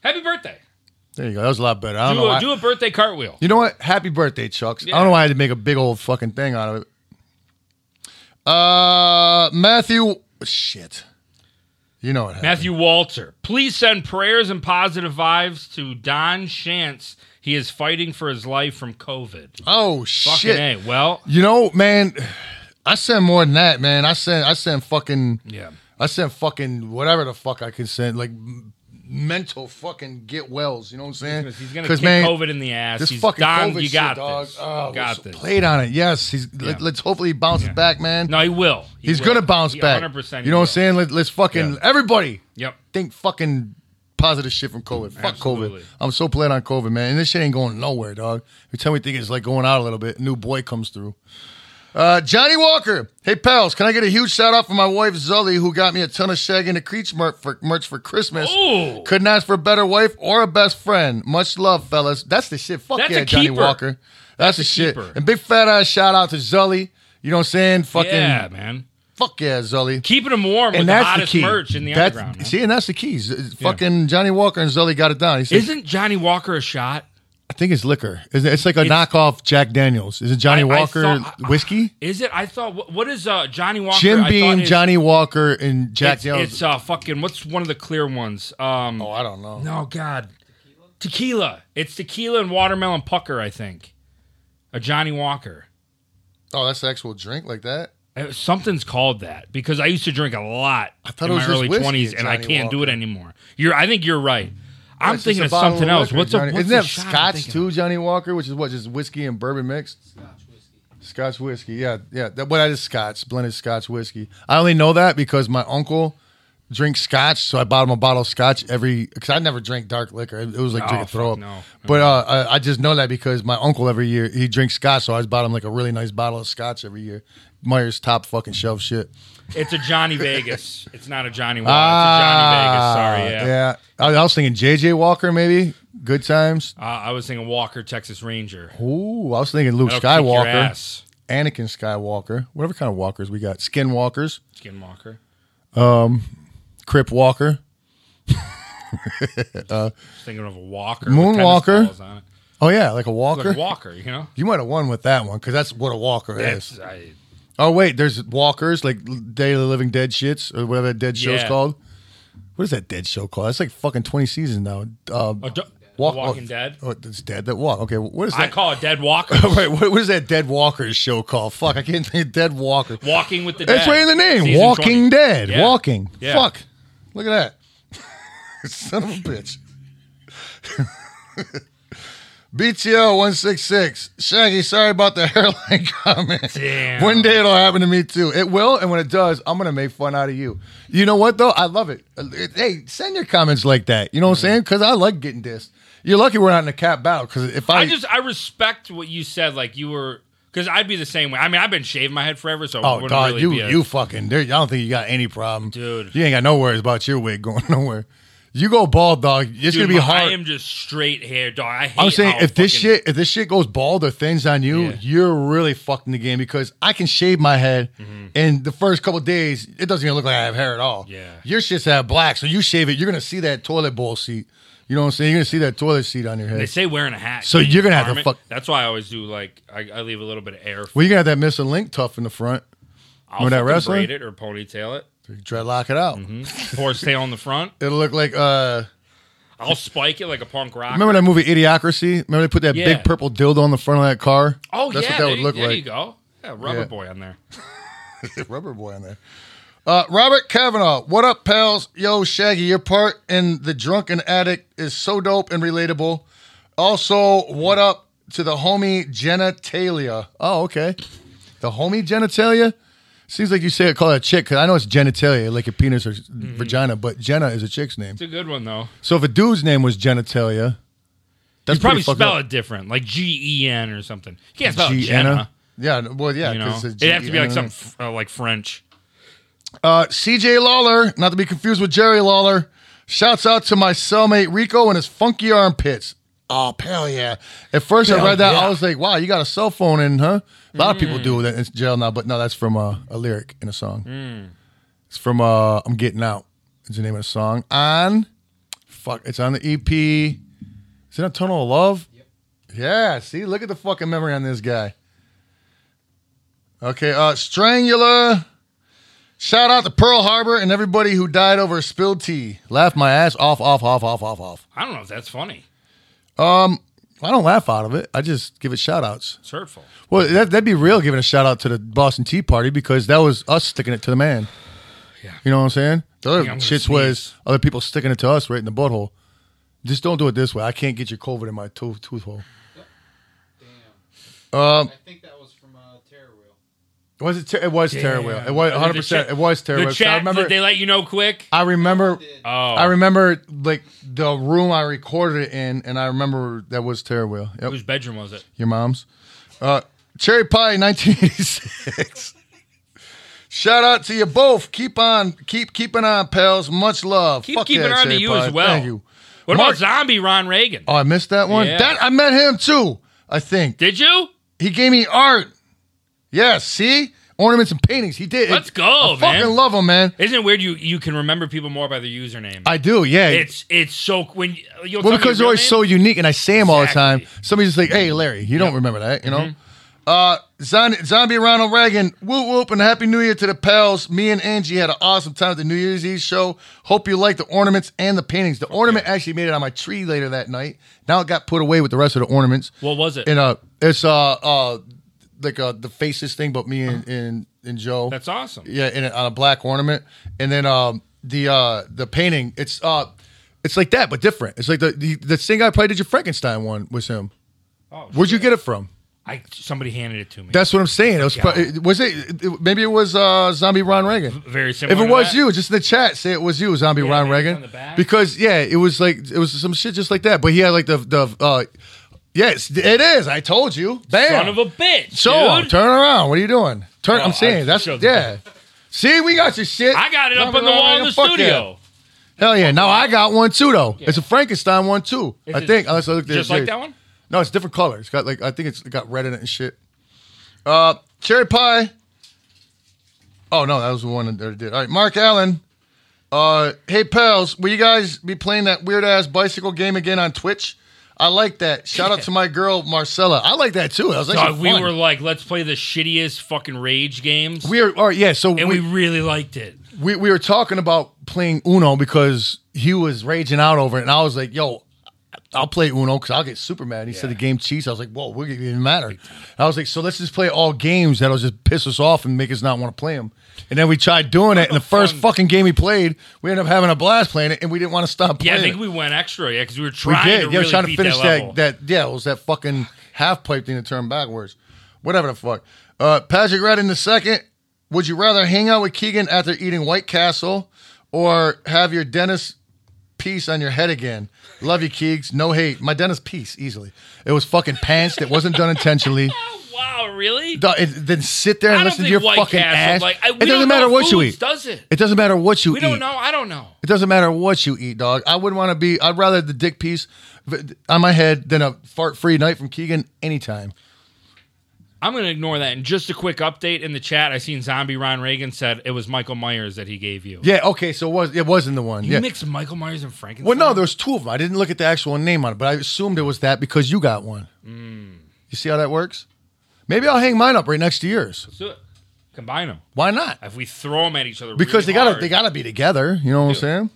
Speaker 2: Happy birthday.
Speaker 1: There you go. That was a lot better. I don't
Speaker 2: Do
Speaker 1: know why.
Speaker 2: a, do a birthday cartwheel.
Speaker 1: You know what? Happy birthday, Chucks. I don't know why I had to make a big old fucking thing out of it. Uh, Matthew, shit. You know what happened.
Speaker 2: Matthew Walter, please send prayers and positive vibes to Don Shantz. He is fighting for his life from COVID.
Speaker 1: oh
Speaker 2: Fucking
Speaker 1: shit.
Speaker 2: A. Well,
Speaker 1: You know, man, I send more than that, man. I send, I send fucking,
Speaker 2: yeah.
Speaker 1: I send fucking whatever the fuck I can send, like m- mental fucking get wells. You know what I'm saying?
Speaker 2: He's going to
Speaker 1: 'Cause,
Speaker 2: kick COVID in the ass.
Speaker 1: This
Speaker 2: He's
Speaker 1: fucking
Speaker 2: Don,
Speaker 1: COVID
Speaker 2: you got
Speaker 1: shit, dog.
Speaker 2: this.
Speaker 1: Oh,
Speaker 2: You got
Speaker 1: so
Speaker 2: this.
Speaker 1: Played on it. Yes. He's.
Speaker 2: Yeah.
Speaker 1: Let, let's hopefully he bounces back, man.
Speaker 2: No, he will. He
Speaker 1: He's
Speaker 2: will.
Speaker 1: gonna bounce
Speaker 2: He
Speaker 1: back.
Speaker 2: 100%
Speaker 1: you know what I'm
Speaker 2: will.
Speaker 1: saying? Let, let's fucking
Speaker 2: Yeah.
Speaker 1: everybody
Speaker 2: Yep.
Speaker 1: think fucking positive shit from COVID. Fuck
Speaker 2: Absolutely.
Speaker 1: COVID. I'm so playing on COVID, man. And this shit ain't going nowhere, dog. Every time we think it's like going out a little bit, new boy comes through. Uh, Johnny Walker. Hey, pals, can I get a huge shout out for my wife, Zully, who got me a ton of Shag and the Creech merch for, merch for Christmas?
Speaker 2: Ooh.
Speaker 1: Couldn't ask for a better wife or a best friend. Much love, fellas. That's the shit. Fuck
Speaker 2: That's
Speaker 1: yeah,
Speaker 2: a
Speaker 1: Johnny
Speaker 2: keeper.
Speaker 1: Walker. That's, the
Speaker 2: a
Speaker 1: shit.
Speaker 2: keeper.
Speaker 1: And big fat ass shout out to Zully. You know what I'm saying? Fucking
Speaker 2: Yeah, man.
Speaker 1: fuck yeah, Zully
Speaker 2: Keeping him warm with the hottest merch in the
Speaker 1: that's,
Speaker 2: underground. man.
Speaker 1: See, and that's the key. Z- Fucking Johnny Walker and Zully got it down. He said,
Speaker 2: Isn't Johnny Walker a shot?
Speaker 1: I think it's liquor. It's, it's like a knockoff Jack Daniels. Is it Johnny
Speaker 2: I- I
Speaker 1: Walker
Speaker 2: thought-
Speaker 1: whiskey?
Speaker 2: Is it? I thought. What, what is uh, Johnny Walker? I
Speaker 1: Jim
Speaker 2: thought
Speaker 1: Beam,
Speaker 2: his-
Speaker 1: Johnny Walker, and Jack
Speaker 2: It's,
Speaker 1: Daniels.
Speaker 2: it's uh, fucking. What's one of the clear ones? Um,
Speaker 1: oh, I don't know.
Speaker 2: No, God. Tequila. It's tequila and watermelon pucker, I think. A Johnny Walker.
Speaker 1: Oh, that's the actual drink like that.
Speaker 2: Uh, Something's called that because I used to drink a lot
Speaker 1: thought
Speaker 2: in
Speaker 1: it was
Speaker 2: my
Speaker 1: just
Speaker 2: early
Speaker 1: whiskey,
Speaker 2: twenties, and I
Speaker 1: Johnny
Speaker 2: can't do it
Speaker 1: Walker.
Speaker 2: anymore. You're, I think you're right. I'm
Speaker 1: It's just
Speaker 2: thinking
Speaker 1: a
Speaker 2: of
Speaker 1: bottle
Speaker 2: something else.
Speaker 1: liquor,
Speaker 2: What's a
Speaker 1: Johnny-
Speaker 2: what's
Speaker 1: Isn't that
Speaker 2: the shot I'm
Speaker 1: Scotch
Speaker 2: thinking
Speaker 1: too,
Speaker 2: of?
Speaker 1: Johnny Walker? Which is what, just whiskey and bourbon mixed? Scotch whiskey, yeah, yeah. That what that is Scotch blended Scotch whiskey. I only know that because my uncle drinks Scotch, so I bought him a bottle of Scotch every. Because I never drank dark liquor; it it was like
Speaker 2: Oh,
Speaker 1: drinking throw up.
Speaker 2: fuck no.
Speaker 1: But uh, I, I just know that because my uncle every year he drinks Scotch, so I just bought him like a really nice bottle of Scotch every year. Meyer's top fucking shelf shit.
Speaker 2: It's a Johnny Vegas. It's not a Johnny Walker.
Speaker 1: Ah,
Speaker 2: it's a Johnny Vegas. Sorry, yeah.
Speaker 1: yeah. I, I was thinking JJ Walker maybe. Good times.
Speaker 2: Uh, I was thinking Walker, Texas Ranger.
Speaker 1: Ooh, I was thinking Luke
Speaker 2: That'll kick your
Speaker 1: Oh, Skywalker.
Speaker 2: ass,
Speaker 1: Anakin Skywalker, whatever kind of walkers we got, skinwalkers,
Speaker 2: Skinwalker.
Speaker 1: Crip Walker.
Speaker 2: Just thinking of a Walker. with tennis
Speaker 1: Moonwalker.
Speaker 2: balls on it.
Speaker 1: Oh yeah, like a
Speaker 2: Like
Speaker 1: walker.
Speaker 2: a Walker, you know.
Speaker 1: you might have won with that one because that's what a walker
Speaker 2: That's
Speaker 1: is.
Speaker 2: I,
Speaker 1: Oh wait, there's walkers like L- Day of the Living Dead shits or whatever that dead show's
Speaker 2: Yeah.
Speaker 1: called. What is that dead show called? That's like fucking twenty seasons now. Uh,
Speaker 2: a do-
Speaker 1: walk-
Speaker 2: Walking
Speaker 1: oh,
Speaker 2: Dead.
Speaker 1: Oh, it's dead that walk. Okay, what is
Speaker 2: I
Speaker 1: that?
Speaker 2: call it Dead Walker.
Speaker 1: Wait, what what is that dead walkers show called? Fuck, I can't think. of Dead walker.
Speaker 2: Walking with the Dead.
Speaker 1: That's right in the name.
Speaker 2: Season
Speaker 1: Walking
Speaker 2: 20.
Speaker 1: Dead.
Speaker 2: Yeah.
Speaker 1: Walking.
Speaker 2: Yeah.
Speaker 1: Fuck. Look at that. Son of a bitch. BTO 166. Shaggy, sorry about the hairline comment.
Speaker 2: Damn.
Speaker 1: One day it'll happen to me too. It will, and when it does, I'm gonna make fun out of you. You know what though? I love it. Uh, it- Hey, send your comments like that. You know what I'm saying? Because I like getting dissed. You're lucky we're not in a cat battle. Because if I,
Speaker 2: I just I respect what you said. Like you were because I'd be the same way. I mean, I've been shaving my head forever, so it
Speaker 1: oh
Speaker 2: wouldn't
Speaker 1: god,
Speaker 2: really
Speaker 1: you
Speaker 2: be a,
Speaker 1: you fucking. Dude, I don't think you got any problem,
Speaker 2: Dude.
Speaker 1: You ain't got no worries about your wig going nowhere. You go bald, dog. It's
Speaker 2: dude,
Speaker 1: gonna be
Speaker 2: my- I
Speaker 1: hard.
Speaker 2: am just straight hair, dog. I hate
Speaker 1: I'm saying
Speaker 2: how
Speaker 1: if this
Speaker 2: fucking-
Speaker 1: shit if this shit goes bald or thins on you,
Speaker 2: Yeah.
Speaker 1: you're really fucked in the game because I can shave my head
Speaker 2: Mm-hmm.
Speaker 1: and the first couple days it doesn't even look like I have hair at all.
Speaker 2: Yeah.
Speaker 1: Your shit's have black, so you shave it, you're gonna see that toilet bowl seat. You know what I'm saying? You're gonna see that toilet seat on your
Speaker 2: They
Speaker 1: head.
Speaker 2: say wearing a hat.
Speaker 1: So you're gonna have to
Speaker 2: Armin.
Speaker 1: fuck-
Speaker 2: That's why I always do like I, I leave a little bit of air.
Speaker 1: Well, you're gonna have that missing link tough in the front.
Speaker 2: I'll
Speaker 1: with that
Speaker 2: fucking
Speaker 1: wrestling?
Speaker 2: braid it or ponytail it.
Speaker 1: Dreadlock it out.
Speaker 2: Mm-hmm. Horse tail in the front.
Speaker 1: It'll look like uh
Speaker 2: I'll spike it like a punk rock.
Speaker 1: Remember that movie Idiocracy? Remember they put that
Speaker 2: Yeah.
Speaker 1: big purple dildo on the front of that car?
Speaker 2: oh
Speaker 1: That's
Speaker 2: yeah,
Speaker 1: what that
Speaker 2: there,
Speaker 1: would
Speaker 2: you-
Speaker 1: look
Speaker 2: there you
Speaker 1: like.
Speaker 2: go. Yeah, rubber
Speaker 1: Yeah.
Speaker 2: boy on there.
Speaker 1: Rubber boy on there. Uh, Robert Kavanaugh, what up, pals? Yo, Shaggy, your part in The Drunken Addict is so dope and relatable. Also, what up to the homie genitalia? Oh, okay. The homie genitalia? Seems like you say it, call it a chick, because I know it's genitalia, like your penis or
Speaker 2: Mm-hmm.
Speaker 1: vagina, but Jenna is a chick's name.
Speaker 2: It's a good one though.
Speaker 1: So if a dude's name was genitalia, that's
Speaker 2: You probably
Speaker 1: pretty fucked
Speaker 2: spell
Speaker 1: up.
Speaker 2: it different, like G E N or something. You can't spell it
Speaker 1: G-N-A?
Speaker 2: Jenna.
Speaker 1: Yeah, no- well, yeah.
Speaker 2: You know,
Speaker 1: 'cause it's E
Speaker 2: it'd have to be like
Speaker 1: G-N-A.
Speaker 2: something f- uh, like French.
Speaker 1: Uh, CJ Lawler, not to be confused with Jerry Lawler. Shouts out to my cellmate Rico and his funky armpits. Oh, hell yeah. At first I read that, I was like, wow, you got a cell phone in, huh? A lot of people do that in jail now, but no, that's from uh, a lyric in a song. It's from uh, I'm Getting Out. It's the name of the song. On, fuck, it's on the EP. Is it on Tunnel of Love? Yeah, see, look at the fucking memory on this guy. Okay, uh, Strangula. Shout out to Pearl Harbor and everybody who died over spilled tea. Laugh my ass off, off, off, off, off, off.
Speaker 2: I don't know if that's funny.
Speaker 1: I don't laugh out of it. I just give it shout outs.
Speaker 2: It's hurtful.
Speaker 1: Well, that, that'd be real giving a shout out to the Boston Tea Party because that was us sticking it to the man.
Speaker 2: Yeah.
Speaker 1: You know what I'm saying? The other
Speaker 2: Yeah, I'm gonna
Speaker 1: shits was other people sticking it to us right in the butthole. Just don't do it this way. I can't get your COVID in my tooth, tooth hole.
Speaker 3: Damn.
Speaker 1: Um,
Speaker 3: I think that was from uh, Terror Wheel.
Speaker 1: was it? Ter- it was Terror Wheel. It was
Speaker 2: The
Speaker 1: 100. percent
Speaker 2: chat-
Speaker 1: It was Terror
Speaker 2: The
Speaker 1: Wheel. 'Cause
Speaker 2: chat,
Speaker 1: I remember.
Speaker 2: did they let you know quick?
Speaker 1: I remember.
Speaker 3: Did-
Speaker 2: Oh,
Speaker 1: I remember like the room I recorded it in, and I remember that was Terror Wheel. Yep,
Speaker 2: whose bedroom was it?
Speaker 1: your mom's. Uh, Cherry Pie, 1986. Shout out to you both. Keep on, keep keeping on, pals. Much love.
Speaker 2: Keep
Speaker 1: Fuck
Speaker 2: keeping
Speaker 1: yeah,
Speaker 2: on to
Speaker 1: Cherry
Speaker 2: you
Speaker 1: Pie.
Speaker 2: as well.
Speaker 1: Thank you.
Speaker 2: What
Speaker 1: Mark-
Speaker 2: about zombie Ron Reagan?
Speaker 1: Oh, I missed that one.
Speaker 2: Yeah.
Speaker 1: That I met him too. I think
Speaker 2: Did you?
Speaker 1: he gave me art. Yes. See, Ornaments and paintings. He did.
Speaker 2: Let's go,
Speaker 1: I
Speaker 2: man.
Speaker 1: Fucking love him, man.
Speaker 2: Isn't it weird you you can remember people more by their username?
Speaker 1: I do. Yeah.
Speaker 2: it's it's so when you- you'll
Speaker 1: well,
Speaker 2: tell me
Speaker 1: because they're
Speaker 2: your real
Speaker 1: always
Speaker 2: name?
Speaker 1: so unique, and I say them all the time.
Speaker 2: Exactly. Mm-hmm.
Speaker 1: Somebody's just like, "Hey, Larry, you don't remember that, you know?" Uh, Zon- zombie Ronald Reagan, whoop whoop, and happy New Year to the pals. Me and Angie had an awesome time at the New Year's Eve show. Hope you like the ornaments and the paintings. The ornament actually made it on my tree later that night. Now it got put away with the rest of the ornaments.
Speaker 2: What was it?
Speaker 1: And uh, it's uh, uh, like uh, the faces thing, but me and and, and Joe.
Speaker 2: Uh-huh. That's awesome.
Speaker 1: Yeah, in a, on a black ornament, and then um, the uh, the painting. It's uh, it's like that, but different. It's like the the, the thing I played did your Frankenstein one was him.
Speaker 2: Oh,
Speaker 1: Where'd you get it from?
Speaker 2: I somebody handed it to me.
Speaker 1: That's what I'm saying. It was pro- was it, it- maybe it was uh, Zombie Ron Reagan.
Speaker 2: very similar.
Speaker 1: If it
Speaker 2: to
Speaker 1: was
Speaker 2: that.
Speaker 1: you, just in the chat, say it was you, Zombie
Speaker 2: Yeah,
Speaker 1: Ron
Speaker 2: maybe it's
Speaker 1: Reagan.
Speaker 2: on the back.
Speaker 1: Because yeah, it was like it was some shit just like that. But he had like the the uh, yes, it is. I told you, bam,
Speaker 2: son of a bitch.
Speaker 1: show him,
Speaker 2: dude.
Speaker 1: turn around. What are you doing? Turn.
Speaker 2: Oh,
Speaker 1: I'm saying
Speaker 2: I
Speaker 1: that's
Speaker 2: showed
Speaker 1: yeah. See, we got your shit.
Speaker 2: I got it up
Speaker 1: Zombie
Speaker 2: on the
Speaker 1: Ron
Speaker 2: wall in
Speaker 1: Reagan,
Speaker 2: the
Speaker 1: fuck yeah.
Speaker 2: studio,
Speaker 1: Hell yeah! Now I got one too, though.
Speaker 2: Yeah.
Speaker 1: It's a Frankenstein one too.
Speaker 2: Is
Speaker 1: I
Speaker 2: it
Speaker 1: think. Unless I looked at
Speaker 2: just
Speaker 1: it
Speaker 2: like
Speaker 1: serious.
Speaker 2: that one.
Speaker 1: No, it's different color. It's got like I think it's it got red in it and shit. Uh, cherry pie. Oh no, that was the one that I did. All right, Mark Allen. Uh, hey pals, will you guys be playing that weird ass bicycle game again on Twitch? I like that. Shout out to my girl Marcella. I like that too. I was like,
Speaker 2: Dog, we were like, let's play the shittiest fucking rage games,
Speaker 1: we are all right. Yeah, so
Speaker 2: and
Speaker 1: we
Speaker 2: we really liked it.
Speaker 1: we, we were talking about playing Uno because he was raging out over it, and I was like, "Yo, I'll play Uno because I'll get super mad." And he said the game cheats. I was like, "Whoa, we're gonna even matter." And I was like, "So let's just play all games that'll just piss us off and make us not want to play them." And then we tried doing it, and the first fucking game we played, we ended up having a blast playing it, and we didn't want to stop
Speaker 2: Yeah,
Speaker 1: playing.
Speaker 2: I think
Speaker 1: it.
Speaker 2: we went extra, yeah, because we were
Speaker 1: We
Speaker 2: trying
Speaker 1: did.
Speaker 2: to
Speaker 1: yeah,
Speaker 2: really
Speaker 1: trying to
Speaker 2: beat
Speaker 1: finish
Speaker 2: that, level.
Speaker 1: that, that. Yeah, it was that fucking half pipe thing that turned backwards. Whatever the fuck. Uh, Patrick Red in the second. Would you rather hang out with Keegan after eating White Castle or have your dentist piece on your head again? Love you, Keegs. No hate. My dentist piece, easily. It was fucking pants that wasn't done intentionally.
Speaker 2: Oh, wow, really?
Speaker 1: Duh, and then sit there
Speaker 2: I
Speaker 1: and
Speaker 2: don't
Speaker 1: listen
Speaker 2: think
Speaker 1: to your
Speaker 2: White
Speaker 1: fucking
Speaker 2: Castle,
Speaker 1: ass.
Speaker 2: like, I, we
Speaker 1: it doesn't
Speaker 2: don't
Speaker 1: matter
Speaker 2: know
Speaker 1: what you
Speaker 2: foods,
Speaker 1: eat.
Speaker 2: Does it?
Speaker 1: It doesn't matter what you
Speaker 2: We
Speaker 1: eat.
Speaker 2: don't know. I don't know.
Speaker 1: It doesn't matter what you eat, dog. I wouldn't want to be. I'd rather the dick piece v- on my head than a fart-free night from Keegan anytime.
Speaker 2: I'm going to ignore that. And just a quick update in the chat. I seen Zombie Ron Reagan said it was Michael Myers that he gave you.
Speaker 1: Yeah. Okay. So it was it wasn't the one?
Speaker 2: You
Speaker 1: yeah.
Speaker 2: mixed Michael Myers and Frankenstein.
Speaker 1: well, no, there was two of them. I didn't look at the actual name on it, but I assumed it was that because you got one. You see how that works? Maybe I'll hang mine up right next to yours.
Speaker 2: Let's do it. Combine them.
Speaker 1: Why not?
Speaker 2: If we throw them at each other,
Speaker 1: Because
Speaker 2: really
Speaker 1: they gotta
Speaker 2: hard-
Speaker 1: they gotta be together. You know what I'm saying? Um,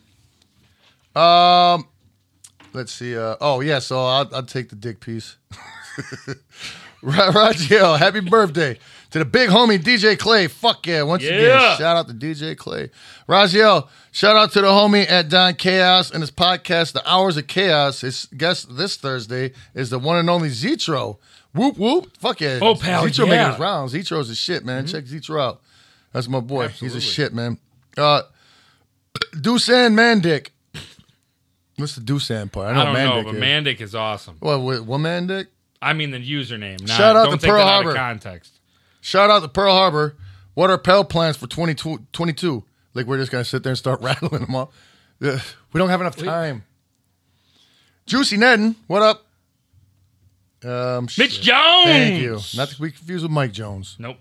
Speaker 1: let's see. Uh, oh yeah, so I'll, I'll take the dick piece. Ra- Raziel, happy birthday to the big homie DJ Clay. Fuck yeah! Once
Speaker 2: Yeah.
Speaker 1: again, shout out to DJ Clay. Raziel, shout out to the homie at Don Chaos and his podcast, The Hours of Chaos. His guest this Thursday is the one and only Zetro. Whoop whoop! Fuck yeah!
Speaker 2: Oh, pal,
Speaker 1: Zetro making
Speaker 2: yeah.
Speaker 1: his rounds. Zetro's a shit man. Check Zetro out. That's my boy. He's a shit man. Uh, Dusan Mandic. What's the Dusan part?
Speaker 2: I don't know,
Speaker 1: Oh, Mandic
Speaker 2: but
Speaker 1: is.
Speaker 2: Mandic is awesome.
Speaker 1: What, what, what Mandic?
Speaker 2: I mean, the username. Nah,
Speaker 1: Shout out
Speaker 2: don't
Speaker 1: to
Speaker 2: take
Speaker 1: Pearl
Speaker 2: that
Speaker 1: Harbor.
Speaker 2: Out of context.
Speaker 1: Shout out to Pearl Harbor. What are Pell plans for 2022? Like, we're just going to sit there and start rattling them off. Ugh, We don't have enough time. Juicy Nedden, what up? Um,
Speaker 2: Mitch
Speaker 1: shit.
Speaker 2: Jones.
Speaker 1: Thank you. Not to be confused with Mike Jones.
Speaker 2: Nope.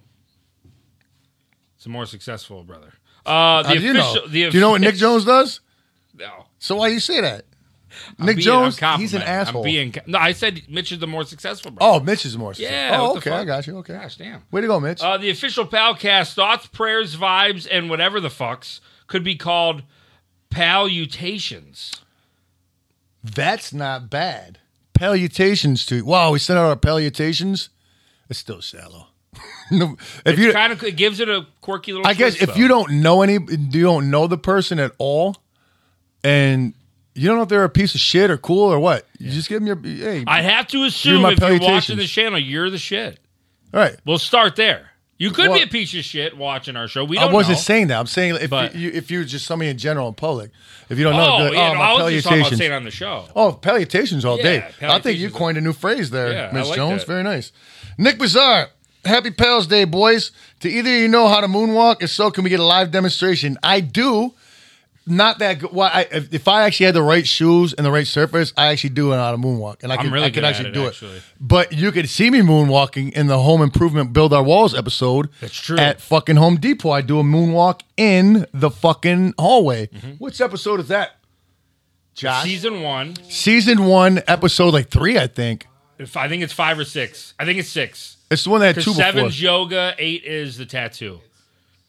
Speaker 2: It's a more successful brother. Uh, the
Speaker 1: How do you know?
Speaker 2: official. The
Speaker 1: do you know what Nick
Speaker 2: official-
Speaker 1: Jones does?
Speaker 2: No.
Speaker 1: So why you say that?
Speaker 2: I'm
Speaker 1: Nick
Speaker 2: being- I'm
Speaker 1: Jones, he's an
Speaker 2: complimenting.
Speaker 1: asshole.
Speaker 2: I'm being, no, I said Mitch is the more successful brother.
Speaker 1: oh, Mitch is more.
Speaker 2: Yeah,
Speaker 1: Oh,
Speaker 2: what the
Speaker 1: okay. I
Speaker 2: fuck?
Speaker 1: got you. Okay.
Speaker 2: gosh, damn.
Speaker 1: Way to go, Mitch.
Speaker 2: Uh, the official Palcast thoughts, prayers, vibes, and whatever the fucks could be called palutations.
Speaker 1: That's not bad. Palutations to wow, we sent out our palutations. It's still shallow. No, if you,
Speaker 2: Kind of it gives it a quirky little.
Speaker 1: I guess
Speaker 2: twist,
Speaker 1: if
Speaker 2: though.
Speaker 1: you don't know any, you don't know the person at all, and you don't know if they're a piece of shit or cool or what. You just give them your hey.
Speaker 2: I'd have to assume
Speaker 1: my
Speaker 2: if you're watching
Speaker 1: palutations.
Speaker 2: the channel, you're the shit.
Speaker 1: all right.
Speaker 2: We'll start there. You could
Speaker 1: Well-
Speaker 2: be a piece of shit watching our show. We
Speaker 1: I
Speaker 2: don't
Speaker 1: wasn't
Speaker 2: know.
Speaker 1: saying that. I'm saying if
Speaker 2: but-
Speaker 1: you, if you just somebody in general in public, if you don't know,
Speaker 2: Oh,
Speaker 1: be like,
Speaker 2: yeah,
Speaker 1: oh
Speaker 2: no,
Speaker 1: my
Speaker 2: I was just talking about
Speaker 1: palutations.
Speaker 2: saying on the show.
Speaker 1: Oh, palutations all
Speaker 2: Yeah,
Speaker 1: day. I think you
Speaker 2: palutations.
Speaker 1: coined a new phrase there,
Speaker 2: Yeah, I
Speaker 1: Miss
Speaker 2: like
Speaker 1: Jones.
Speaker 2: that.
Speaker 1: Very nice. Nick Bazaar, happy Pals Day, boys. To either of you know how to moonwalk, if so, can we get a live demonstration? I do. not that good. Well, I, if, if I actually had the right shoes and the right surface, I actually do an out of moonwalk, and I
Speaker 2: I'm
Speaker 1: can,
Speaker 2: really
Speaker 1: I can
Speaker 2: good at
Speaker 1: actually
Speaker 2: it,
Speaker 1: do it.
Speaker 2: actually.
Speaker 1: But you could see me moonwalking in the Home Improvement Build Our Walls episode.
Speaker 2: That's true.
Speaker 1: At fucking Home Depot, I do a moonwalk in the fucking hallway.
Speaker 2: Mm-hmm.
Speaker 1: Which episode is that? Josh,
Speaker 2: Season one,
Speaker 1: season one, episode like three, I think.
Speaker 2: if- I think it's five or six. I think it's six.
Speaker 1: It's the one that had two
Speaker 2: Because
Speaker 1: before.
Speaker 2: seven's yoga, eight is the tattoo.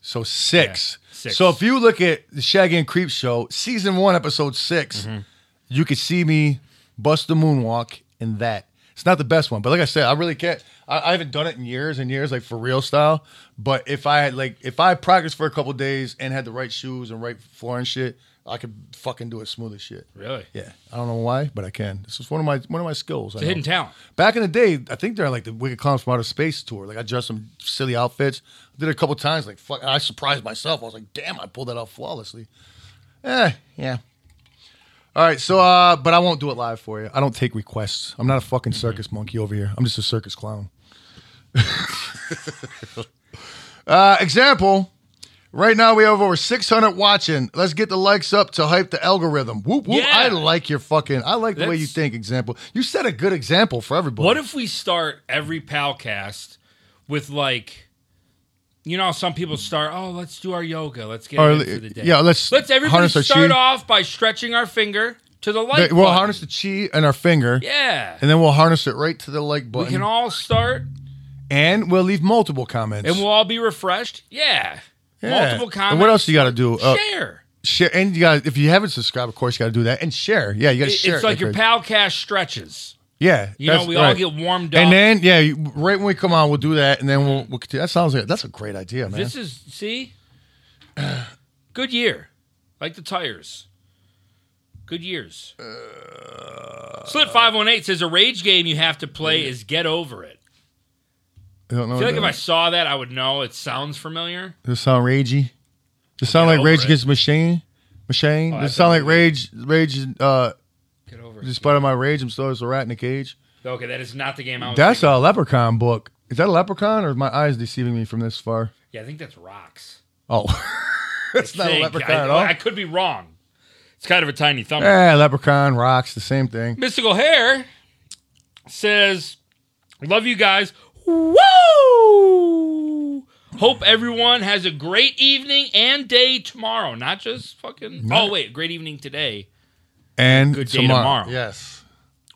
Speaker 1: So six.
Speaker 2: Yeah, six.
Speaker 1: So if you look at the Shaggy and Creep show, season one, episode 6
Speaker 2: Mm-hmm.
Speaker 1: you could see me bust the moonwalk in that. It's not the best one, but like I said, I really can't. I, I haven't done it in years and years, like for real style. But if I had like, if I practiced for a couple days and had the right shoes and right floor and shit, I could fucking do it smooth as shit.
Speaker 2: Really?
Speaker 1: Yeah, I don't know why, but I can. This is one of my one of my skills. I
Speaker 2: The hidden
Speaker 1: know.
Speaker 2: talent.
Speaker 1: Back in the day, I think they're like the Wicked Clowns from Outer Space tour. Like I dressed some silly outfits. Did it a couple times. Like fuck, I surprised myself. I was like, damn, I pulled that off flawlessly. Eh, yeah. All right, so uh, but I won't do it live for you. I don't take requests. I'm not a fucking
Speaker 2: Mm-hmm.
Speaker 1: circus monkey over here. I'm just a circus clown. uh, example. Right now we have over 600 watching. Let's get the likes up to hype the algorithm. Whoop whoop.
Speaker 2: Yeah.
Speaker 1: I like your fucking. I like the way you
Speaker 2: That's-
Speaker 1: think. Example. You set a good example for everybody.
Speaker 2: What if we start every Palcast with like, you know, how some people start. Oh, let's do our yoga. Let's get
Speaker 1: Or,
Speaker 2: it in for the day.
Speaker 1: yeah, let's
Speaker 2: let's everybody
Speaker 1: harness our
Speaker 2: start
Speaker 1: chi.
Speaker 2: off by stretching our finger to the light.
Speaker 1: Th- We'll
Speaker 2: button.
Speaker 1: harness the chi and our finger,
Speaker 2: Yeah,
Speaker 1: and then we'll harness it right to the like
Speaker 2: we
Speaker 1: button.
Speaker 2: can all start,
Speaker 1: and we'll leave multiple comments.
Speaker 2: and we'll all be refreshed. Yeah,
Speaker 1: Yeah.
Speaker 2: multiple comments.
Speaker 1: And what else you got to do? Uh,
Speaker 2: share.
Speaker 1: share. And you got to if you haven't subscribed, of course you got to do that and share. Yeah, you got to
Speaker 2: It-
Speaker 1: share.
Speaker 2: it's
Speaker 1: it
Speaker 2: like your
Speaker 1: crazy.
Speaker 2: Palcast stretches.
Speaker 1: Yeah,
Speaker 2: You know,
Speaker 1: that's
Speaker 2: we all
Speaker 1: right.
Speaker 2: get warmed up.
Speaker 1: And then yeah, you- right when we come on, we'll do that, and then we'll, we'll continue. That sounds like that's a great idea, man.
Speaker 2: Mm-hmm. This is see, good year, like the tires. Good years.
Speaker 1: Uh,
Speaker 2: Slit five one eight says a rage game you have to play is Get Over
Speaker 1: Oh,
Speaker 2: It.
Speaker 1: I don't know.
Speaker 2: I feel like
Speaker 1: what
Speaker 2: if I
Speaker 1: that-
Speaker 2: saw that, I would know. It sounds familiar.
Speaker 1: Does it sound ragey? Does it sound like
Speaker 2: over
Speaker 1: Rage
Speaker 2: it.
Speaker 1: Against the Machine? Machine?
Speaker 2: Oh,
Speaker 1: Does it sound
Speaker 2: I thought
Speaker 1: like Rage? Rage? Uh,
Speaker 2: Get over it.
Speaker 1: despite of my rage, I'm still just a rat in a cage.
Speaker 2: Okay, that is not the game I was.
Speaker 1: That's
Speaker 2: thinking.
Speaker 1: a leprechaun book. Is that a leprechaun or is my eyes deceiving me from this far?
Speaker 2: yeah, I think that's rocks.
Speaker 1: Oh, that's
Speaker 2: I
Speaker 1: not a
Speaker 2: think.
Speaker 1: leprechaun
Speaker 2: I,
Speaker 1: at all.
Speaker 2: I could be wrong. It's kind of a tiny thumb.
Speaker 1: Eh, leprechaun, rocks, the same thing.
Speaker 2: Mystical Hair says, Love you guys. Woo! Hope everyone has a great evening and day tomorrow. Not just fucking. Oh, wait. Great evening today.
Speaker 1: And
Speaker 2: Good day
Speaker 1: tomorrow.
Speaker 2: tomorrow.
Speaker 1: Yes.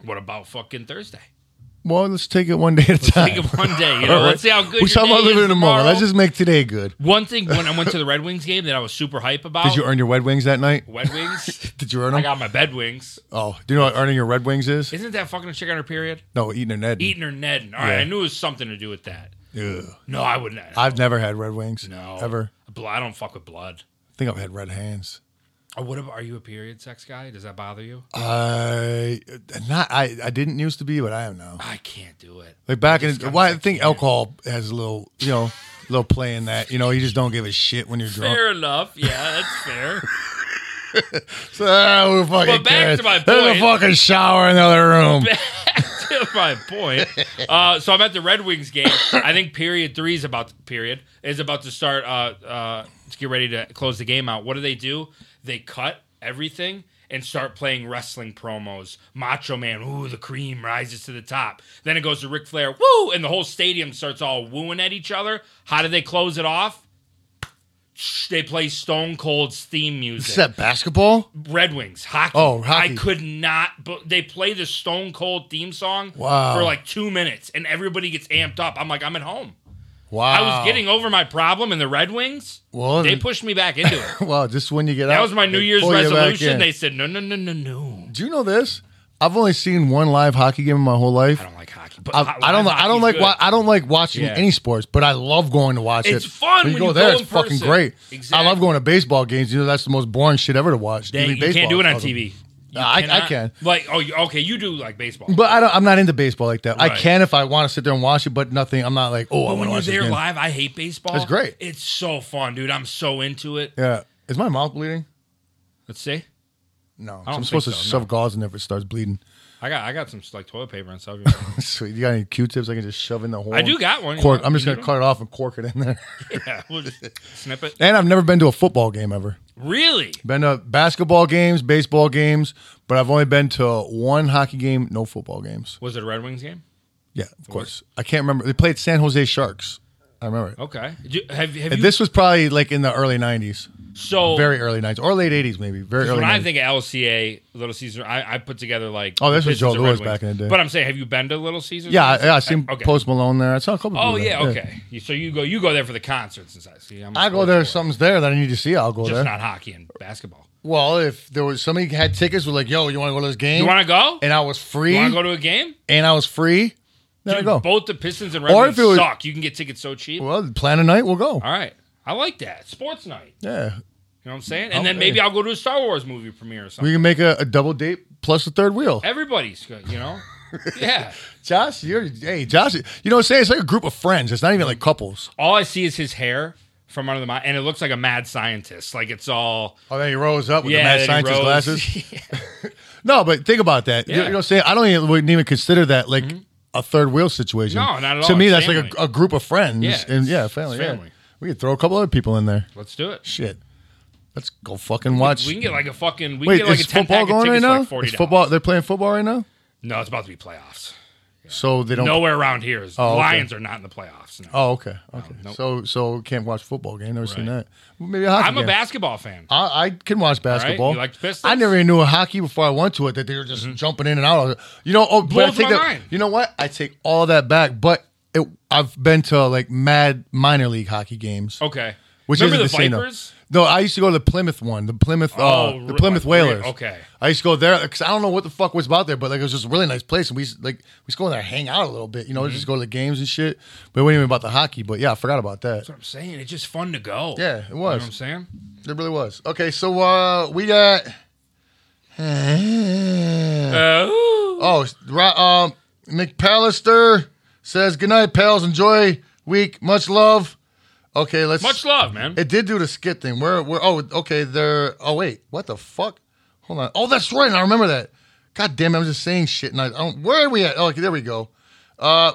Speaker 2: What about fucking Thursday?
Speaker 1: Well, let's take it one day at a time.
Speaker 2: Take it one day. You know,
Speaker 1: All right.
Speaker 2: let's see how good
Speaker 1: We're
Speaker 2: your
Speaker 1: talking about
Speaker 2: day is
Speaker 1: living in the moment.
Speaker 2: tomorrow.
Speaker 1: Let's just make today good.
Speaker 2: One thing when I went to the Red Wings game that I was super hype about.
Speaker 1: Did you earn your Red Wings that night?
Speaker 2: Red Wings?
Speaker 1: Did you earn
Speaker 2: I
Speaker 1: them?
Speaker 2: got my bed wings.
Speaker 1: oh, do you know what earning your Red Wings is?
Speaker 2: Isn't that fucking a chick on her period?
Speaker 1: No, eating an Ed.
Speaker 2: Eating or nedding. All right,
Speaker 1: Yeah.
Speaker 2: I knew it was something to do with that.
Speaker 1: Ugh.
Speaker 2: No, I wouldn't.
Speaker 1: I've never had Red Wings.
Speaker 2: No.
Speaker 1: Ever.
Speaker 2: Bl- I don't fuck with blood.
Speaker 1: I think I've had Red Hands.
Speaker 2: Oh, what about, are you a period sex guy? Does that bother you?
Speaker 1: I not I, I didn't used to be, but I am now.
Speaker 2: I can't do it.
Speaker 1: Like back in, the,
Speaker 2: kinda
Speaker 1: why I
Speaker 2: like
Speaker 1: think alcohol has a little, you know, little play in that. You know, you just don't give a shit when you're drunk.
Speaker 2: Fair enough. Yeah, that's fair.
Speaker 1: So, ah, who fucking
Speaker 2: But back
Speaker 1: cares?
Speaker 2: to my
Speaker 1: There's a
Speaker 2: point.
Speaker 1: fucking shower in the other room.
Speaker 2: to my point. Uh, so I'm at the Red Wings game. I think period three is about period is about to start. Uh, uh, to get ready to close the game out. What do they do? They cut everything and start playing wrestling promos. Macho Man, ooh, the cream rises to the top. Then it goes to Ric Flair, woo, and the whole stadium starts all wooing at each other. How do they close it off? They play Stone Cold's theme music.
Speaker 1: Is that basketball?
Speaker 2: Red Wings hockey.
Speaker 1: Oh, hockey.
Speaker 2: I could not. But they play the Stone Cold theme song
Speaker 1: Wow.
Speaker 2: for like two minutes, and everybody gets amped up. I'm like, I'm at home.
Speaker 1: Wow.
Speaker 2: I was getting over my problem in the Red Wings.
Speaker 1: Well,
Speaker 2: they
Speaker 1: then-
Speaker 2: pushed me back into it.
Speaker 1: Wow, just when you get out.
Speaker 2: That was my New
Speaker 1: they
Speaker 2: Year's
Speaker 1: pull you back
Speaker 2: resolution.
Speaker 1: in.
Speaker 2: They said, no, no, no, no, no.
Speaker 1: Do you know this? I've only seen one live hockey game in my whole life.
Speaker 2: I don't like hockey. But
Speaker 1: I, I don't. know. I don't like. Wa- I don't like watching
Speaker 2: Yeah.
Speaker 1: any sports, but I love going to watch it.
Speaker 2: It's fun when you go in
Speaker 1: It's fucking
Speaker 2: person.
Speaker 1: great. I love
Speaker 2: Exactly.
Speaker 1: going to baseball games. You know, that's the most boring shit ever to watch. TV
Speaker 2: They, you can't do
Speaker 1: baseball
Speaker 2: it
Speaker 1: is
Speaker 2: on
Speaker 1: awesome.
Speaker 2: TV. You
Speaker 1: I- I
Speaker 2: cannot-
Speaker 1: can.
Speaker 2: Like, oh, you- okay, you do like baseball.
Speaker 1: But I don't, I'm not into baseball like that. I
Speaker 2: Right.
Speaker 1: can if I want to sit there and watch it, but nothing. I'm not like, oh, I want
Speaker 2: but when
Speaker 1: to
Speaker 2: you're
Speaker 1: watch this
Speaker 2: there
Speaker 1: game.
Speaker 2: live, I hate baseball.
Speaker 1: That's great.
Speaker 2: It's so fun, dude. I'm so into it.
Speaker 1: Yeah. Is my mouth bleeding?
Speaker 2: Let's see.
Speaker 1: No.
Speaker 2: don't
Speaker 1: I'm supposed
Speaker 2: think
Speaker 1: to
Speaker 2: so,
Speaker 1: shove gauze in there if it starts bleeding.
Speaker 2: I got I got some like toilet paper and stuff.
Speaker 1: Sweet. You got any Q-tips I can just shove in the hole?
Speaker 2: I do got one. You
Speaker 1: Cork.
Speaker 2: want-
Speaker 1: I'm just
Speaker 2: you
Speaker 1: gonna cut it off and cork it in there.
Speaker 2: want- Yeah, we'll just snip it.
Speaker 1: and I've never been to a football game ever.
Speaker 2: Really?
Speaker 1: Been to basketball games, baseball games, but I've only been to one hockey game, no football games.
Speaker 2: Was it a Red Wings game?
Speaker 1: Yeah, of course. I can't remember. They played San Jose Sharks. I remember. it.
Speaker 2: Okay. Oh. Do, have have
Speaker 1: And
Speaker 2: you,
Speaker 1: this was probably like in the early '90s,
Speaker 2: so
Speaker 1: very early '90s or late '80s, maybe very early.
Speaker 2: when I
Speaker 1: 90s.
Speaker 2: think of LCA Little Caesar, I, I put together like
Speaker 1: Oh, this was
Speaker 2: Pistons
Speaker 1: Joe
Speaker 2: and Red
Speaker 1: Louis
Speaker 2: Wings.
Speaker 1: back in the day.
Speaker 2: But I'm saying, have you been to Little Caesar?
Speaker 1: yeah, I, yeah, I seen
Speaker 2: okay.
Speaker 1: Post Malone there. I saw a couple.
Speaker 2: Oh
Speaker 1: people there.
Speaker 2: yeah, okay. You So you go you go there for the concerts and such. See, I'm a
Speaker 1: I go
Speaker 2: sports
Speaker 1: there.
Speaker 2: boy.
Speaker 1: If something's there that I need to see, I'll go
Speaker 2: just
Speaker 1: there.
Speaker 2: not hockey and basketball.
Speaker 1: Well, if there was somebody had tickets, were like, "Yo, you want to go to this game?"
Speaker 2: You want to go?
Speaker 1: and I was free,
Speaker 2: You want to go to a game?
Speaker 1: and I was free, then I
Speaker 2: Dude,
Speaker 1: go.
Speaker 2: Both the Pistons and Red
Speaker 1: Or
Speaker 2: Wings
Speaker 1: if it was-
Speaker 2: suck. You can get tickets so cheap.
Speaker 1: well, plan a night, we'll go.
Speaker 2: All right, I like that sports night.
Speaker 1: Yeah,
Speaker 2: You know what I'm saying? And then maybe I'll go to a Star Wars movie premiere or something.
Speaker 1: we can make a, a double date plus a third wheel.
Speaker 2: Everybody's good, you know. yeah.
Speaker 1: Josh, you're hey Josh. You know what I'm saying? It's like a group of friends. It's not even like couples.
Speaker 2: All I see is his hair from under the mouth, and it looks like a mad scientist. Like it's all
Speaker 1: Oh, then he rose up with
Speaker 2: yeah,
Speaker 1: the mad
Speaker 2: that he
Speaker 1: scientist
Speaker 2: rose.
Speaker 1: glasses. No, but think about that. You- You,
Speaker 2: Yeah. Mm-hmm.
Speaker 1: know what I'm saying? I don't even, wouldn't even consider that like a third wheel situation.
Speaker 2: No, not at
Speaker 1: To
Speaker 2: all.
Speaker 1: me,
Speaker 2: It's
Speaker 1: that's like a,
Speaker 2: family.
Speaker 1: a group of friends.
Speaker 2: Yeah,
Speaker 1: and
Speaker 2: it's-
Speaker 1: yeah,
Speaker 2: it's
Speaker 1: family. yeah.
Speaker 2: family.
Speaker 1: We could throw a couple other people in there.
Speaker 2: Let's do it.
Speaker 1: Shit. Let's go fucking watch.
Speaker 2: We can get like a fucking. We
Speaker 1: Wait,
Speaker 2: can get like
Speaker 1: is
Speaker 2: a ten
Speaker 1: football
Speaker 2: pack
Speaker 1: going
Speaker 2: of
Speaker 1: right
Speaker 2: tickets
Speaker 1: now?
Speaker 2: for like
Speaker 1: Is
Speaker 2: forty
Speaker 1: football. They're playing football right now,
Speaker 2: No, it's about to be playoffs.
Speaker 1: so they don't.
Speaker 2: Nowhere around here is
Speaker 1: Oh, okay.
Speaker 2: Lions are not in the playoffs. No.
Speaker 1: Oh, okay, okay.
Speaker 2: nope.
Speaker 1: So, so can't watch football game. Never seen
Speaker 2: Right.
Speaker 1: that. Well, Maybe a hockey
Speaker 2: I'm a
Speaker 1: game.
Speaker 2: basketball fan.
Speaker 1: I, I can watch basketball.
Speaker 2: you like the Pistons? Mm-hmm.
Speaker 1: I never even knew hockey before I went to it that they were just jumping in and out. You know, oh, but I
Speaker 2: Blows
Speaker 1: take
Speaker 2: my
Speaker 1: that,
Speaker 2: mind.
Speaker 1: You know what? I take all that back. But it, I've been to like mad minor league hockey games.
Speaker 2: Okay.
Speaker 1: Which
Speaker 2: Oh, Remember
Speaker 1: isn't
Speaker 2: the
Speaker 1: the
Speaker 2: Vipers?
Speaker 1: same though. No, I used to go to the Plymouth one, the Plymouth,
Speaker 2: Oh,
Speaker 1: uh, the
Speaker 2: re-
Speaker 1: Plymouth
Speaker 2: like,
Speaker 1: Whalers.
Speaker 2: okay.
Speaker 1: I used to go there because I don't know what the fuck was about there, but like it was just a really nice place, and we used, like we used to go in there, and hang out a little bit, you know,
Speaker 2: Mm-hmm.
Speaker 1: just go to the games and shit. But it wasn't even about the hockey. But yeah, I forgot about that.
Speaker 2: That's what I'm saying. It's just fun to go.
Speaker 1: Yeah, it
Speaker 2: You know what
Speaker 1: was.
Speaker 2: I'm saying?
Speaker 1: It really was. Okay, so uh, we got.
Speaker 2: Uh, ooh.
Speaker 1: Oh, it's- Ro- um, McPallister says, Good night, pals. Enjoy week. Much love. Okay, let's.
Speaker 2: Much love, man.
Speaker 1: It did do the skit thing. Where, where, oh, okay, they're. Oh, wait, what the fuck? Hold on. Oh, that's right. I remember that. God damn it, I'm just saying shit. And I, I don't, where are we at? Oh, okay, there we go. Uh,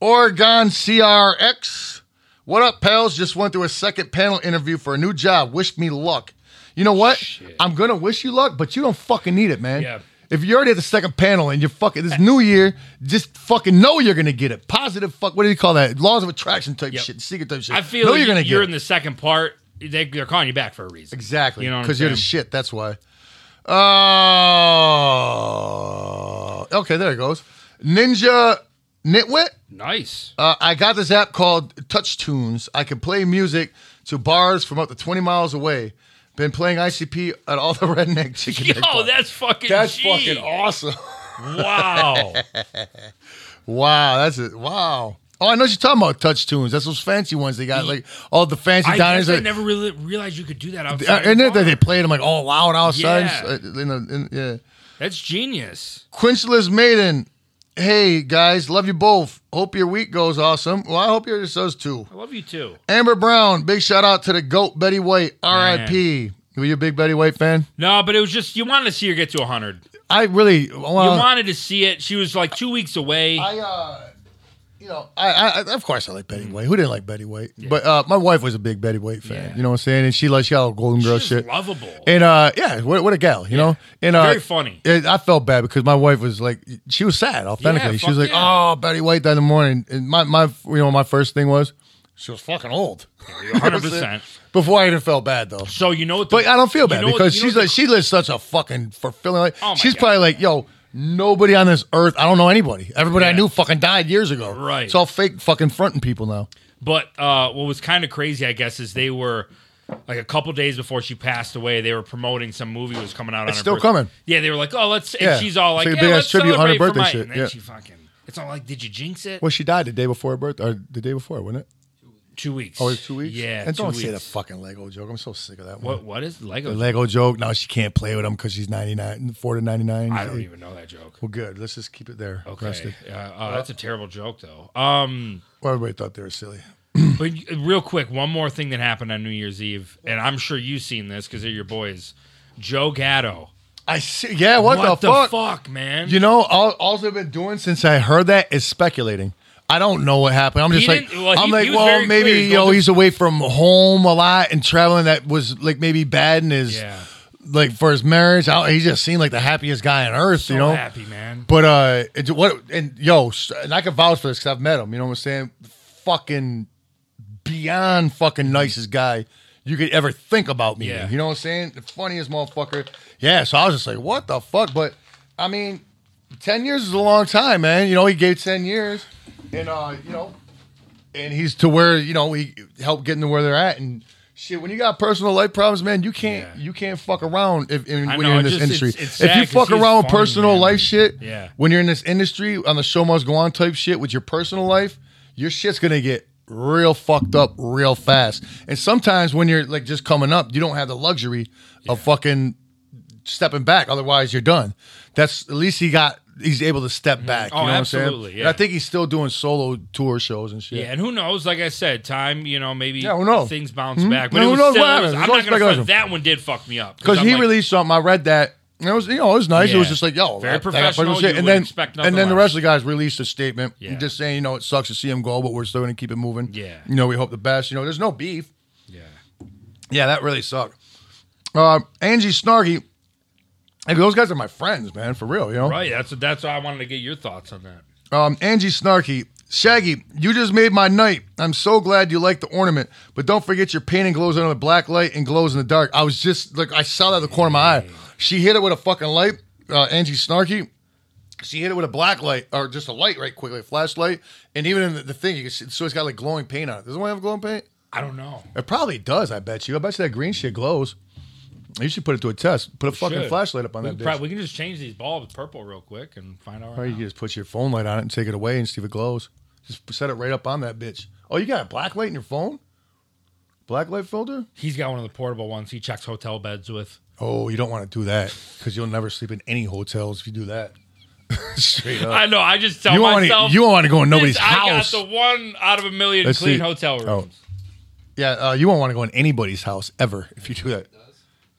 Speaker 1: Oregon CRX. What up, pals? Just went through a second panel interview for a new job. Wish me luck. You know what?
Speaker 2: Shit.
Speaker 1: I'm gonna wish you luck, but you don't fucking need it, man.
Speaker 2: Yeah.
Speaker 1: If you're already at the second panel and you're fucking this new year, just fucking know you're gonna get it. Positive fuck. What do you call that? Laws of attraction type
Speaker 2: Yep.
Speaker 1: shit, secret type shit.
Speaker 2: I feel
Speaker 1: know
Speaker 2: like
Speaker 1: you're gonna
Speaker 2: you're
Speaker 1: get
Speaker 2: in
Speaker 1: it.
Speaker 2: the second part. They, they're calling you back for a reason.
Speaker 1: exactly.
Speaker 2: You know,
Speaker 1: because you're the
Speaker 2: shit.
Speaker 1: shit. That's why. Oh. okay, there it goes. Ninja Nitwit.
Speaker 2: nice.
Speaker 1: Uh, I got this app called Touch Tunes. I can play music to bars from up to 20 miles away. Been playing ICP at all the redneck chicken. neck
Speaker 2: Yo,
Speaker 1: bars.
Speaker 2: that's fucking.
Speaker 1: That's
Speaker 2: G.
Speaker 1: fucking awesome.
Speaker 2: Wow.
Speaker 1: Wow, that's it. Wow. Oh, I know what you're talking about touch tunes. That's those fancy ones they got, like all the fancy
Speaker 2: I,
Speaker 1: diners.
Speaker 2: guess I
Speaker 1: that-
Speaker 2: never really realized you could do that
Speaker 1: uh,
Speaker 2: outside.
Speaker 1: and
Speaker 2: the
Speaker 1: then they,
Speaker 2: bar.
Speaker 1: they played them like all loud outside.
Speaker 2: Yeah.
Speaker 1: Uh, in the- in- yeah.
Speaker 2: That's genius.
Speaker 1: Quinceless Maiden. Hey guys, love you both. Hope your week goes awesome. Well, I hope yours does too.
Speaker 2: I love you too.
Speaker 1: Amber Brown, big shout out to the GOAT Betty White, R.I.P. Were you a big Betty White fan?
Speaker 2: No, but it was just you wanted to see her get to 100.
Speaker 1: I really
Speaker 2: you
Speaker 1: well,
Speaker 2: wanted to see it. She was like two weeks away.
Speaker 1: Uh, I uh you know, I, I of course I like Betty
Speaker 2: Mm.
Speaker 1: White. Who didn't like Betty White? But uh, my wife was a big Betty White fan.
Speaker 2: Yeah.
Speaker 1: You know what I'm saying? And she likes she got all golden girl
Speaker 2: She's
Speaker 1: shit.
Speaker 2: lovable.
Speaker 1: And uh, yeah, what, what a gal, you know. And uh,
Speaker 2: Very funny.
Speaker 1: it- I felt bad because my wife was like, she was sad authentically.
Speaker 2: Yeah,
Speaker 1: she was
Speaker 2: fuck
Speaker 1: like,
Speaker 2: yeah.
Speaker 1: oh, Betty White died in the morning. And my my you know my first thing was she was fucking old. You know what I'm
Speaker 2: 100%.
Speaker 1: saying? Before I even felt bad though.
Speaker 2: so you know what? The,
Speaker 1: But I don't feel
Speaker 2: you
Speaker 1: bad
Speaker 2: know what-
Speaker 1: because
Speaker 2: you know
Speaker 1: she's
Speaker 2: what
Speaker 1: like she lives such a fucking fulfilling life.
Speaker 2: Oh my
Speaker 1: she's
Speaker 2: God.
Speaker 1: probably like, yo, nobody on this earth. I don't know anybody. Everybody I
Speaker 2: Yeah.
Speaker 1: knew fucking died years ago.
Speaker 2: Right.
Speaker 1: It's all fake fucking fronting people now.
Speaker 2: But uh, what was kind of crazy, I guess, is they were like a couple days before she passed away. They were promoting some movie was coming out.
Speaker 1: It's
Speaker 2: on
Speaker 1: still
Speaker 2: her birth-
Speaker 1: coming.
Speaker 2: Yeah, they were like, "Oh, let's."
Speaker 1: Yeah,
Speaker 2: And she's all
Speaker 1: it's like
Speaker 2: like,
Speaker 1: a
Speaker 2: "Yeah,
Speaker 1: big-ass
Speaker 2: let's
Speaker 1: tribute on
Speaker 2: tribute
Speaker 1: her
Speaker 2: celebrate
Speaker 1: birthday
Speaker 2: for Mike."
Speaker 1: shit,
Speaker 2: And then
Speaker 1: yeah.
Speaker 2: she fucking. It's all like, "Did you jinx it?"
Speaker 1: Well, she died the day before her birth or the day before, wasn't it?
Speaker 2: two weeks.
Speaker 1: Oh, it was two weeks.
Speaker 2: Yeah,
Speaker 1: And
Speaker 2: two
Speaker 1: don't
Speaker 2: weeks.
Speaker 1: say the fucking Lego joke. I'm so sick of that one.
Speaker 2: What? What is Lego?
Speaker 1: The Lego joke. Now she can't play with him because she's 99, four to 99.
Speaker 2: I don't even know that joke.
Speaker 1: Well, good. Let's just keep it there.
Speaker 2: Okay,
Speaker 1: Rusty.
Speaker 2: yeah, oh, that's a terrible joke though. Um,
Speaker 1: Well, everybody thought they were silly.
Speaker 2: But y- real quick, one more thing that happened on New Year's Eve, and I'm sure you've seen this because they're your boys. Joe Gatto
Speaker 1: I see. Yeah, what, the, fuck?
Speaker 2: man?
Speaker 1: You know, all, all I've been doing since I heard that is speculating. I don't know what happened. I'm
Speaker 2: He
Speaker 1: just like,
Speaker 2: didn't- well, he-
Speaker 1: I'm
Speaker 2: he
Speaker 1: like,
Speaker 2: was
Speaker 1: well,
Speaker 2: very
Speaker 1: maybe
Speaker 2: clear. He's
Speaker 1: you know,
Speaker 2: going to-
Speaker 1: he's away from home a lot and traveling. That was like maybe bad in his,
Speaker 2: Yeah.
Speaker 1: like for his marriage. I, he just seemed like the happiest guy on earth.
Speaker 2: so
Speaker 1: you know,
Speaker 2: happy, man.
Speaker 1: But uh, it, what and yo, s- and I can vouch for this because I've met him. You know what I'm saying? Fucking beyond fucking nicest guy you could ever think about me.
Speaker 2: Yeah.
Speaker 1: You know what I'm saying? The funniest motherfucker. Yeah. So I was just like, what the fuck? But I mean, ten years is a long time, man. You know, he gave ten years, and uh, you know, and he's to where you know he helped getting to where they're at and. Shit, when you got personal life problems, man, you can't
Speaker 2: Yeah.
Speaker 1: you can't fuck around if, in,
Speaker 2: I
Speaker 1: when
Speaker 2: know,
Speaker 1: you're in
Speaker 2: it
Speaker 1: this
Speaker 2: just-
Speaker 1: industry.
Speaker 2: it's- it's
Speaker 1: if
Speaker 2: sad
Speaker 1: you
Speaker 2: 'cause
Speaker 1: fuck
Speaker 2: he's
Speaker 1: around with
Speaker 2: funny,
Speaker 1: personal
Speaker 2: man.
Speaker 1: life shit,
Speaker 2: Yeah.
Speaker 1: when you're in this industry on the show must go on type shit with your personal life, your shit's gonna get real fucked up real fast. And sometimes when you're like just coming up, you don't have the luxury of fucking stepping back. Otherwise, you're done. That's at least he got. He's able to step back.
Speaker 2: Oh,
Speaker 1: you know What I'm
Speaker 2: absolutely,
Speaker 1: saying?
Speaker 2: yeah.
Speaker 1: And I think he's still doing solo tour shows and shit.
Speaker 2: Yeah, and who knows? Like I said, time, you know, maybe
Speaker 1: Yeah, who knows? Hmm?
Speaker 2: things bounce back. But
Speaker 1: Yeah,
Speaker 2: it
Speaker 1: who
Speaker 2: was
Speaker 1: knows
Speaker 2: still,
Speaker 1: what
Speaker 2: it was-
Speaker 1: happens? It's all
Speaker 2: I'm not gonna front,
Speaker 1: speculation.
Speaker 2: that one did fuck me up
Speaker 1: because
Speaker 2: I'm
Speaker 1: he
Speaker 2: like,
Speaker 1: released something. I read that. And it was you know it was nice. It was
Speaker 2: Yeah.
Speaker 1: just like yo,
Speaker 2: Very
Speaker 1: that- that got fucking
Speaker 2: professional. You
Speaker 1: And
Speaker 2: would
Speaker 1: then
Speaker 2: expect nothing
Speaker 1: and then the
Speaker 2: less.
Speaker 1: rest of the guys released a statement
Speaker 2: Yeah.
Speaker 1: just saying you know it sucks to see him go, but we're still gonna keep it moving.
Speaker 2: Yeah.
Speaker 1: you know we hope the best. You know there's no beef.
Speaker 2: Yeah,
Speaker 1: Yeah, that really sucked. Uh, Angie Snargy, and those guys are my friends, man, for real. You know,
Speaker 2: right. That's that's why I wanted to get your thoughts on that.
Speaker 1: um, Angie Snarky, Shaggy, you just made my night. I'm so glad you like the ornament, but don't forget your painting glows under the black light and glows in the dark. I was just like, I saw that at the corner of my eye. She hit it with a fucking light, uh, Angie Snarky. She hit it with a black light or just a light, right? Quickly, a flashlight, and even in the, the thing, you can see, so it's got like glowing paint on it. Does it have glowing paint?
Speaker 2: I don't know.
Speaker 1: It probably does. I bet you. I bet you that green shit glows. You should put it to a test. Put a fucking
Speaker 2: Should.
Speaker 1: flashlight up on
Speaker 2: we
Speaker 1: that.
Speaker 2: could
Speaker 1: bitch.
Speaker 2: prob- we can just change these bulbs purple real quick and find out.
Speaker 1: Or
Speaker 2: Right
Speaker 1: you
Speaker 2: now.
Speaker 1: can just put your phone light on it and take it away and see if it glows. Just set it right up on that bitch. Oh, you got a black light in your phone? Black light filter?
Speaker 2: He's got one of the portable ones. He checks hotel beds with.
Speaker 1: Oh, you don't want to do that because you'll never sleep in any hotels if you do that. Straight up.
Speaker 2: I know. I just tell
Speaker 1: Uh, You won't,
Speaker 2: myself.
Speaker 1: want to, you won't want to go in nobody's
Speaker 2: this-
Speaker 1: house.
Speaker 2: I got the one out of a 1000000
Speaker 1: Let's
Speaker 2: clean
Speaker 1: see.
Speaker 2: hotel
Speaker 1: Oh.
Speaker 2: rooms.
Speaker 1: yeah, uh, you won't want to go in anybody's house ever if you do that.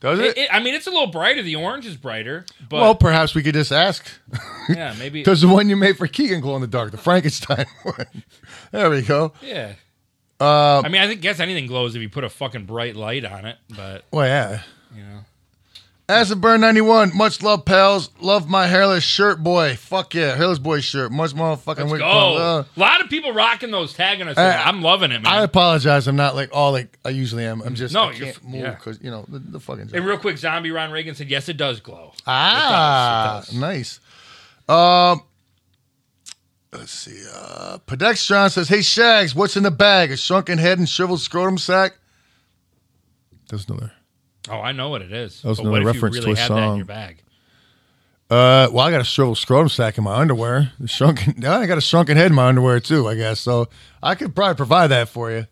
Speaker 1: Does it?
Speaker 2: It- it- I mean, it's a little brighter. The orange is brighter, but
Speaker 1: well, perhaps we could just ask.
Speaker 2: yeah, maybe.
Speaker 1: Does the one you made for Keegan glow in the dark? The Frankenstein one. there we go.
Speaker 2: Yeah.
Speaker 1: Uh,
Speaker 2: I mean, I think guess anything glows if you put a fucking bright light on it, but
Speaker 1: Well, yeah.
Speaker 2: you know.
Speaker 1: Acid Burn 91, much love, pals. Love my hairless shirt, boy. Fuck yeah, hairless boy shirt. Much motherfucking
Speaker 2: Go.
Speaker 1: wicked. Uh,
Speaker 2: a lot of people rocking those, tagging us. in.
Speaker 1: I-
Speaker 2: I'm loving it,
Speaker 1: I
Speaker 2: man.
Speaker 1: apologize. I'm not like all like I usually am. I'm just
Speaker 2: No,
Speaker 1: no, I
Speaker 2: you're
Speaker 1: can't
Speaker 2: f-
Speaker 1: move
Speaker 2: yeah.
Speaker 1: because you know the, the fucking.
Speaker 2: and real quick, zombie Ron Reagan said, "Yes, it does glow."
Speaker 1: ah,
Speaker 2: does, it does.
Speaker 1: nice. Um, let's see. Uh, Pedextron says, "Hey Shags, what's in the bag? A shrunken head and shriveled scrotum sack." There's no there.
Speaker 2: Oh, I know what it is.
Speaker 1: was
Speaker 2: but what
Speaker 1: another
Speaker 2: if
Speaker 1: reference
Speaker 2: you
Speaker 1: to
Speaker 2: really
Speaker 1: a
Speaker 2: had that in
Speaker 1: song.
Speaker 2: your bag?
Speaker 1: Uh, well, I got a shriveled scrotum sack in my underwear. The shrunken, now I got a shrunken head in my underwear too. I guess so. I could probably provide that for you.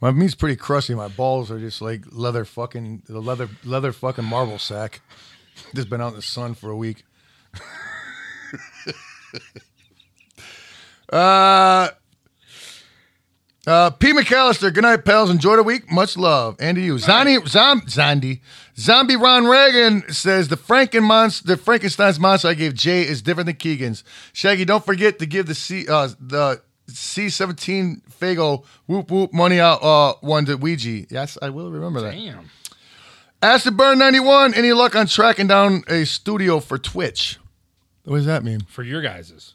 Speaker 1: My meat's pretty crusty. My balls are just like leather fucking the leather leather fucking marble sack. Just been out in the sun for a week. uh, uh, P. McAllister, good night, pals. Enjoy the week. Much love. And to you. Zombie, zom, Zondi. Zombie Ron Reagan says the Franken monster, the Frankenstein's monster I gave Jay is different than Keegan's. Shaggy, don't forget to give the C uh, the C seventeen Fago whoop whoop money out uh one to Ouija. Yes, I will remember that.
Speaker 2: Damn.
Speaker 1: Acid Burn 91, any luck on tracking down a studio for Twitch? What does that mean?
Speaker 2: For your guys's,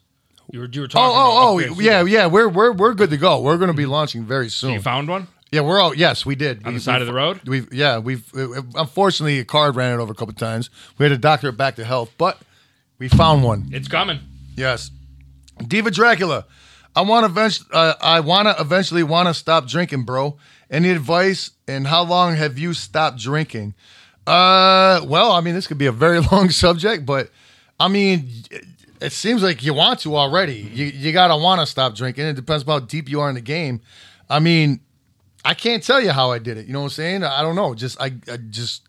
Speaker 2: you were you were
Speaker 1: Oh,
Speaker 2: talking.
Speaker 1: oh,
Speaker 2: about
Speaker 1: oh, yeah, yeah. We're we're we're good to go. We're going to be launching very
Speaker 2: You
Speaker 1: soon.
Speaker 2: found one
Speaker 1: Yeah, we're all. Yes, we did.
Speaker 2: on
Speaker 1: we,
Speaker 2: the side of the road.
Speaker 1: We've yeah, we've uh, unfortunately a card ran it over a couple times. We had to doctor it back to health, but we found one.
Speaker 2: It's coming.
Speaker 1: Yes, Diva Dracula. I want eventually. Uh, I wanna eventually want to stop drinking, bro. Any advice? And how long have you stopped drinking? Uh, well, I mean, this could be a very long subject, but I mean, it- it seems like you want to already. You you gotta want to stop drinking. It depends on how deep you are in the game. I mean, I can't tell you how I did it. You know what I'm saying? I don't know. Just I, I just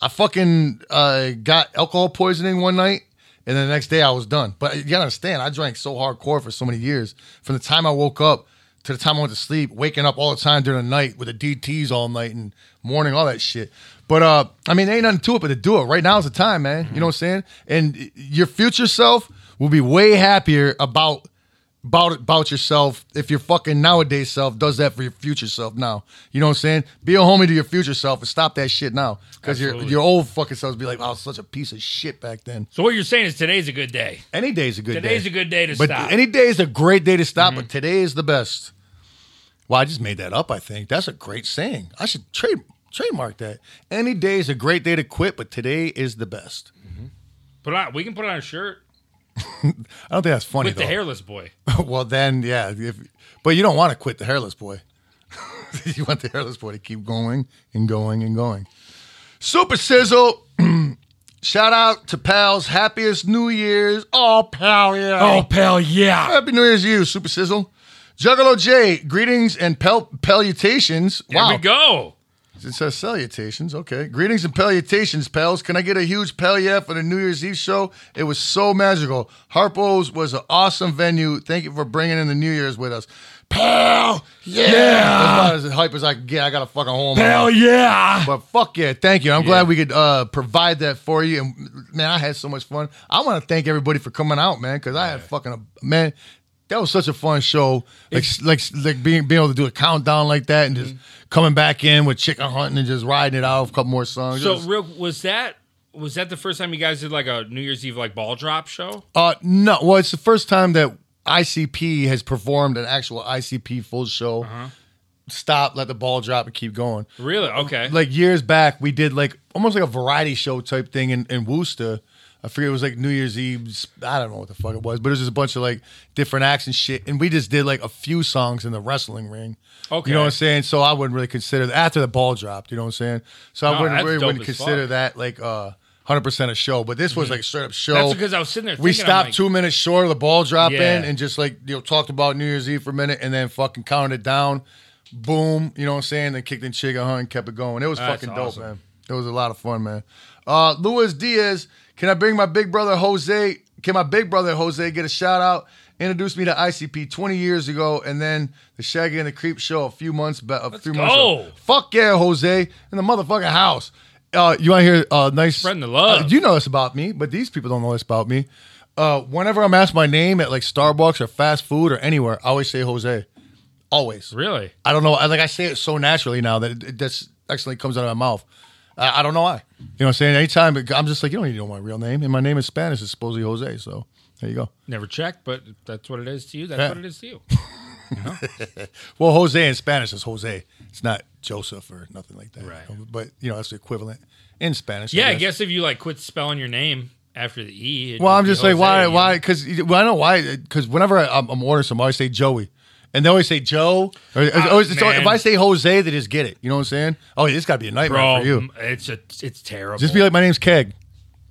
Speaker 1: I fucking uh, got alcohol poisoning one night, and then the next day I was done. But you gotta understand, I drank so hardcore for so many years. From the time I woke up to the time I went to sleep, waking up all the time during the night with the DTs all night and morning, all that shit. But uh, I mean, there ain't nothing to it but to do it. Right now's the time, man. You know what I'm saying? And your future self will be way happier about about about yourself if your fucking nowadays self does that for your future self now. You know what I'm saying? Be a homie to your future self and stop that shit now. Because your
Speaker 2: Absolutely.
Speaker 1: your old fucking self will be like, oh, such a piece of shit back then.
Speaker 2: So what you're saying is today's a good day.
Speaker 1: Any day's a good day.
Speaker 2: Today's a good day to
Speaker 1: But
Speaker 2: stop. Mm-hmm.
Speaker 1: any day is a great day to stop, but today is the best. Well, I just made that up, I think. That's a great saying. I should trade, trademark that. Any day is a great day to quit, but today is the best.
Speaker 2: put on. We can put on a shirt
Speaker 1: I don't think that's funny,
Speaker 2: with the hairless boy.
Speaker 1: though. well, then, yeah. If, but you don't want to quit the hairless boy. you want the hairless boy to keep going and going and going. Super Sizzle. Shout out to pals. Happiest New Year's. Oh, pal, yeah.
Speaker 2: pal, yeah.
Speaker 1: Happy New Year's to you, Super Sizzle. Juggalo J, greetings and pel- palutations.
Speaker 2: There
Speaker 1: wow.
Speaker 2: we go.
Speaker 1: It says salutations. Okay. Greetings and palutations, pals. Can I get a huge pal yeah for the New Year's Eve show? It was so magical. Harpo's was an awesome venue. Thank you for bringing in the New Year's with us. Pal, yeah. As about as hype as I can get, I got a fucking home.
Speaker 2: yeah.
Speaker 1: But fuck yeah, thank you. I'm glad we could uh, provide that for you. And man, I had so much fun. I want to thank everybody for coming out, man, because I had fucking a man. That was such a fun show. Like like like being being able to do a countdown like that and just coming back in with chicken hunting and just riding it out with a couple more songs. It
Speaker 2: So
Speaker 1: was-
Speaker 2: real was that was that the first time you guys did like a New Year's Eve like ball drop show?
Speaker 1: uh, no, well, it's the first time that ICP has performed an actual ICP full show. Stop, let the ball drop, and keep going.
Speaker 2: Really? Okay.
Speaker 1: like years back, we did like almost like a variety show type thing in, in Worcester. I forget it was like New Year's Eve. I don't know what the fuck it was, but it was just a bunch of like different acts and shit. And we just did like a few songs in the wrestling ring.
Speaker 2: Okay.
Speaker 1: You know what I'm saying? So I wouldn't really consider that after the ball dropped. You know what I'm saying? So I
Speaker 2: No,
Speaker 1: wouldn't
Speaker 2: that's
Speaker 1: really
Speaker 2: dope
Speaker 1: wouldn't
Speaker 2: as
Speaker 1: consider
Speaker 2: fuck. Mm-hmm.
Speaker 1: that like uh 100% a show. But this was like straight up show.
Speaker 2: That's because I was sitting there.
Speaker 1: We
Speaker 2: thinking, I'm
Speaker 1: stopped
Speaker 2: like,
Speaker 1: two minutes short of the ball drop
Speaker 2: Yeah.
Speaker 1: in and just like you know talked about New Year's Eve for a minute and then fucking counted it down, boom, you know what I'm saying? Then kicked in chicken hunt and kept it going. It was
Speaker 2: That's
Speaker 1: fucking
Speaker 2: awesome.
Speaker 1: dope, man. It was a lot of fun, man. Uh, Luis Diaz, can I bring my big brother Jose? Can my big brother Jose get a shout out? Introduced me to ICP 20 years ago, and then the Shaggy and the Creep show a few months back. A few months
Speaker 2: go.
Speaker 1: ago. Fuck yeah, Jose in the motherfucking house. Uh, you want to hear uh, nice
Speaker 2: Spreading the love.
Speaker 1: Uh, you know this about me, but these people don't know this about me. Uh, whenever I'm asked my name at like Starbucks or fast food or anywhere, I always say Jose. Always.
Speaker 2: Really?
Speaker 1: I don't know. I, like I say it so naturally now that it, it that's actually comes out of my mouth. I, I don't know why. You know what I'm saying? Anytime I'm just like, you don't need to know my real name, and my name in Spanish is supposedly Jose. So there you go.
Speaker 2: Never checked, but that's what it is to you. That's
Speaker 1: Yeah.
Speaker 2: what it is to you.
Speaker 1: Well, Jose in Spanish is Jose. It's not Joseph or nothing like that.
Speaker 2: Right.
Speaker 1: But you know that's the equivalent in Spanish.
Speaker 2: Yeah, I guess if you like quit spelling your name after the e. it'd
Speaker 1: Well, I'm
Speaker 2: be
Speaker 1: just like,
Speaker 2: Jose,
Speaker 1: why?
Speaker 2: you know?
Speaker 1: Why? Because well, I know why. Because whenever I, I'm, I'm ordering something, I always say Joey. And they always say Joe. Or, it's
Speaker 2: Ah,
Speaker 1: always- it's always- if
Speaker 2: man.
Speaker 1: I say Jose, they just get it. You know what I'm saying? Oh, this got to be a nightmare
Speaker 2: bro?
Speaker 1: for you.
Speaker 2: m- It's a it's terrible.
Speaker 1: Just be like, my name's Keg.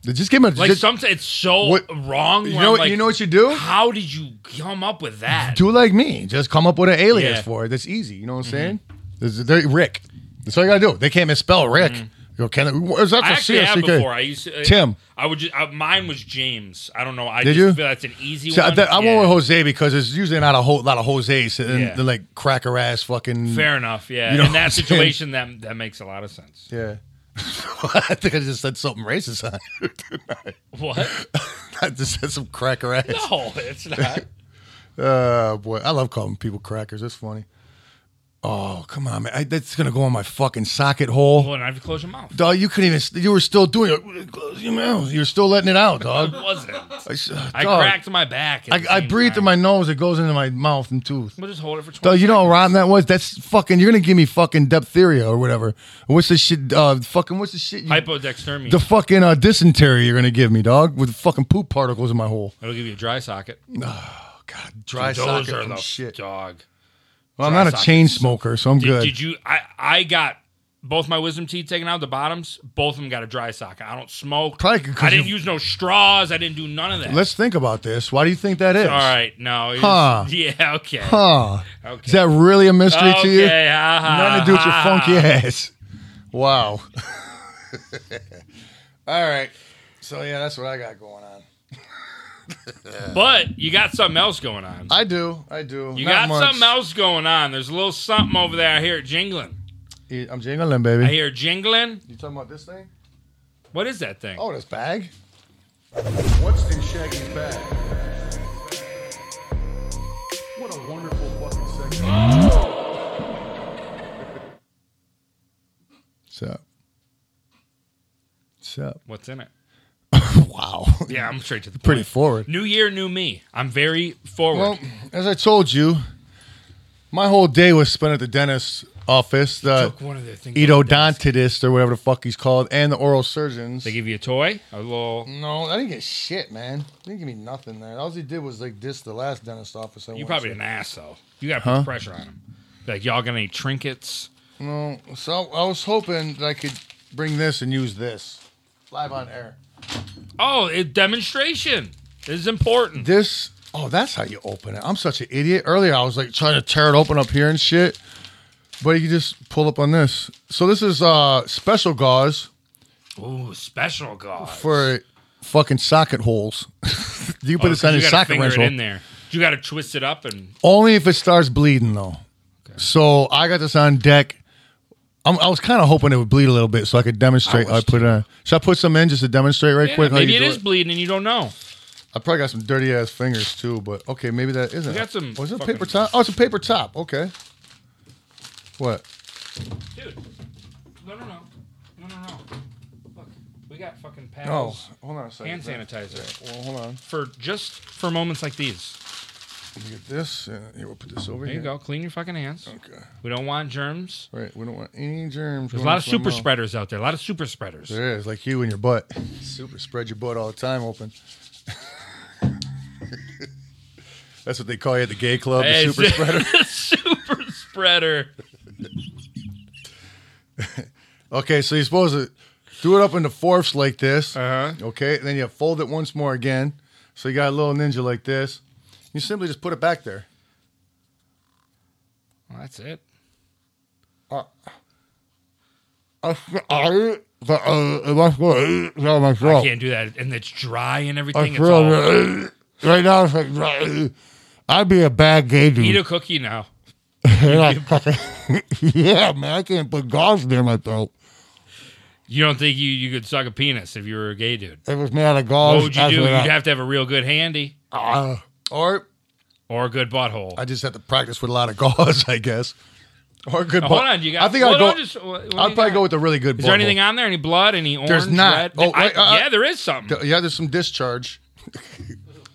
Speaker 1: Just give him a.
Speaker 2: like
Speaker 1: just,
Speaker 2: sometimes it's so
Speaker 1: What-
Speaker 2: wrong.
Speaker 1: you
Speaker 2: where
Speaker 1: know,
Speaker 2: I'm like,
Speaker 1: you know what you do?
Speaker 2: How did you come up with that?
Speaker 1: Do like me. Just come up with an alias
Speaker 2: Yeah. Mm-hmm.
Speaker 1: for it. That's easy. You know what I'm saying? This is- they're- Rick. That's all you gotta do. They can't misspell Rick. You know, can they, what is that
Speaker 2: Mm-hmm. I
Speaker 1: for
Speaker 2: actually have
Speaker 1: CSCK?
Speaker 2: before. I used to,
Speaker 1: Tim.
Speaker 2: I would just I, mine was James. I don't know. I
Speaker 1: Did
Speaker 2: just
Speaker 1: you?
Speaker 2: feel that's an easy
Speaker 1: See, I,
Speaker 2: one.
Speaker 1: that- I
Speaker 2: Yeah.
Speaker 1: went with Jose because it's usually not a whole lot of Jose's and
Speaker 2: Yeah.
Speaker 1: they're like cracker ass fucking.
Speaker 2: Fair enough. Yeah.
Speaker 1: Mm. You know
Speaker 2: In
Speaker 1: what I'm
Speaker 2: that
Speaker 1: saying?
Speaker 2: situation, that that makes a lot of sense.
Speaker 1: Yeah. I think I just said something racist on you.
Speaker 2: What?
Speaker 1: I just said some cracker ass.
Speaker 2: No, it's not.
Speaker 1: Oh boy, I love calling people crackers. That's funny. Oh come on, man, I, that's gonna go on my fucking socket hole.
Speaker 2: Well, and I have to close your mouth.
Speaker 1: Dog, you couldn't even. You were still doing it. Close your mouth. You're still letting it out, dog.
Speaker 2: It wasn't.
Speaker 1: I, s- uh,
Speaker 2: I
Speaker 1: dog,
Speaker 2: cracked my back. at the
Speaker 1: I, I
Speaker 2: same
Speaker 1: breathe through
Speaker 2: time.
Speaker 1: my nose. It goes into my mouth and tooth.
Speaker 2: We'll just hold it for 20
Speaker 1: Dog, you know how rotten that was. That's fucking. You're gonna give me fucking diphtheria or whatever. What's the shit? Uh, fucking. What's the shit? You,
Speaker 2: Hypodextermia.
Speaker 1: the fucking uh, dysentery you're gonna give me, dog, with fucking poop particles in my hole.
Speaker 2: It'll give you a dry socket.
Speaker 1: Oh god, dry
Speaker 2: Those
Speaker 1: socket
Speaker 2: are
Speaker 1: from
Speaker 2: the
Speaker 1: shit.
Speaker 2: dog.
Speaker 1: Well, I'm
Speaker 2: dry
Speaker 1: not a
Speaker 2: sockets.
Speaker 1: chain smoker, so I'm
Speaker 2: Did,
Speaker 1: good.
Speaker 2: did you? I I got both my wisdom teeth taken out the bottoms. Both of them got a dry socket. I don't smoke.
Speaker 1: Probably 'cause
Speaker 2: I didn't
Speaker 1: you-
Speaker 2: use no straws. I didn't do none of that.
Speaker 1: Let's think about this. Why do you think that is?
Speaker 2: All right. No. it's-
Speaker 1: Huh.
Speaker 2: Yeah. Okay.
Speaker 1: Huh.
Speaker 2: Okay.
Speaker 1: Is that really a mystery to you?
Speaker 2: Okay, Ah. ha, ha,
Speaker 1: Nothing to do with your
Speaker 2: ha,
Speaker 1: funky
Speaker 2: ha.
Speaker 1: ass. Wow. All right. So yeah, that's what I got going on.
Speaker 2: but you got something else going on.
Speaker 1: I do. I do.
Speaker 2: You
Speaker 1: Not
Speaker 2: got
Speaker 1: much.
Speaker 2: something else going on. There's a little something over there. I hear it jingling.
Speaker 1: Yeah, E, I'm jingling,
Speaker 2: I
Speaker 1: baby.
Speaker 2: hear it jingling.
Speaker 1: You talking about this thing?
Speaker 2: What is that thing?
Speaker 1: Oh, this bag. What's in Shaggy's bag? What a wonderful fucking segment. What's up? What's up?
Speaker 2: What's in it?
Speaker 1: Wow.
Speaker 2: Yeah, I'm straight to the point.
Speaker 1: Pretty forward.
Speaker 2: New year, new me. I'm very forward.
Speaker 1: Well, as I told you, my whole day was spent at the dentist's office, the
Speaker 2: Took one of their things. off the desk.
Speaker 1: edodontist or whatever the fuck he's called, and the oral surgeons.
Speaker 2: They give you a toy, a little.
Speaker 1: no, I didn't get shit, man. They didn't give me nothing there. All he did was like this the last dentist office I
Speaker 2: You
Speaker 1: went
Speaker 2: probably
Speaker 1: to.
Speaker 2: an ass though. You got to put
Speaker 1: Huh?
Speaker 2: pressure on them. Like y'all got any trinkets?
Speaker 1: No, so I was hoping that I could bring this and use this live on air.
Speaker 2: Oh, it, demonstration is important.
Speaker 1: This, oh, that's how you open it. I'm such an idiot. Earlier, I was like trying to tear it open up here and shit, but you just pull up on this. So this is uh special gauze.
Speaker 2: Ooh, special god.
Speaker 1: for fucking socket holes. you put
Speaker 2: Oh,
Speaker 1: this on
Speaker 2: you
Speaker 1: your
Speaker 2: gotta
Speaker 1: socket
Speaker 2: finger it
Speaker 1: wrench hole.
Speaker 2: in there. You got to twist it up and
Speaker 1: Only if it starts bleeding though. So I got this on deck. I'm, I was kind of hoping it would bleed a little bit so I could demonstrate.
Speaker 2: I
Speaker 1: how I
Speaker 2: wish
Speaker 1: put it on. Should I put some in just to demonstrate right
Speaker 2: Yeah,
Speaker 1: quick? how
Speaker 2: maybe
Speaker 1: you
Speaker 2: it
Speaker 1: do
Speaker 2: is bleeding and you don't know.
Speaker 1: I probably got some dirty ass fingers too, but okay, maybe that isn't.
Speaker 2: We got some
Speaker 1: Oh, is it a
Speaker 2: fucking-
Speaker 1: paper top? Oh, it's a paper top. Okay. What?
Speaker 2: Dude, no, no, no, no, no, no. Look, we got fucking
Speaker 1: Oh,
Speaker 2: paddles,
Speaker 1: hold on a second.
Speaker 2: hand sanitizer
Speaker 1: Well, hold on.
Speaker 2: for just for moments like these.
Speaker 1: Let me get this. And here, we'll put this over
Speaker 2: There
Speaker 1: here.
Speaker 2: you go. Clean your fucking hands.
Speaker 1: Okay.
Speaker 2: We don't want germs.
Speaker 1: Right. We don't want any germs.
Speaker 2: There's a lot of super spreaders out there. A lot of super spreaders.
Speaker 1: There is, like you and your butt. Super spread your butt all the time open. That's what they call you at the gay club,
Speaker 2: Hey,
Speaker 1: the super spreader.
Speaker 2: super spreader.
Speaker 1: Okay, so you're supposed to do it up into fourths like this.
Speaker 2: Uh-huh.
Speaker 1: Okay, and then you fold it once more again. So you got a little ninja like this. You simply just put it back there.
Speaker 2: Well, that's it.
Speaker 1: uh,
Speaker 2: I
Speaker 1: Right
Speaker 2: can't do that. And it's dry and everything. It's all.
Speaker 1: uh, now, it's like, uh, I'd be a bad gay dude.
Speaker 2: Eat a cookie now.
Speaker 1: yeah, man, I can't put gauze near my throat.
Speaker 2: You don't think you, you could suck a penis if you were a gay dude?
Speaker 1: It was made out of
Speaker 2: What
Speaker 1: gauze.
Speaker 2: would you do? You'd have to have a real good handy
Speaker 1: uh, or
Speaker 2: or a good butthole.
Speaker 1: I just have to practice with a lot of gauze, I guess. Or good.
Speaker 2: Now, hold on, you got.
Speaker 1: I think
Speaker 2: hold
Speaker 1: I'd go.
Speaker 2: on, just- what- what do
Speaker 1: I'd
Speaker 2: you
Speaker 1: probably
Speaker 2: got?
Speaker 1: go with a really good.
Speaker 2: Is there anything on there? Any blood? Any orange?
Speaker 1: There's not.
Speaker 2: Red?
Speaker 1: Oh,
Speaker 2: I-
Speaker 1: wait, uh,
Speaker 2: yeah, there is something.
Speaker 1: Yeah, there's some discharge.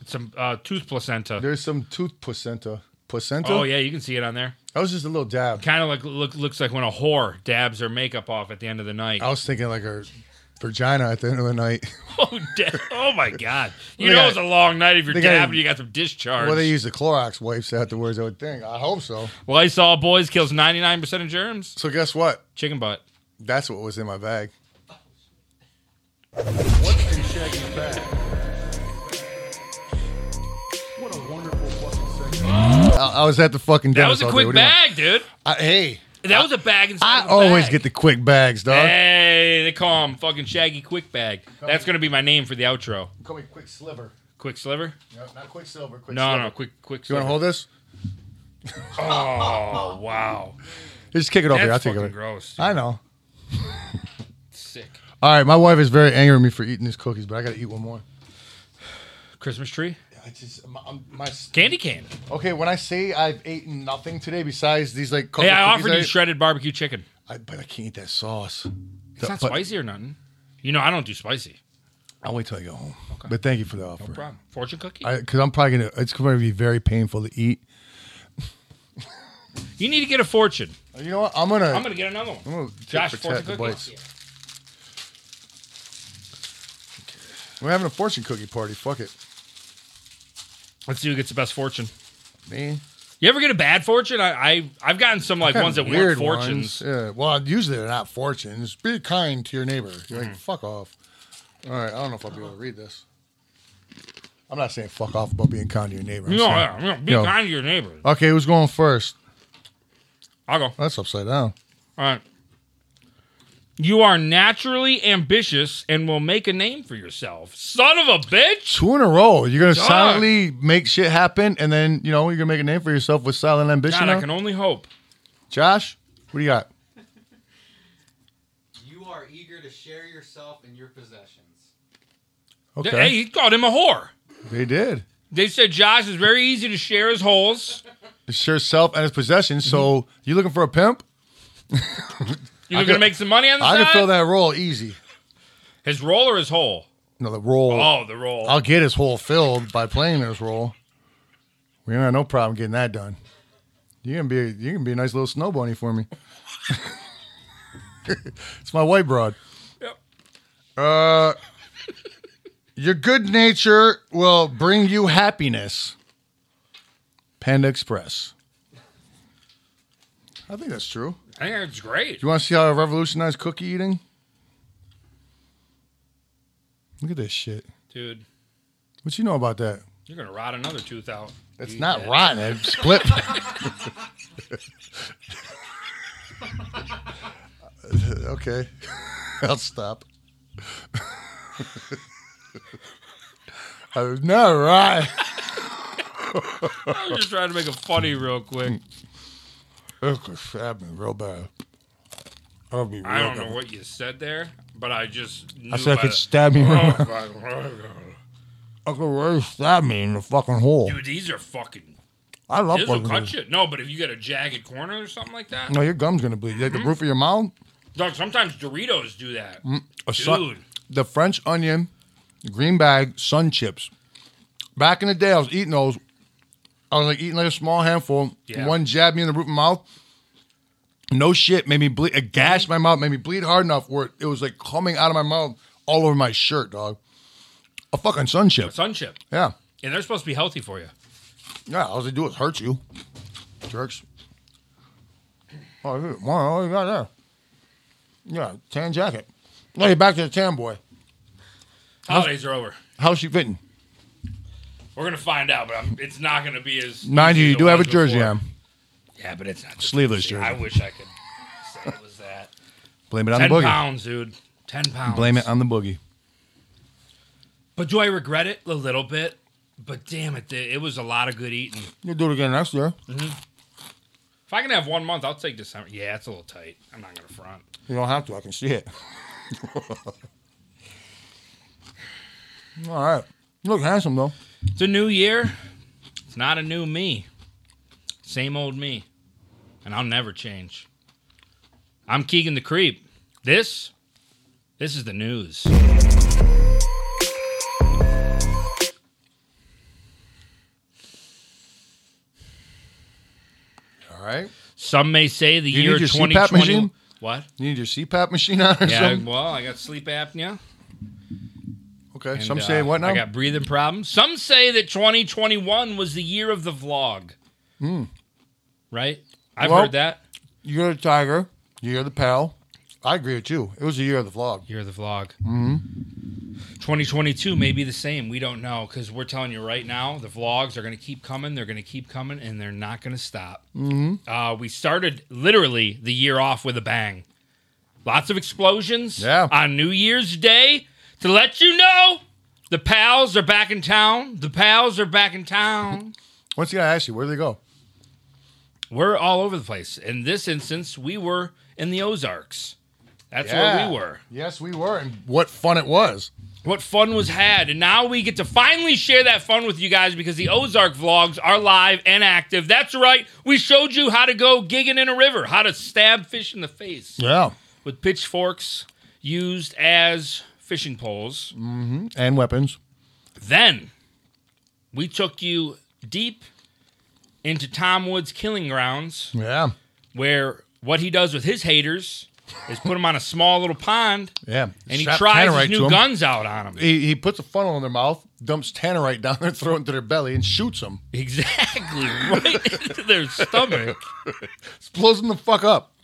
Speaker 2: Some uh, tooth placenta.
Speaker 1: There's some tooth placenta. Placenta.
Speaker 2: Oh yeah, you can see it on there.
Speaker 1: That was just a little dab.
Speaker 2: Kind of like look, looks like when a whore dabs her makeup off at the end of the night.
Speaker 1: I was thinking like her vagina at the end of the night.
Speaker 2: Oh, da- oh my God! You
Speaker 1: They
Speaker 2: know
Speaker 1: got-
Speaker 2: it's a long night if you're
Speaker 1: they got-
Speaker 2: dabbing. You got some discharge.
Speaker 1: well, they use the Clorox wipes afterwards. I would think. I hope so.
Speaker 2: Lysol boys kills 99 percent of germs.
Speaker 1: So guess what?
Speaker 2: Chicken butt.
Speaker 1: That's what was in my bag. What's in Shaggy's bag? What a wonderful fucking segment. I, I was at the fucking
Speaker 2: That was
Speaker 1: dentist all day.
Speaker 2: a quick
Speaker 1: What do you want?
Speaker 2: bag, dude.
Speaker 1: I, hey,
Speaker 2: That was a bag inside.
Speaker 1: I
Speaker 2: of a
Speaker 1: always
Speaker 2: bag.
Speaker 1: get the quick bags, dog.
Speaker 2: Hey, they call him fucking Shaggy Quick Bag. That's gonna be my name for the outro.
Speaker 1: Call me quick sliver.
Speaker 2: Quick Sliver?
Speaker 1: No, not quick silver. Quick
Speaker 2: No,
Speaker 1: sliver.
Speaker 2: no, quick, quick.
Speaker 1: You
Speaker 2: Sliver.
Speaker 1: want to hold this?
Speaker 2: Oh wow,
Speaker 1: Just kick it over
Speaker 2: that's
Speaker 1: here. I'll take it.
Speaker 2: fucking
Speaker 1: over.
Speaker 2: gross. dude.
Speaker 1: I know.
Speaker 2: Sick.
Speaker 1: All right, my wife is very angry at me for eating these cookies, but I got to eat one more.
Speaker 2: Christmas tree,
Speaker 1: I just, my, I'm- my,
Speaker 2: candy cane.
Speaker 1: okay, when I say I've eaten nothing today besides these like couple
Speaker 2: Hey, I
Speaker 1: cookies
Speaker 2: offered you
Speaker 1: ate-
Speaker 2: shredded barbecue chicken.
Speaker 1: I, but I can't eat that sauce.
Speaker 2: It's not
Speaker 1: but-
Speaker 2: spicy or nothing. You know I don't do spicy.
Speaker 1: I'll wait till I go home. But thank you for the offer.
Speaker 2: No problem. Fortune cookie.
Speaker 1: Because I'm probably gonna. It's going to be very painful to eat.
Speaker 2: you need to get a fortune.
Speaker 1: Oh, You know what? I'm gonna.
Speaker 2: I'm gonna get another one.
Speaker 1: I'm gonna
Speaker 2: Josh,
Speaker 1: protect
Speaker 2: fortune
Speaker 1: the
Speaker 2: cookie.
Speaker 1: bites. We're having a fortune cookie party. Fuck it.
Speaker 2: Let's see who gets the best fortune.
Speaker 1: Me.
Speaker 2: You ever get a bad fortune? I, I I've gotten some like
Speaker 1: Kind
Speaker 2: ones
Speaker 1: of
Speaker 2: that weren't
Speaker 1: weird ones.
Speaker 2: fortunes.
Speaker 1: Yeah. Well, usually they're not fortunes. Be kind to your neighbor. You're
Speaker 2: Mm.
Speaker 1: like fuck off. All right. I don't know if I'll be able to read this. I'm not saying fuck off about being kind to your neighbor. I'm
Speaker 2: No, yeah,
Speaker 1: saying-
Speaker 2: yeah, be
Speaker 1: Yo.
Speaker 2: kind to your neighbor.
Speaker 1: Okay, who's going first?
Speaker 2: I'll go. All
Speaker 1: That's upside down.
Speaker 2: right. You are naturally ambitious and will make a name for yourself. Son of a bitch.
Speaker 1: Two in a row. You're gonna
Speaker 2: Dog.
Speaker 1: silently make shit happen, and then you know you're gonna make a name for yourself with silent ambition.
Speaker 2: God, I
Speaker 1: now?
Speaker 2: can only hope.
Speaker 1: Josh, what do you got?
Speaker 3: You are eager to share yourself and your possessions.
Speaker 1: Okay,
Speaker 2: Hey, he called him a whore.
Speaker 1: they did.
Speaker 2: They said Josh is very easy to share his holes.
Speaker 1: It's yourself and his possessions. So
Speaker 2: Mm-hmm.
Speaker 1: you looking for a pimp?
Speaker 2: You looking to
Speaker 1: could-
Speaker 2: make some money on the
Speaker 1: I
Speaker 2: side?
Speaker 1: can fill that role easy.
Speaker 2: His role or his hole?
Speaker 1: No, the role.
Speaker 2: Oh, the role.
Speaker 1: I'll get his hole filled by playing this role. We don't have no problem getting that done. You can be you can be a nice little snow bunny for me. it's my white broad.
Speaker 2: Yep.
Speaker 1: Uh, your good nature will bring you happiness. Panda Express. I think that's true.
Speaker 2: I think it's great.
Speaker 1: Do you want to see how I revolutionized cookie eating? Look at this shit.
Speaker 2: Dude,
Speaker 1: What you know about that?
Speaker 2: you're going to rot another tooth out.
Speaker 1: It's
Speaker 2: You
Speaker 1: not
Speaker 2: bet.
Speaker 1: rotten. It's split. okay, I'll stop. I'm not right.
Speaker 2: I was just trying to make a funny real
Speaker 1: Mm,
Speaker 2: quick.
Speaker 1: It could stab me real bad. I'll be real
Speaker 2: I don't know
Speaker 1: bad.
Speaker 2: what you said there, but I just knew
Speaker 1: I said it
Speaker 2: by
Speaker 1: could
Speaker 2: the-
Speaker 1: stab me. I
Speaker 2: Oh, my-
Speaker 1: could really stab me in the fucking hole.
Speaker 2: Dude, these are fucking.
Speaker 1: I love
Speaker 2: This will
Speaker 1: fucking.
Speaker 2: cut
Speaker 1: holes.
Speaker 2: you. No, but if you get a jagged corner or something like that,
Speaker 1: No, your gum's gonna bleed.
Speaker 2: Hmm?
Speaker 1: Like the roof of your mouth.
Speaker 2: dog. Sometimes Doritos do that.
Speaker 1: A sun-
Speaker 2: Dude.
Speaker 1: the French onion, green bag, sun chips. Back in the day, I was eating those. I was like eating like a small handful.
Speaker 2: Yeah.
Speaker 1: One jabbed me in the roof of my mouth. No shit, made me bleed. It gashed my mouth, made me bleed hard enough where it was like coming out of my mouth all over my shirt, dog. A fucking sun chip.
Speaker 2: Sun chip,
Speaker 1: Yeah.
Speaker 2: and they're supposed to be healthy for you.
Speaker 1: Yeah, all they do is hurt you. Jerks. Oh, dude, wow, what you got there? Yeah, tan jacket. Hey, back to the tan boy.
Speaker 2: Holidays are over.
Speaker 1: How's she fitting?
Speaker 2: We're gonna find out, but I'm, it's not gonna be as.
Speaker 1: Mind you,
Speaker 2: easy
Speaker 1: you
Speaker 2: as it
Speaker 1: do have a
Speaker 2: was
Speaker 1: jersey
Speaker 2: before.
Speaker 1: on.
Speaker 2: Yeah, but it's not the
Speaker 1: Sleeveless
Speaker 2: same.
Speaker 1: jersey.
Speaker 2: I wish I could say it was that.
Speaker 1: Blame it on
Speaker 2: Ten
Speaker 1: the boogie.
Speaker 2: pounds, dude. Ten pounds.
Speaker 1: Blame it on the boogie.
Speaker 2: But do I regret it a little bit? But damn it, th- it was a lot of good eating.
Speaker 1: You'll do it again next year.
Speaker 2: If I can have one month, I'll take December. Yeah, it's a little tight. I'm not gonna front.
Speaker 1: You don't have to. I can see it. All right. You look handsome though.
Speaker 2: It's a new year. It's not a new me. Same old me. And I'll never change. I'm Keegan the Creep. This, this is the news.
Speaker 1: All right.
Speaker 2: Some may say the
Speaker 1: You
Speaker 2: year
Speaker 1: need your CPAP
Speaker 2: 2020.
Speaker 1: machine?
Speaker 2: What?
Speaker 1: You need your CPAP machine on or
Speaker 2: Yeah,
Speaker 1: something.
Speaker 2: well, I got sleep apnea.
Speaker 1: Okay.
Speaker 2: and,
Speaker 1: Some
Speaker 2: uh,
Speaker 1: say what now?
Speaker 2: I got breathing problems. Some say that 2021 was the year of the vlog. Right? I've
Speaker 1: Hmm. Well-
Speaker 2: heard that.
Speaker 1: You're the tiger. You're the pal. I agree with you. It was the year of the vlog.
Speaker 2: Year of the vlog. 2022 may be the same. We don't know because we're telling you right now, the vlogs are going to keep coming. They're going to keep coming, and they're not going to stop. Uh, we started literally the year off with a bang. Lots of explosions
Speaker 1: Yeah.
Speaker 2: on New Year's Day to let you know the pals are back in town. The pals are back in town.
Speaker 1: Once again, I asked you, where would they go?
Speaker 2: we're all over the place. In this instance, we were in the Ozarks. That's where we were.
Speaker 1: Yes, we were. And what fun it was.
Speaker 2: what fun was had. And now we get to finally share that fun with you guys because the Ozark vlogs are live and active. That's right. We showed you how to go gigging in a river, how to stab fish in the face
Speaker 1: Yeah.
Speaker 2: with pitchforks used as fishing poles.
Speaker 1: And weapons.
Speaker 2: Then we took you deep into Tom Wood's killing grounds
Speaker 1: Yeah.
Speaker 2: where what he does with his haters is put them on a small little pond
Speaker 1: Yeah.
Speaker 2: and he
Speaker 1: Strap
Speaker 2: tries his
Speaker 1: Tannerite to
Speaker 2: new
Speaker 1: 'em.
Speaker 2: guns out on them.
Speaker 1: He, he puts a funnel in their mouth, dumps tannerite down their throat into their belly, and shoots them.
Speaker 2: Exactly, right into their stomach,
Speaker 1: blows them the fuck up.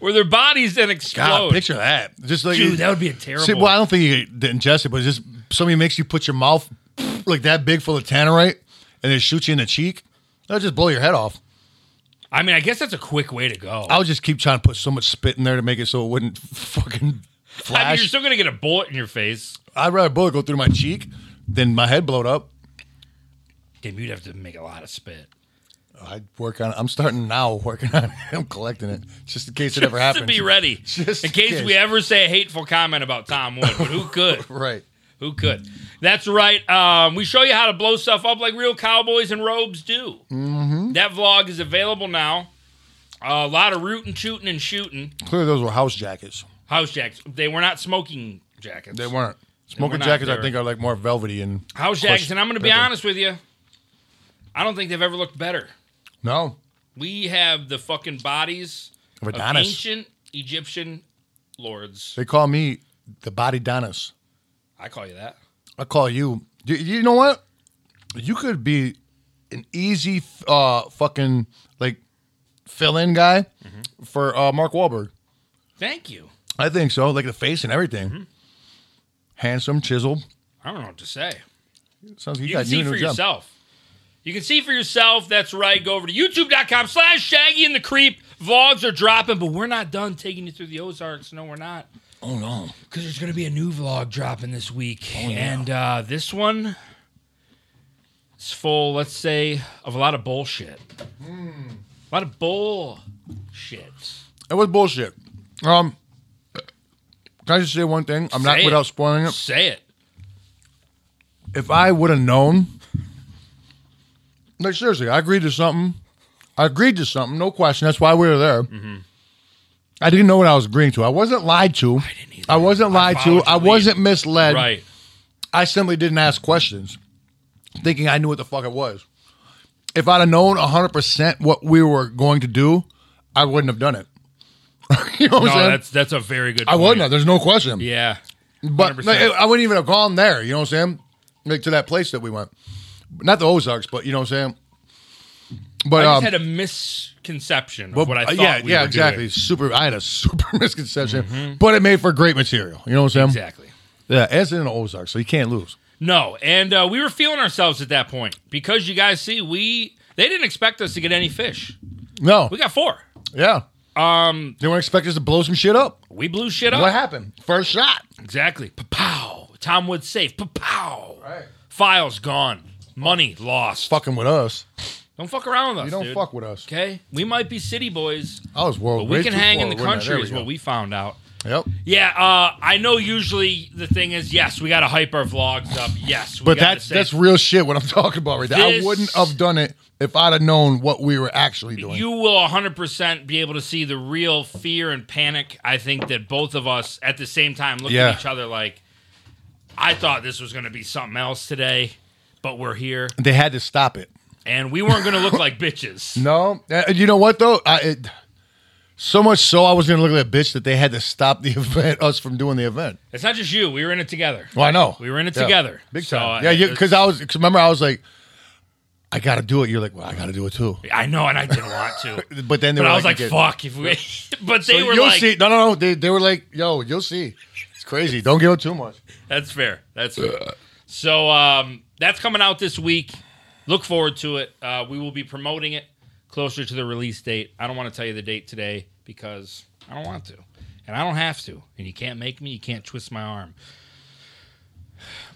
Speaker 2: where their bodies then explode.
Speaker 1: picture that. Just like
Speaker 2: Dude, that would be a terrible.
Speaker 1: See, well, I don't think you could ingest it, but just somebody makes you put your mouth like that big full of tannerite, and they shoot you in the cheek. That'll just blow your head off.
Speaker 2: I mean, I guess that's a quick way to go.
Speaker 1: I'll just keep trying to put so much spit in there to make it so it wouldn't fucking
Speaker 2: I mean, you're
Speaker 1: flash.
Speaker 2: still gonna get a bullet in your face.
Speaker 1: I'd rather a bullet go through my cheek than my head blowed up.
Speaker 2: Damn, you'd have to make a lot of spit.
Speaker 1: I work on it. I'm starting now working on it. I'm collecting it just in case it ever
Speaker 2: Just
Speaker 1: happens.
Speaker 2: to be ready,
Speaker 1: Just
Speaker 2: in case we ever say a hateful comment about Tom Wood. But who could?
Speaker 1: Right.
Speaker 2: Who could? That's right. Um, we show you how to blow stuff up like real cowboys and robes do. Mm-hmm. That vlog is available now. a lot of rooting, shooting, and shooting.
Speaker 1: Clearly, those were house jackets.
Speaker 2: House jackets. They were not smoking jackets.
Speaker 1: They weren't. Smoking
Speaker 2: not
Speaker 1: jackets,
Speaker 2: there.
Speaker 1: I think, are like more velvety and
Speaker 2: House jackets. And I'm going to be
Speaker 1: Pepper.
Speaker 2: honest with you. I don't think they've ever looked better.
Speaker 1: no.
Speaker 2: We have the fucking bodies
Speaker 1: Of
Speaker 2: of
Speaker 1: Adonis.
Speaker 2: ancient Egyptian lords.
Speaker 1: They call me the body Donis.
Speaker 2: I call you that.
Speaker 1: I call you. You, you know what? You could be an easy uh, fucking like fill-in guy
Speaker 2: Mm-hmm.
Speaker 1: for uh, Mark Wahlberg.
Speaker 2: Thank you.
Speaker 1: I think so. Like the face and everything.
Speaker 2: Mm-hmm.
Speaker 1: Handsome, chiseled.
Speaker 2: I don't know what to say.
Speaker 1: Sounds like you,
Speaker 2: You
Speaker 1: got
Speaker 2: can see
Speaker 1: new
Speaker 2: for
Speaker 1: job.
Speaker 2: yourself. You can see for yourself. That's right. Go over to youtube.com slash shaggy and the creep. Vlogs are dropping, but we're not done taking you through the Ozarks. No, we're not.
Speaker 1: Oh no.
Speaker 2: Because there's going to be a new vlog dropping this
Speaker 1: Oh,
Speaker 2: week. And uh, this one is full, let's say, of a lot of bullshit.
Speaker 1: Hmm.
Speaker 2: A lot of bullshit.
Speaker 1: It was bullshit. Um, can I just say one thing? I'm not
Speaker 2: Say it.
Speaker 1: without spoiling it.
Speaker 2: Say it.
Speaker 1: If I would have known, like seriously, I agreed to something. I agreed to something, no question. That's why we were there.
Speaker 2: Mm-hmm.
Speaker 1: I didn't know what I was agreeing to. I wasn't lied to. I
Speaker 2: didn't either.
Speaker 1: wasn't lied
Speaker 2: followed
Speaker 1: to.
Speaker 2: your
Speaker 1: I
Speaker 2: lead.
Speaker 1: wasn't misled.
Speaker 2: Right.
Speaker 1: I simply didn't ask questions, thinking I knew what the fuck it was. If I'd have known 100% what we were going to do, I wouldn't have done it. you know what
Speaker 2: No,
Speaker 1: I'm saying?
Speaker 2: that's that's a very good
Speaker 1: I
Speaker 2: point.
Speaker 1: wouldn't have. There's no question.
Speaker 2: Yeah.
Speaker 1: But
Speaker 2: 100%.
Speaker 1: like, I wouldn't even have gone there. You know what I'm saying? Like to that place that we went, not the Ozarks, but you know what I'm saying. But
Speaker 2: I just
Speaker 1: um,
Speaker 2: had a misconception of
Speaker 1: but-
Speaker 2: what I
Speaker 1: uh,
Speaker 2: thought.
Speaker 1: yeah,
Speaker 2: we
Speaker 1: yeah,
Speaker 2: were
Speaker 1: exactly.
Speaker 2: doing. Mm-hmm.
Speaker 1: Super. I had a super misconception, but it made for great material. You know what I'm saying?
Speaker 2: Exactly.
Speaker 1: Yeah, as in the Ozarks, so you can't lose.
Speaker 2: No, and uh, we were feeling ourselves at that point because you guys see, we they didn't expect us to get any fish.
Speaker 1: No.
Speaker 2: We got four.
Speaker 1: yeah. Um, they weren't expecting us to blow some shit up.
Speaker 2: We blew shit up.
Speaker 1: What happened? First shot.
Speaker 2: Exactly. Pow. Tom Woods safe. Pow.
Speaker 1: Right.
Speaker 2: Files gone. Money lost.
Speaker 1: Fucking with us.
Speaker 2: Don't fuck around with us.
Speaker 1: You don't
Speaker 2: dude.
Speaker 1: fuck with us.
Speaker 2: Okay. We might be city boys,
Speaker 1: I was world.
Speaker 2: but we
Speaker 1: way
Speaker 2: can
Speaker 1: too
Speaker 2: hang in the
Speaker 1: forward, wasn't I? There
Speaker 2: country. Is
Speaker 1: we
Speaker 2: what we found out.
Speaker 1: go. Yep.
Speaker 2: Yeah, uh, I know. Usually the thing is, yes, we got to hype our vlogs up. Yes, we
Speaker 1: But
Speaker 2: gotta
Speaker 1: that's
Speaker 2: say-
Speaker 1: that's real shit. What I'm talking about right there.
Speaker 2: This-
Speaker 1: I wouldn't have done it if I'd have known what we were actually doing.
Speaker 2: You will 100% be able to see the real fear and panic. I think that both of us at the same time look
Speaker 1: Yeah.
Speaker 2: at each other like, I thought this was going to be something else today, but we're here.
Speaker 1: they had to stop it.
Speaker 2: And we weren't going to look like bitches.
Speaker 1: No, uh, you know what though? I, it, so much so I was gonna look like a bitch that they had to stop the event, us from doing the event.
Speaker 2: It's not just you. We were in it together.
Speaker 1: Well, I know
Speaker 2: We were in it
Speaker 1: Yeah.
Speaker 2: together.
Speaker 1: big
Speaker 2: So,
Speaker 1: time.
Speaker 2: uh,
Speaker 1: yeah, because I was. Cause remember, I was like, I gotta do it. You're like, well, I gotta do it too.
Speaker 2: I know, and I didn't want to.
Speaker 1: But then they
Speaker 2: But
Speaker 1: were
Speaker 2: I was like,
Speaker 1: "Okay."
Speaker 2: fuck. If we, but they
Speaker 1: So
Speaker 2: were
Speaker 1: you'll
Speaker 2: like,
Speaker 1: see. No, no, no. They, they were like, yo, you'll see. It's crazy. Don't give it too much.
Speaker 2: That's fair. That's fair. So um, that's coming out this week. Look forward to it. Uh, we will be promoting it closer to the release date. I don't want to tell you the date today because I don't want to, and I don't have to. And you can't make me. You can't twist my arm.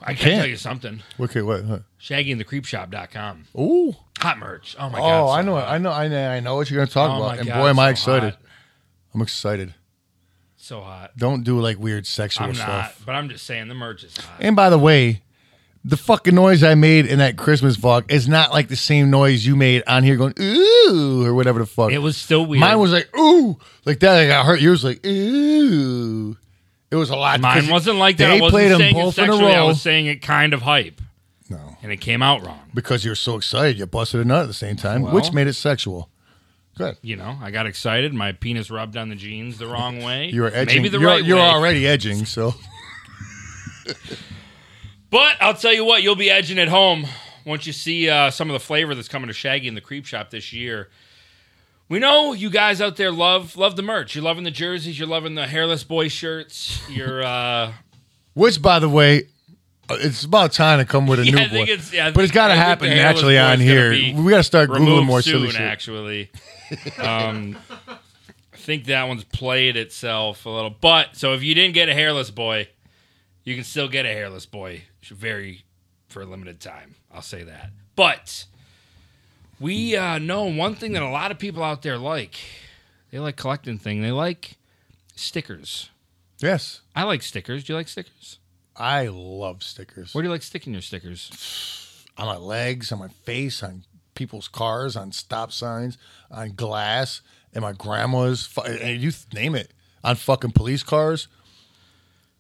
Speaker 2: I can
Speaker 1: can't.
Speaker 2: tell you something.
Speaker 1: Okay, what? Huh?
Speaker 2: ShaggyandTheCreepShop.com.
Speaker 1: Ooh.
Speaker 2: Hot merch. Oh my god.
Speaker 1: Oh, I
Speaker 2: so-
Speaker 1: know, I know, I know, I know what you're gonna talk
Speaker 2: Oh
Speaker 1: about,
Speaker 2: my
Speaker 1: and
Speaker 2: God,
Speaker 1: boy, am I
Speaker 2: so hot.
Speaker 1: excited! I'm excited.
Speaker 2: So hot.
Speaker 1: Don't do like weird sexual
Speaker 2: I'm not,
Speaker 1: stuff.
Speaker 2: but I'm just saying the merch is hot.
Speaker 1: And by the way, the fucking noise I made in that Christmas vlog is not like the same noise you made on here going ooh or whatever the fuck.
Speaker 2: It was still weird.
Speaker 1: Mine was like ooh, like that. I got hurt. Yours was like ooh. It was a lot.
Speaker 2: Mine
Speaker 1: 'cause
Speaker 2: wasn't like that.
Speaker 1: They
Speaker 2: I wasn't
Speaker 1: played 'em
Speaker 2: saying
Speaker 1: both
Speaker 2: it
Speaker 1: in a
Speaker 2: sexually. I
Speaker 1: row.
Speaker 2: was saying it kind of hype,
Speaker 1: No,
Speaker 2: and it came out wrong.
Speaker 1: because you were so excited, you busted a nut at the same time,
Speaker 2: Well.
Speaker 1: which made it sexual. Good.
Speaker 2: you know, I got excited. My penis rubbed on the jeans the wrong way.
Speaker 1: You were edging.
Speaker 2: Maybe the
Speaker 1: you're,
Speaker 2: right
Speaker 1: you're
Speaker 2: way.
Speaker 1: already edging, so
Speaker 2: But I'll tell you what, you'll be edging at home once you see uh, some of the flavor that's coming to Shaggy in the Creep Shop this year. We know you guys out there love love the merch. You're loving the jerseys. You're loving the hairless boy shirts. You're uh,
Speaker 1: Which, by the way, uh, it's about time to come with a
Speaker 2: Yeah, I
Speaker 1: new
Speaker 2: think
Speaker 1: boy.
Speaker 2: it's- yeah, I
Speaker 1: but
Speaker 2: think-
Speaker 1: it's got to
Speaker 2: I think
Speaker 1: happen
Speaker 2: the hairless
Speaker 1: naturally
Speaker 2: boy's
Speaker 1: on
Speaker 2: gonna
Speaker 1: here.
Speaker 2: be
Speaker 1: We got to start googling
Speaker 2: removed
Speaker 1: more
Speaker 2: soon.
Speaker 1: silly shit.
Speaker 2: Actually, Um, I think that one's played itself a little. But so if you didn't get a hairless boy, you can still get a hairless boy. It's Very for a limited time. I'll say that. But we uh, know one thing that a lot of people out there like. They like collecting thing. They like stickers.
Speaker 1: Yes,
Speaker 2: I like stickers. Do you like stickers?
Speaker 1: I love stickers.
Speaker 2: Where do you like sticking your stickers?
Speaker 1: on my legs, on my face, on people's cars, on stop signs, on glass, and my grandma's. fu- And you th- name it. On fucking police cars,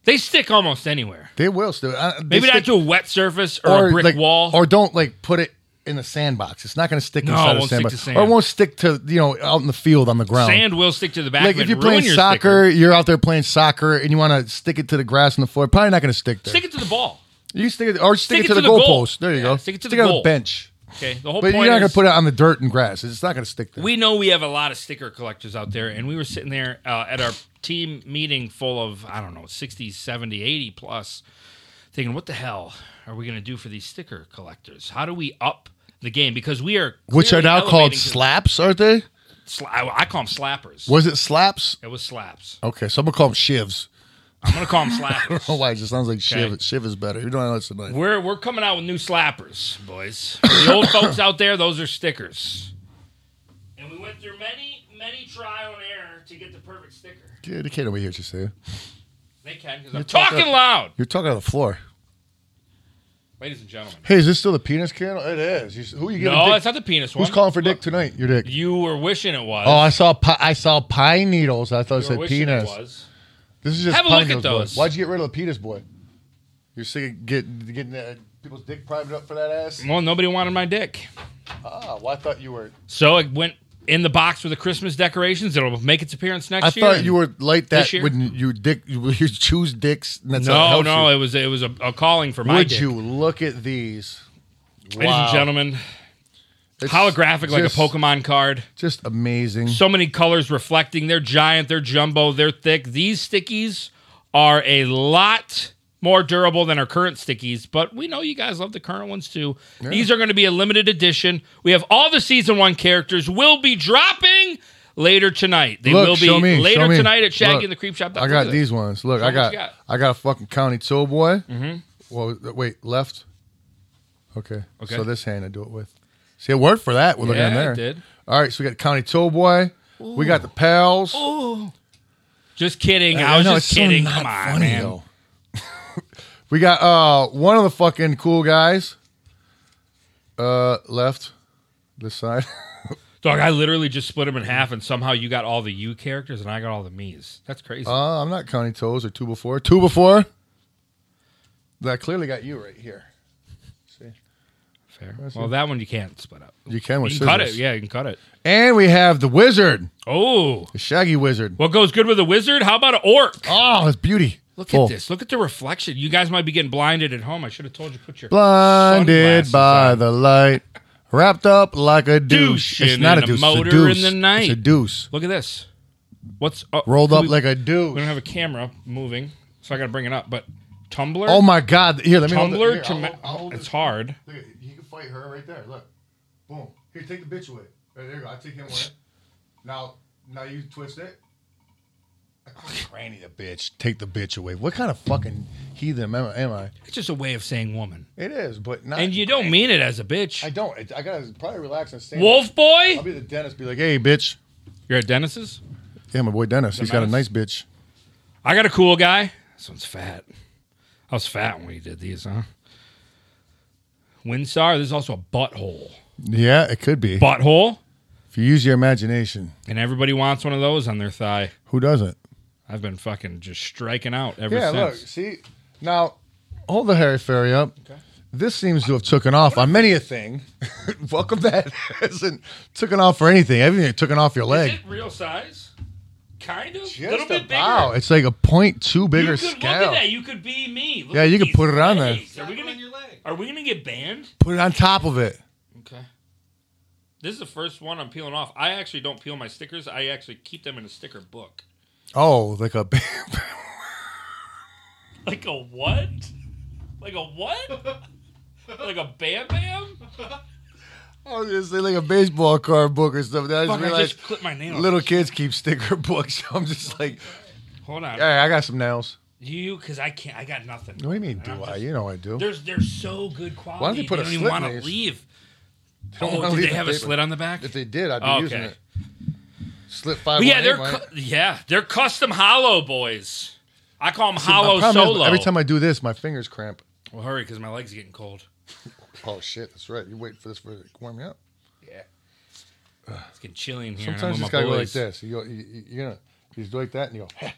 Speaker 2: They stick almost anywhere.
Speaker 1: they will still. uh, they
Speaker 2: Maybe not
Speaker 1: stick-
Speaker 2: to a wet surface or, a brick
Speaker 1: like-
Speaker 2: wall.
Speaker 1: or don't like put it in the sandbox. It's not going to stick
Speaker 2: No, it
Speaker 1: inside the
Speaker 2: won't stick
Speaker 1: sandbox,
Speaker 2: to
Speaker 1: or it
Speaker 2: sand.
Speaker 1: won't stick to you know out in the field on the ground.
Speaker 2: Sand will stick to the back.
Speaker 1: like
Speaker 2: of it
Speaker 1: if you're
Speaker 2: and ruin
Speaker 1: playing
Speaker 2: your
Speaker 1: soccer,
Speaker 2: sticker.
Speaker 1: you're out there playing soccer, and you want to stick it to the grass on the floor. Probably not going to stick there.
Speaker 2: stick it to the ball.
Speaker 1: you can stick it or stick,
Speaker 2: stick
Speaker 1: it to, the, goalpost.
Speaker 2: goal.
Speaker 1: There you
Speaker 2: Yeah,
Speaker 1: go.
Speaker 2: stick it to
Speaker 1: stick
Speaker 2: the
Speaker 1: it on
Speaker 2: goal.
Speaker 1: the bench.
Speaker 2: Okay, the whole
Speaker 1: But
Speaker 2: point
Speaker 1: you're not
Speaker 2: is
Speaker 1: going to put it on the dirt and grass. It's not going to stick there.
Speaker 2: we know we have a lot of sticker collectors out there, and we were sitting there uh, at our team meeting full of I don't know 60, 70, 80 plus, thinking, what the hell are we going to do for these sticker collectors? How do we up the game? Because we are
Speaker 1: Which are now
Speaker 2: clearly
Speaker 1: called
Speaker 2: elevating to-
Speaker 1: slaps, aren't they?
Speaker 2: sla- I, I call them slappers.
Speaker 1: Was it slaps?
Speaker 2: It was slaps.
Speaker 1: Okay, so I'm gonna call them shivs.
Speaker 2: I'm going to call them
Speaker 1: I don't know
Speaker 2: slappers.
Speaker 1: why it just sounds like shiv.
Speaker 2: Okay.
Speaker 1: Shiv is better. You don't know it's a nice.
Speaker 2: We're we're coming out with new slappers, boys. The old folks out there, those are stickers. And we went through many many trial and error to get the perfect sticker.
Speaker 1: Yeah, they can't overhear what you're saying.
Speaker 2: They can because I'm
Speaker 1: talking-
Speaker 2: talking loud,
Speaker 1: You're talking on the floor.
Speaker 2: ladies and gentlemen.
Speaker 1: Hey, is this still the penis candle? It is. You, who are you getting?
Speaker 2: No,
Speaker 1: dick?
Speaker 2: it's not the penis one.
Speaker 1: Who's calling for dick
Speaker 2: Look,
Speaker 1: tonight? Your dick.
Speaker 2: You were wishing it was.
Speaker 1: Oh, I saw pi- I saw pine needles. I thought
Speaker 2: you
Speaker 1: it
Speaker 2: were
Speaker 1: said
Speaker 2: wishing
Speaker 1: penis.
Speaker 2: It was.
Speaker 1: This is just
Speaker 2: Have a
Speaker 1: pine
Speaker 2: look at
Speaker 1: needles, boy.
Speaker 2: those.
Speaker 1: Why'd you get rid of the penis boy? You're sick of get, getting uh, people's dick primed up for that ass.
Speaker 2: Well, nobody wanted my dick,
Speaker 1: Ah, well, I thought you were.
Speaker 2: so it went in the box with the Christmas decorations. It'll make its appearance next
Speaker 1: I
Speaker 2: year.
Speaker 1: thought you were like that
Speaker 2: This year?
Speaker 1: when you dick you, you choose dicks. And that's how
Speaker 2: No,
Speaker 1: it helps
Speaker 2: no,
Speaker 1: you.
Speaker 2: it was it was a, a calling for my
Speaker 1: Would
Speaker 2: dick.
Speaker 1: you look at these,
Speaker 2: ladies
Speaker 1: Wow.
Speaker 2: and gentlemen?
Speaker 1: It's
Speaker 2: holographic, like a
Speaker 1: just-
Speaker 2: Pokemon card.
Speaker 1: Just amazing.
Speaker 2: So many colors reflecting. They're giant. They're jumbo. They're thick. These stickies are a lot more durable than our current stickies, but we know you guys love the current ones too. These are going to be a limited edition. We have all the season one characters. Will be dropping later tonight. They
Speaker 1: Look,
Speaker 2: will be
Speaker 1: show me,
Speaker 2: later
Speaker 1: show me.
Speaker 2: tonight at Shaggy
Speaker 1: Look,
Speaker 2: and the Creep Shop.
Speaker 1: I got these ones. Look, I
Speaker 2: me what
Speaker 1: got,
Speaker 2: you got.
Speaker 1: I got a fucking county tow boy. Mm-hmm. Well, wait, left. Okay.
Speaker 2: Okay.
Speaker 1: So this hand I do it with. See, it worked for that. We're looking
Speaker 2: Yeah,
Speaker 1: in there.
Speaker 2: it did.
Speaker 1: All right, so we got county tow boy. We got the pals.
Speaker 2: Just kidding.
Speaker 1: I
Speaker 2: I was
Speaker 1: know,
Speaker 2: just
Speaker 1: it's so
Speaker 2: kidding.
Speaker 1: not
Speaker 2: Come on,
Speaker 1: funny,
Speaker 2: man.
Speaker 1: though. we got uh one of the fucking cool guys. Uh, left, this side.
Speaker 2: Dog, I literally just split them in half, and somehow you got all the you characters, and I got all the me's. That's crazy.
Speaker 1: Uh, I'm not counting toes or two before. Two before. That clearly got you right here.
Speaker 2: Fair. Well, that one you can't split up.
Speaker 1: You can
Speaker 2: You
Speaker 1: with
Speaker 2: can
Speaker 1: scissors.
Speaker 2: cut it. Yeah, you can cut it.
Speaker 1: And we have the wizard,
Speaker 2: Oh,
Speaker 1: the shaggy wizard.
Speaker 2: what goes good with a wizard? How about an orc?
Speaker 1: Oh, it's beauty.
Speaker 2: Ah, Look
Speaker 1: Full.
Speaker 2: at this. Look at the reflection. You guys might be getting blinded at home. I should have told you put your
Speaker 1: Blinded
Speaker 2: sunglasses
Speaker 1: by
Speaker 2: on.
Speaker 1: the light, wrapped up like a douche.
Speaker 2: Douche
Speaker 1: It's
Speaker 2: in
Speaker 1: not a
Speaker 2: the
Speaker 1: douche.
Speaker 2: motor
Speaker 1: it's a deuce.
Speaker 2: in the night.
Speaker 1: It's a deuce.
Speaker 2: Look at this. What's oh,
Speaker 1: Rolled
Speaker 2: can
Speaker 1: up
Speaker 2: we,
Speaker 1: like a
Speaker 2: We don't
Speaker 1: deuce.
Speaker 2: have a camera moving, so I got to bring it up. But Tumblr,
Speaker 1: Oh my God! Here, let me hold it.
Speaker 2: Tumblr,
Speaker 1: Here,
Speaker 2: to
Speaker 1: I'll
Speaker 2: ma-
Speaker 1: hold- I'll hold
Speaker 2: it's
Speaker 1: this.
Speaker 2: hard.
Speaker 1: Look, at- you can fight her right there. Look, boom. Here, take the bitch away. There, there you go. I take him away. Now, now you twist it. I call Granny the bitch. Take the bitch away. What kind of fucking heathen am, am I?
Speaker 2: It's just a way of saying woman,
Speaker 1: It is, but not.
Speaker 2: and you don't mean it as a
Speaker 1: I
Speaker 2: bitch.
Speaker 1: don't. I, I gotta probably relax and stand.
Speaker 2: Wolf
Speaker 1: I'll
Speaker 2: boy,
Speaker 1: be the dentist. Be like, hey, bitch.
Speaker 2: you're at Dennis's.
Speaker 1: Yeah, my boy Dennis. He's got a nice
Speaker 2: mouse?
Speaker 1: bitch.
Speaker 2: I got a cool guy. This one's fat. I was fat when we did these, huh? Winsar, there's also a butthole.
Speaker 1: Yeah, it could be.
Speaker 2: Butthole?
Speaker 1: If you use your imagination,
Speaker 2: And everybody wants one of those on their thigh.
Speaker 1: who doesn't?
Speaker 2: I've been fucking just striking out ever
Speaker 1: Yeah, look.
Speaker 2: since.
Speaker 1: See, now hold the Harry Ferry up. This seems to have taken off on many a thing. Welcome that hasn't taken off for anything. Everything taken off your leg.
Speaker 2: real size? Kind of?
Speaker 1: Just about. It's like a point two bigger scale.
Speaker 2: You could be me.
Speaker 1: Yeah, at you could these put it on there. legs.
Speaker 2: there.
Speaker 3: Slap it on your leg.
Speaker 2: are we gonna get banned?
Speaker 1: Put it on top of it.
Speaker 2: Okay. This is the first one I'm peeling off. I actually don't peel my stickers. I actually keep them in a sticker book.
Speaker 1: Oh, like a.
Speaker 2: Like a what? Like a what? like a bam bam?
Speaker 1: I was gonna say oh, like a baseball card book or something. I just
Speaker 2: Fuck, I
Speaker 1: realized
Speaker 2: just clipped my nail.
Speaker 1: little kids keep sticker books. So I'm just like,
Speaker 2: Hold on.
Speaker 1: hey, I got some nails.
Speaker 2: You, because I can't. I got nothing.
Speaker 1: What do you mean?
Speaker 2: And I'm
Speaker 1: Do I?
Speaker 2: just-
Speaker 1: You know I do.
Speaker 2: There's they're so good quality. Why
Speaker 1: they put a
Speaker 2: don't even
Speaker 1: slit
Speaker 2: want
Speaker 1: in
Speaker 2: to
Speaker 1: these?
Speaker 2: leave.
Speaker 1: don't
Speaker 2: oh,
Speaker 1: wanna
Speaker 2: did
Speaker 1: leave
Speaker 2: they
Speaker 1: the
Speaker 2: have a
Speaker 1: paper.
Speaker 2: slit on the back?
Speaker 1: If they did, I'd be
Speaker 2: Okay.
Speaker 1: using it. Slip five.
Speaker 2: But yeah,
Speaker 1: one
Speaker 2: they're
Speaker 1: eight, right?
Speaker 2: cu- yeah they're custom hollow boys. I call them
Speaker 1: See, my
Speaker 2: hollow
Speaker 1: problem is
Speaker 2: solo.
Speaker 1: every time I do this, my fingers cramp.
Speaker 2: well, hurry because my legs getting cold.
Speaker 1: Oh shit, that's right. You wait for this for it to warm you up.
Speaker 2: Yeah, it's getting chilly in here. and I'm
Speaker 1: Sometimes you
Speaker 2: with
Speaker 1: just
Speaker 2: my
Speaker 1: gotta go like
Speaker 2: boys.
Speaker 1: this. You go, you, you, you're gonna you just do like that, and you go, "Heh."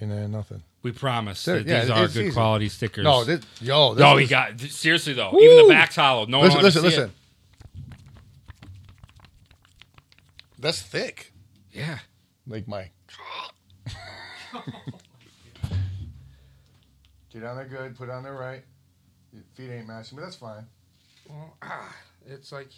Speaker 1: and then nothing.
Speaker 2: We promise
Speaker 1: There-
Speaker 2: that
Speaker 1: yeah,
Speaker 2: these are
Speaker 1: it's
Speaker 2: good
Speaker 1: easy.
Speaker 2: quality stickers.
Speaker 1: No, this, yo, this
Speaker 2: no,
Speaker 1: is-
Speaker 2: we got th- seriously though. Even
Speaker 1: Woo!
Speaker 2: the back's hollow. No
Speaker 1: listen,
Speaker 2: one
Speaker 1: listen,
Speaker 2: wants to see
Speaker 1: listen. That's thick.
Speaker 2: It. Yeah,
Speaker 1: Like my. Get on there good. Put it on there right. Your feet ain't matching, but that's fine.
Speaker 2: well, ah, it's like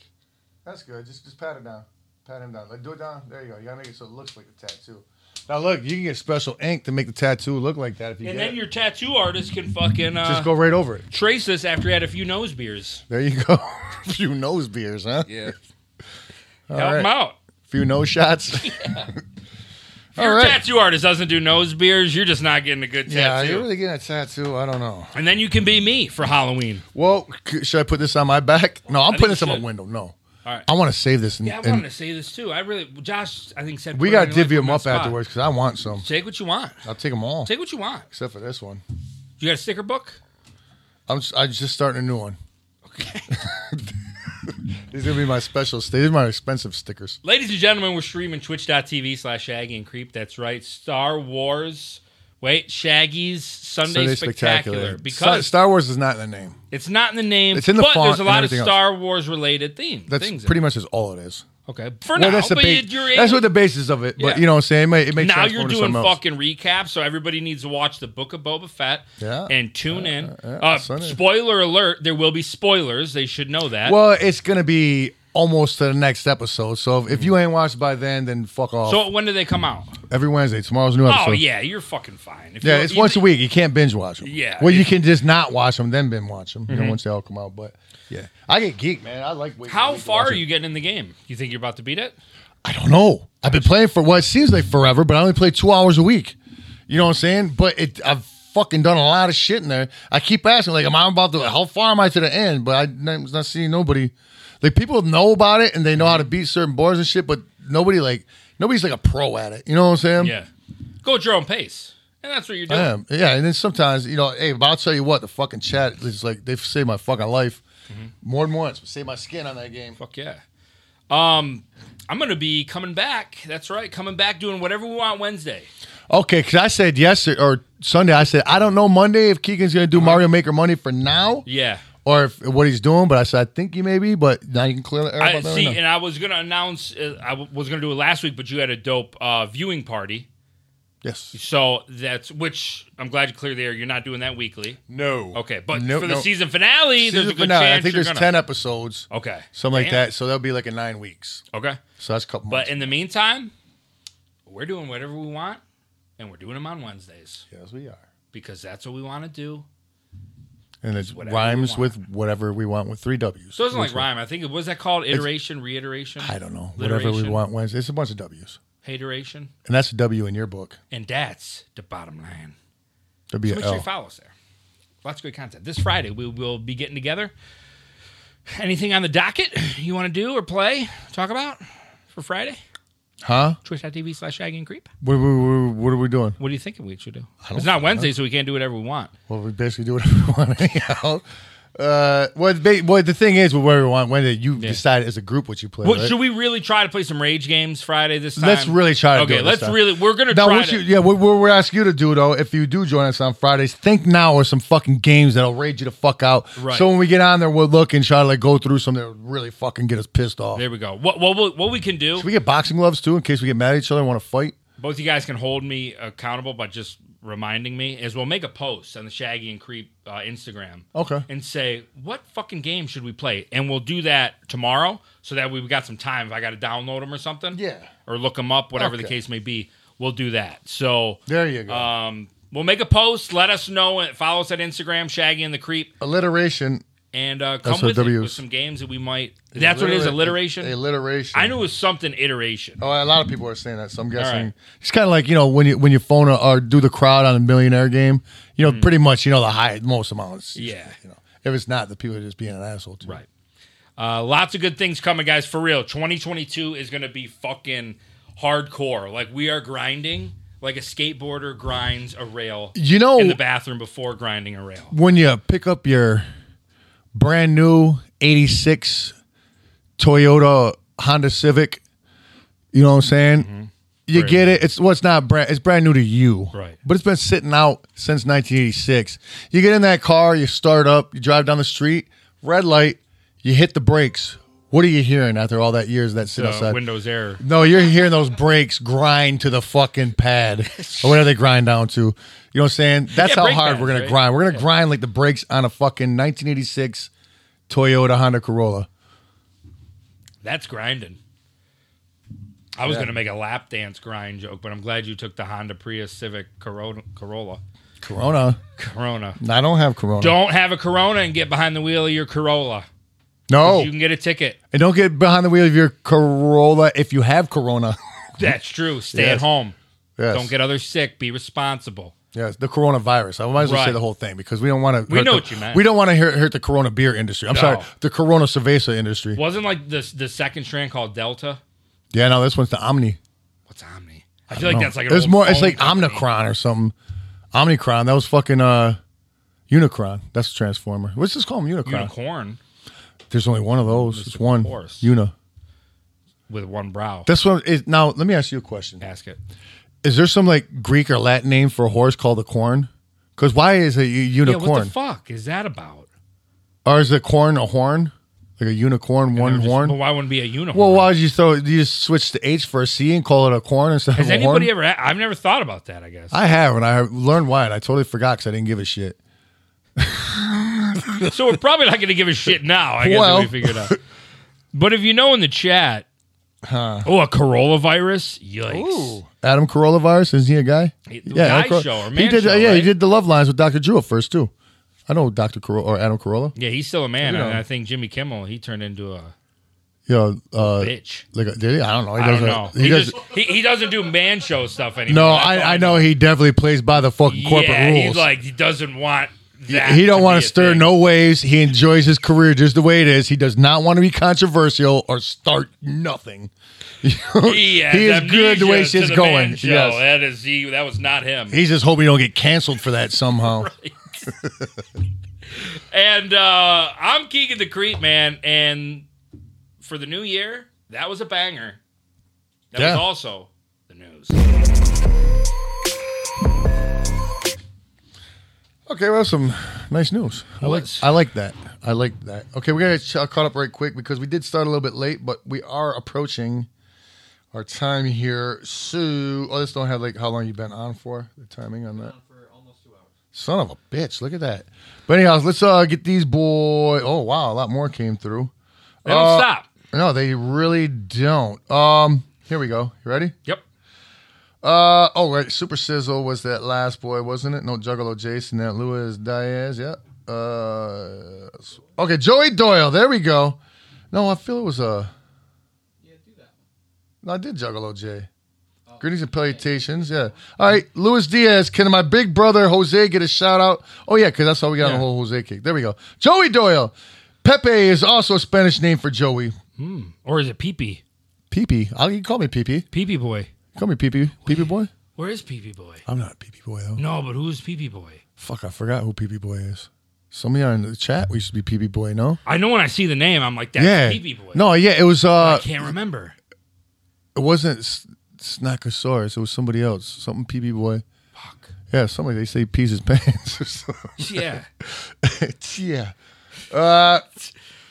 Speaker 1: That's good. Just just pat it down. Pat him down. Like do it down. There you go. You gotta make it so it looks like a tattoo. Now look, you can get special ink to make the tattoo look like that if you
Speaker 2: and
Speaker 1: get
Speaker 2: then
Speaker 1: it.
Speaker 2: your tattoo artist can fucking uh,
Speaker 1: Just go right over it.
Speaker 2: trace this after he had a few nose beers.
Speaker 1: There you go. few nose beers, huh?
Speaker 2: Yeah,
Speaker 1: All
Speaker 2: help
Speaker 1: right.
Speaker 2: him out.
Speaker 1: Few nose shots.
Speaker 2: If
Speaker 1: All
Speaker 2: your
Speaker 1: right.
Speaker 2: tattoo artist doesn't do nose beers, you're just not getting a good
Speaker 1: yeah,
Speaker 2: tattoo.
Speaker 1: you're really getting a tattoo. I don't know.
Speaker 2: and then you can be me for Halloween.
Speaker 1: Well, c- should I put this on my back? No, I'm
Speaker 2: I think
Speaker 1: putting this
Speaker 2: you
Speaker 1: on my
Speaker 2: should.
Speaker 1: window. No.
Speaker 2: All right.
Speaker 1: I want to save this. And,
Speaker 2: Yeah, I
Speaker 1: and
Speaker 2: wanted to say this too. I really, Josh, I think said
Speaker 1: we
Speaker 2: put it
Speaker 1: got
Speaker 2: in
Speaker 1: to
Speaker 2: your
Speaker 1: divvy
Speaker 2: life
Speaker 1: them up
Speaker 2: spot.
Speaker 1: afterwards because I want some.
Speaker 2: Take what you want.
Speaker 1: I'll take them all.
Speaker 2: Take what you want.
Speaker 1: Except for this one.
Speaker 2: You got a sticker book?
Speaker 1: I'm, s- I'm just starting a new one.
Speaker 2: Okay.
Speaker 1: These are going to be my special. St- these are my expensive stickers.
Speaker 2: Ladies and gentlemen, we're streaming twitch.tv slash Shaggy and Creep. That's right. Star Wars. Wait, Shaggy's Sunday, Spectacular.
Speaker 1: Star,
Speaker 2: Because
Speaker 1: Star Wars is not in the name.
Speaker 2: it's not in the name,
Speaker 1: It's in the
Speaker 2: but
Speaker 1: font
Speaker 2: there's a
Speaker 1: and
Speaker 2: lot of
Speaker 1: everything else.
Speaker 2: Star Wars related theme,
Speaker 1: That's
Speaker 2: things. in
Speaker 1: pretty
Speaker 2: it.
Speaker 1: much is all it is.
Speaker 2: Okay. For
Speaker 1: well,
Speaker 2: now,
Speaker 1: that's the
Speaker 2: but
Speaker 1: base.
Speaker 2: you're
Speaker 1: that's
Speaker 2: able-
Speaker 1: what the basis of it.
Speaker 2: Yeah.
Speaker 1: But you know what I'm saying? It may, it may
Speaker 2: now
Speaker 1: transform
Speaker 2: you're
Speaker 1: into
Speaker 2: doing
Speaker 1: something else.
Speaker 2: fucking recaps, so everybody needs to watch the Book of Boba Fett
Speaker 1: Yeah.
Speaker 2: and tune in.
Speaker 1: yeah,
Speaker 2: uh,
Speaker 1: Sunday.
Speaker 2: spoiler alert: there will be spoilers. They should know that.
Speaker 1: Well, it's going to be almost to the next episode. So if, if you ain't watched by then, then fuck off.
Speaker 2: Mm-hmm. so when do they come out?
Speaker 1: Every Wednesday, tomorrow's new
Speaker 2: Oh
Speaker 1: episode.
Speaker 2: yeah, you're fucking fine. If
Speaker 1: Yeah,
Speaker 2: you're-
Speaker 1: it's once a week. You can't binge watch them.
Speaker 2: Yeah. Mm-hmm.
Speaker 1: Well, you can just not watch them, then binge watch them. You know, once they all come out. But yeah, I get geek, man. I like waiting. a
Speaker 2: How
Speaker 1: week to
Speaker 2: far
Speaker 1: watch
Speaker 2: are
Speaker 1: it.
Speaker 2: you getting in the game? You think you're about to beat it?
Speaker 1: I don't know. I've been playing for what it seems like forever, but I only play two hours a week. You know what I'm saying? But it, I've fucking done a lot of shit in there. I keep asking, like, am I about to? How far am I to the end? But I'm not not seeing nobody. Like people know about it and they know how to beat certain boards and shit, but nobody like nobody's like a pro at it. You know what I'm saying?
Speaker 2: Yeah. Go at your own pace, and that's what you're doing.
Speaker 1: Um, I am. Yeah, and then sometimes, you know, hey, but I'll tell you what, the fucking chat is like they've saved my fucking life
Speaker 2: Mm-hmm.
Speaker 1: more than once. Saved my skin on that game.
Speaker 2: Fuck yeah. Um, I'm gonna be coming back. That's right, coming back, doing whatever we want Wednesday.
Speaker 1: Okay, because I said yesterday or Sunday, I said I don't know Monday if Keegan's gonna do
Speaker 2: Uh-huh.
Speaker 1: Mario Maker money for now
Speaker 2: Yeah.
Speaker 1: or if, what he's doing, but I said I think he may be, but now you can clear the air
Speaker 2: I
Speaker 1: about that
Speaker 2: see,
Speaker 1: right now.
Speaker 2: and I was gonna announce. Uh, I w- was gonna do it last week, but you had a dope uh, viewing party,
Speaker 1: Yes.
Speaker 2: so that's which I'm glad you cleared the air. You're not doing that weekly,
Speaker 1: No.
Speaker 2: okay? But
Speaker 1: No,
Speaker 2: for the
Speaker 1: no.
Speaker 2: season finale,
Speaker 1: Season
Speaker 2: there's a good
Speaker 1: finale,
Speaker 2: chance
Speaker 1: I think
Speaker 2: you're
Speaker 1: there's
Speaker 2: gonna-
Speaker 1: ten episodes.
Speaker 2: Okay,
Speaker 1: Something like
Speaker 2: Damn.
Speaker 1: that. So that'll be like in nine weeks.
Speaker 2: Okay,
Speaker 1: So that's a couple
Speaker 2: but
Speaker 1: months.
Speaker 2: in the meantime, we're doing whatever we want, and we're doing them on Wednesdays
Speaker 1: yes, we are.
Speaker 2: because that's what we want to do.
Speaker 1: And it
Speaker 2: whatever we
Speaker 1: rhymes
Speaker 2: want.
Speaker 1: with whatever we want with three W's.
Speaker 2: So it doesn't
Speaker 1: Which
Speaker 2: like
Speaker 1: one?
Speaker 2: rhyme. I think it was that called iteration, reiteration,
Speaker 1: I don't know. Whatever we
Speaker 2: Alliteration.
Speaker 1: want Wednesday. It's a bunch of W's.
Speaker 2: hateration,
Speaker 1: And that's a W in your book.
Speaker 2: and that's the bottom line.
Speaker 1: That'd be
Speaker 2: So
Speaker 1: an
Speaker 2: make sure you
Speaker 1: L.
Speaker 2: follow us there. Lots of good content. This Friday, we will be getting together. Anything on the docket you want to do or play, talk about for Friday?
Speaker 1: Huh?
Speaker 2: Twitch.tv slash Shaggy and Creep.
Speaker 1: What, what, what, what are we doing?
Speaker 2: What do you think we should do? It's not Wednesday, so we can't do whatever we want.
Speaker 1: Well, we basically do whatever we want anyhow. Uh, well, ba- well, the thing is, whatever we want, Wednesday, you decide as a group what you play.
Speaker 2: What,
Speaker 1: right?
Speaker 2: Should we really try to play some rage games Friday this time?
Speaker 1: Let's really try to do
Speaker 2: Okay,
Speaker 1: it this
Speaker 2: let's
Speaker 1: time.
Speaker 2: really. We're gonna
Speaker 1: now,
Speaker 2: try
Speaker 1: what
Speaker 2: to.
Speaker 1: you, yeah, what, what we're asking you to do though, if you do join us on Fridays, think now of some fucking games that'll rage you the fuck out.
Speaker 2: Right.
Speaker 1: So when we get on there, we'll look and try to like go through some that'll really fucking get us pissed off.
Speaker 2: there we go. What, what what what we can do?
Speaker 1: Should we get boxing gloves too in case we get mad at each other and want to fight?
Speaker 2: both you guys can hold me accountable by just reminding me is we'll make a post on the shaggy and creep uh, instagram
Speaker 1: Okay.
Speaker 2: and say what fucking game should we play and we'll do that tomorrow so that we've got some time if i gotta download them or something
Speaker 1: Yeah.
Speaker 2: or look them up whatever the
Speaker 1: Okay.
Speaker 2: case may be we'll do that so
Speaker 1: There you go.
Speaker 2: Uh, um we'll make a post let us know and follow us at instagram shaggy and the creep
Speaker 1: Alliteration
Speaker 2: and uh, come with, it,
Speaker 1: SOWs.
Speaker 2: with some games that we might. That's what it is,
Speaker 1: Allitera-
Speaker 2: alliteration.
Speaker 1: Alliteration.
Speaker 2: I knew it was something iteration.
Speaker 1: Oh, a lot of people are saying that, so I'm guessing
Speaker 2: right.
Speaker 1: it's kind of like you know when you when you phone a, or do the crowd on a millionaire game, you know pretty much you know the high most amounts.
Speaker 2: Hmm. Yeah.
Speaker 1: you know if it's not, the people are just being an asshole. Too.
Speaker 2: Right. Uh, lots of good things coming, guys. For real, 2022 is going to be fucking hardcore. Like we are grinding, like a skateboarder grinds a rail
Speaker 1: You know
Speaker 2: in the bathroom before grinding a rail.
Speaker 1: when you pick up your brand new '86 Toyota Honda Civic, you know what I'm saying? You
Speaker 2: Mm-hmm. Brand
Speaker 1: get it. It's well, it's not brand. It's brand new to you,
Speaker 2: Right.
Speaker 1: But it's been sitting out since 1986. You get in that car, you start up, you drive down the street, red light, you hit the brakes. What are you hearing after all that years of that sit
Speaker 2: Uh,
Speaker 1: outside?
Speaker 2: Windows Air.
Speaker 1: No, you're hearing those brakes grind to the fucking pad or whatever they grind down to. You know what I'm saying? That's
Speaker 2: Yeah,
Speaker 1: how
Speaker 2: brake
Speaker 1: hard
Speaker 2: pads,
Speaker 1: we're gonna
Speaker 2: right?
Speaker 1: grind. We're gonna grind like the brakes on a fucking 1986 Toyota Honda Corolla.
Speaker 2: That's grinding. I was
Speaker 1: Yeah.
Speaker 2: going to make a lap dance grind joke, but I'm glad you took the Honda Prius Civic Corona. Corolla.
Speaker 1: Corona.
Speaker 2: Corona.
Speaker 1: I don't have Corona.
Speaker 2: Don't have a Corona and get behind the wheel of your Corolla.
Speaker 1: no,
Speaker 2: You can get a ticket.
Speaker 1: and don't get behind the wheel of your Corolla if you have Corona.
Speaker 2: That's true. Stay at
Speaker 1: Yes.
Speaker 2: home.
Speaker 1: Yes.
Speaker 2: Don't get others sick. Be responsible.
Speaker 1: Yes, the coronavirus. I might as well say
Speaker 2: Right.
Speaker 1: the whole thing because we don't want to.
Speaker 2: We know what you meant.
Speaker 1: We don't want to hurt, hurt the Corona beer industry. I'm
Speaker 2: No.
Speaker 1: sorry, the Corona cerveza industry.
Speaker 2: Wasn't like the the second strand called Delta.
Speaker 1: Yeah, no, this one's the Omni.
Speaker 2: What's Omni? I feel like
Speaker 1: No.
Speaker 2: that's like an
Speaker 1: it's
Speaker 2: old
Speaker 1: more. It's
Speaker 2: phone
Speaker 1: like
Speaker 2: company.
Speaker 1: Omnicron or something. Omnicron. That was fucking uh, Unicron. That's a transformer. What's this called? Unicron.
Speaker 2: unicorn
Speaker 1: There's only one of those. It's one.
Speaker 2: horse.
Speaker 1: Una.
Speaker 2: with one brow.
Speaker 1: This one is now. Let me ask you a question.
Speaker 2: Ask it.
Speaker 1: Is there some like Greek or Latin name for a horse called a corn? Because why is a u-
Speaker 2: Yeah, what
Speaker 1: unicorn?
Speaker 2: the fuck is that about?
Speaker 1: or is the corn a horn? Like a unicorn, one
Speaker 2: Just-
Speaker 1: horn.
Speaker 2: Well, why wouldn't it be a unicorn?
Speaker 1: well, why did you throw? You just switch the H for a C and call it a corn instead
Speaker 2: Has
Speaker 1: of a
Speaker 2: anybody
Speaker 1: horn?
Speaker 2: ever? a- I've never thought about that. I guess.
Speaker 1: I have, and I learned why, and I totally forgot because I didn't give a shit.
Speaker 2: so we're probably not going to give a shit now. I guess that
Speaker 1: Well.
Speaker 2: we figured out. But if you know in the chat, oh, a Corolla virus. Yikes.
Speaker 1: Adam Carolla virus? Isn't he a guy?
Speaker 2: He- the guy
Speaker 1: Adam Carolla-
Speaker 2: show or
Speaker 1: he
Speaker 2: man
Speaker 1: did.
Speaker 2: show,
Speaker 1: yeah, he
Speaker 2: right?
Speaker 1: did the love lines with Dr. Drew at first too. I know Dr. Carolla or Adam Carolla.
Speaker 2: Yeah, he's still a man,
Speaker 1: You
Speaker 2: and
Speaker 1: know.
Speaker 2: I think Jimmy Kimmel he turned into a
Speaker 1: Yeah, uh,
Speaker 2: bitch.
Speaker 1: like a, did he? I don't know. He
Speaker 2: I
Speaker 1: doesn't-
Speaker 2: don't know.
Speaker 1: He,
Speaker 2: He,
Speaker 1: does.
Speaker 2: just he, he doesn't do man show stuff anymore.
Speaker 1: No,
Speaker 2: That's all
Speaker 1: I, I know he definitely plays by the fucking corporate
Speaker 2: yeah,
Speaker 1: rules.
Speaker 2: He's like he doesn't want that.
Speaker 1: he don't
Speaker 2: to
Speaker 1: want
Speaker 2: be
Speaker 1: to
Speaker 2: a
Speaker 1: stir
Speaker 2: thing.
Speaker 1: no waves. He enjoys his career just the way it is. He does not want to be controversial or start nothing. You know?
Speaker 2: He, has
Speaker 1: he is good the way
Speaker 2: amnesia to
Speaker 1: shit's
Speaker 2: the
Speaker 1: going.
Speaker 2: man show.
Speaker 1: Yes.
Speaker 2: that is he. That was not him.
Speaker 1: He's just hoping he don't get canceled for that somehow.
Speaker 2: And uh, I'm Keegan the Creep, man. And for the new year, that was a banger. That
Speaker 1: Yeah.
Speaker 2: was also the news.
Speaker 1: Okay, well, some nice news. I like,
Speaker 2: Let's-
Speaker 1: I like that. I like that. Okay, we're gonna get uh, caught up right quick because we did start a little bit late, but we are approaching our time here. So, oh, this don't have like how long you've been on for. The timing on that.
Speaker 3: on for almost two hours.
Speaker 1: Son of a bitch! Look at that. But anyhow, let's uh get these boy. Oh wow, a lot more came through.
Speaker 2: They don't
Speaker 1: Uh,
Speaker 2: stop.
Speaker 1: No, they really don't. Um, here we go. You ready?
Speaker 2: Yep.
Speaker 1: Uh oh, right. Super Sizzle was that last boy, wasn't it? No, Juggalo Jason, that Luis Diaz. Yeah. Uh, okay, Joey Doyle. There we go. No, I feel it was uh
Speaker 3: Yeah, do that one.
Speaker 1: No, I did Juggalo J. Greetings and salutations. Yeah. All right, Luis Diaz. Can my big brother Jose get a shout out? Oh yeah, because that's how we got on
Speaker 2: Yeah.
Speaker 1: the whole Jose kick. There we go. Joey Doyle. Pepe is also a Spanish name for Joey.
Speaker 2: Or is it Peepee?
Speaker 1: Peepee. I'll, you can call me Peepee.
Speaker 2: Peepee boy.
Speaker 1: Call me Peepee. Peepee boy.
Speaker 2: Where is Peepee boy?
Speaker 1: I'm not Peepee boy though.
Speaker 2: No, but who's Peepee boy?
Speaker 1: Fuck, I forgot who PB Boy is. Somebody on the chat we used to be PB Boy, no?
Speaker 2: I know when I see the name, I'm like, that's
Speaker 1: yeah.
Speaker 2: Peepee boy.
Speaker 1: No, yeah, it was
Speaker 2: I
Speaker 1: uh
Speaker 2: can't remember.
Speaker 1: it wasn't S- Snackosaurus, it was somebody else. Something PB Boy.
Speaker 2: Fuck.
Speaker 1: Yeah, somebody they say pees his pants or something.
Speaker 2: Yeah.
Speaker 1: yeah. Uh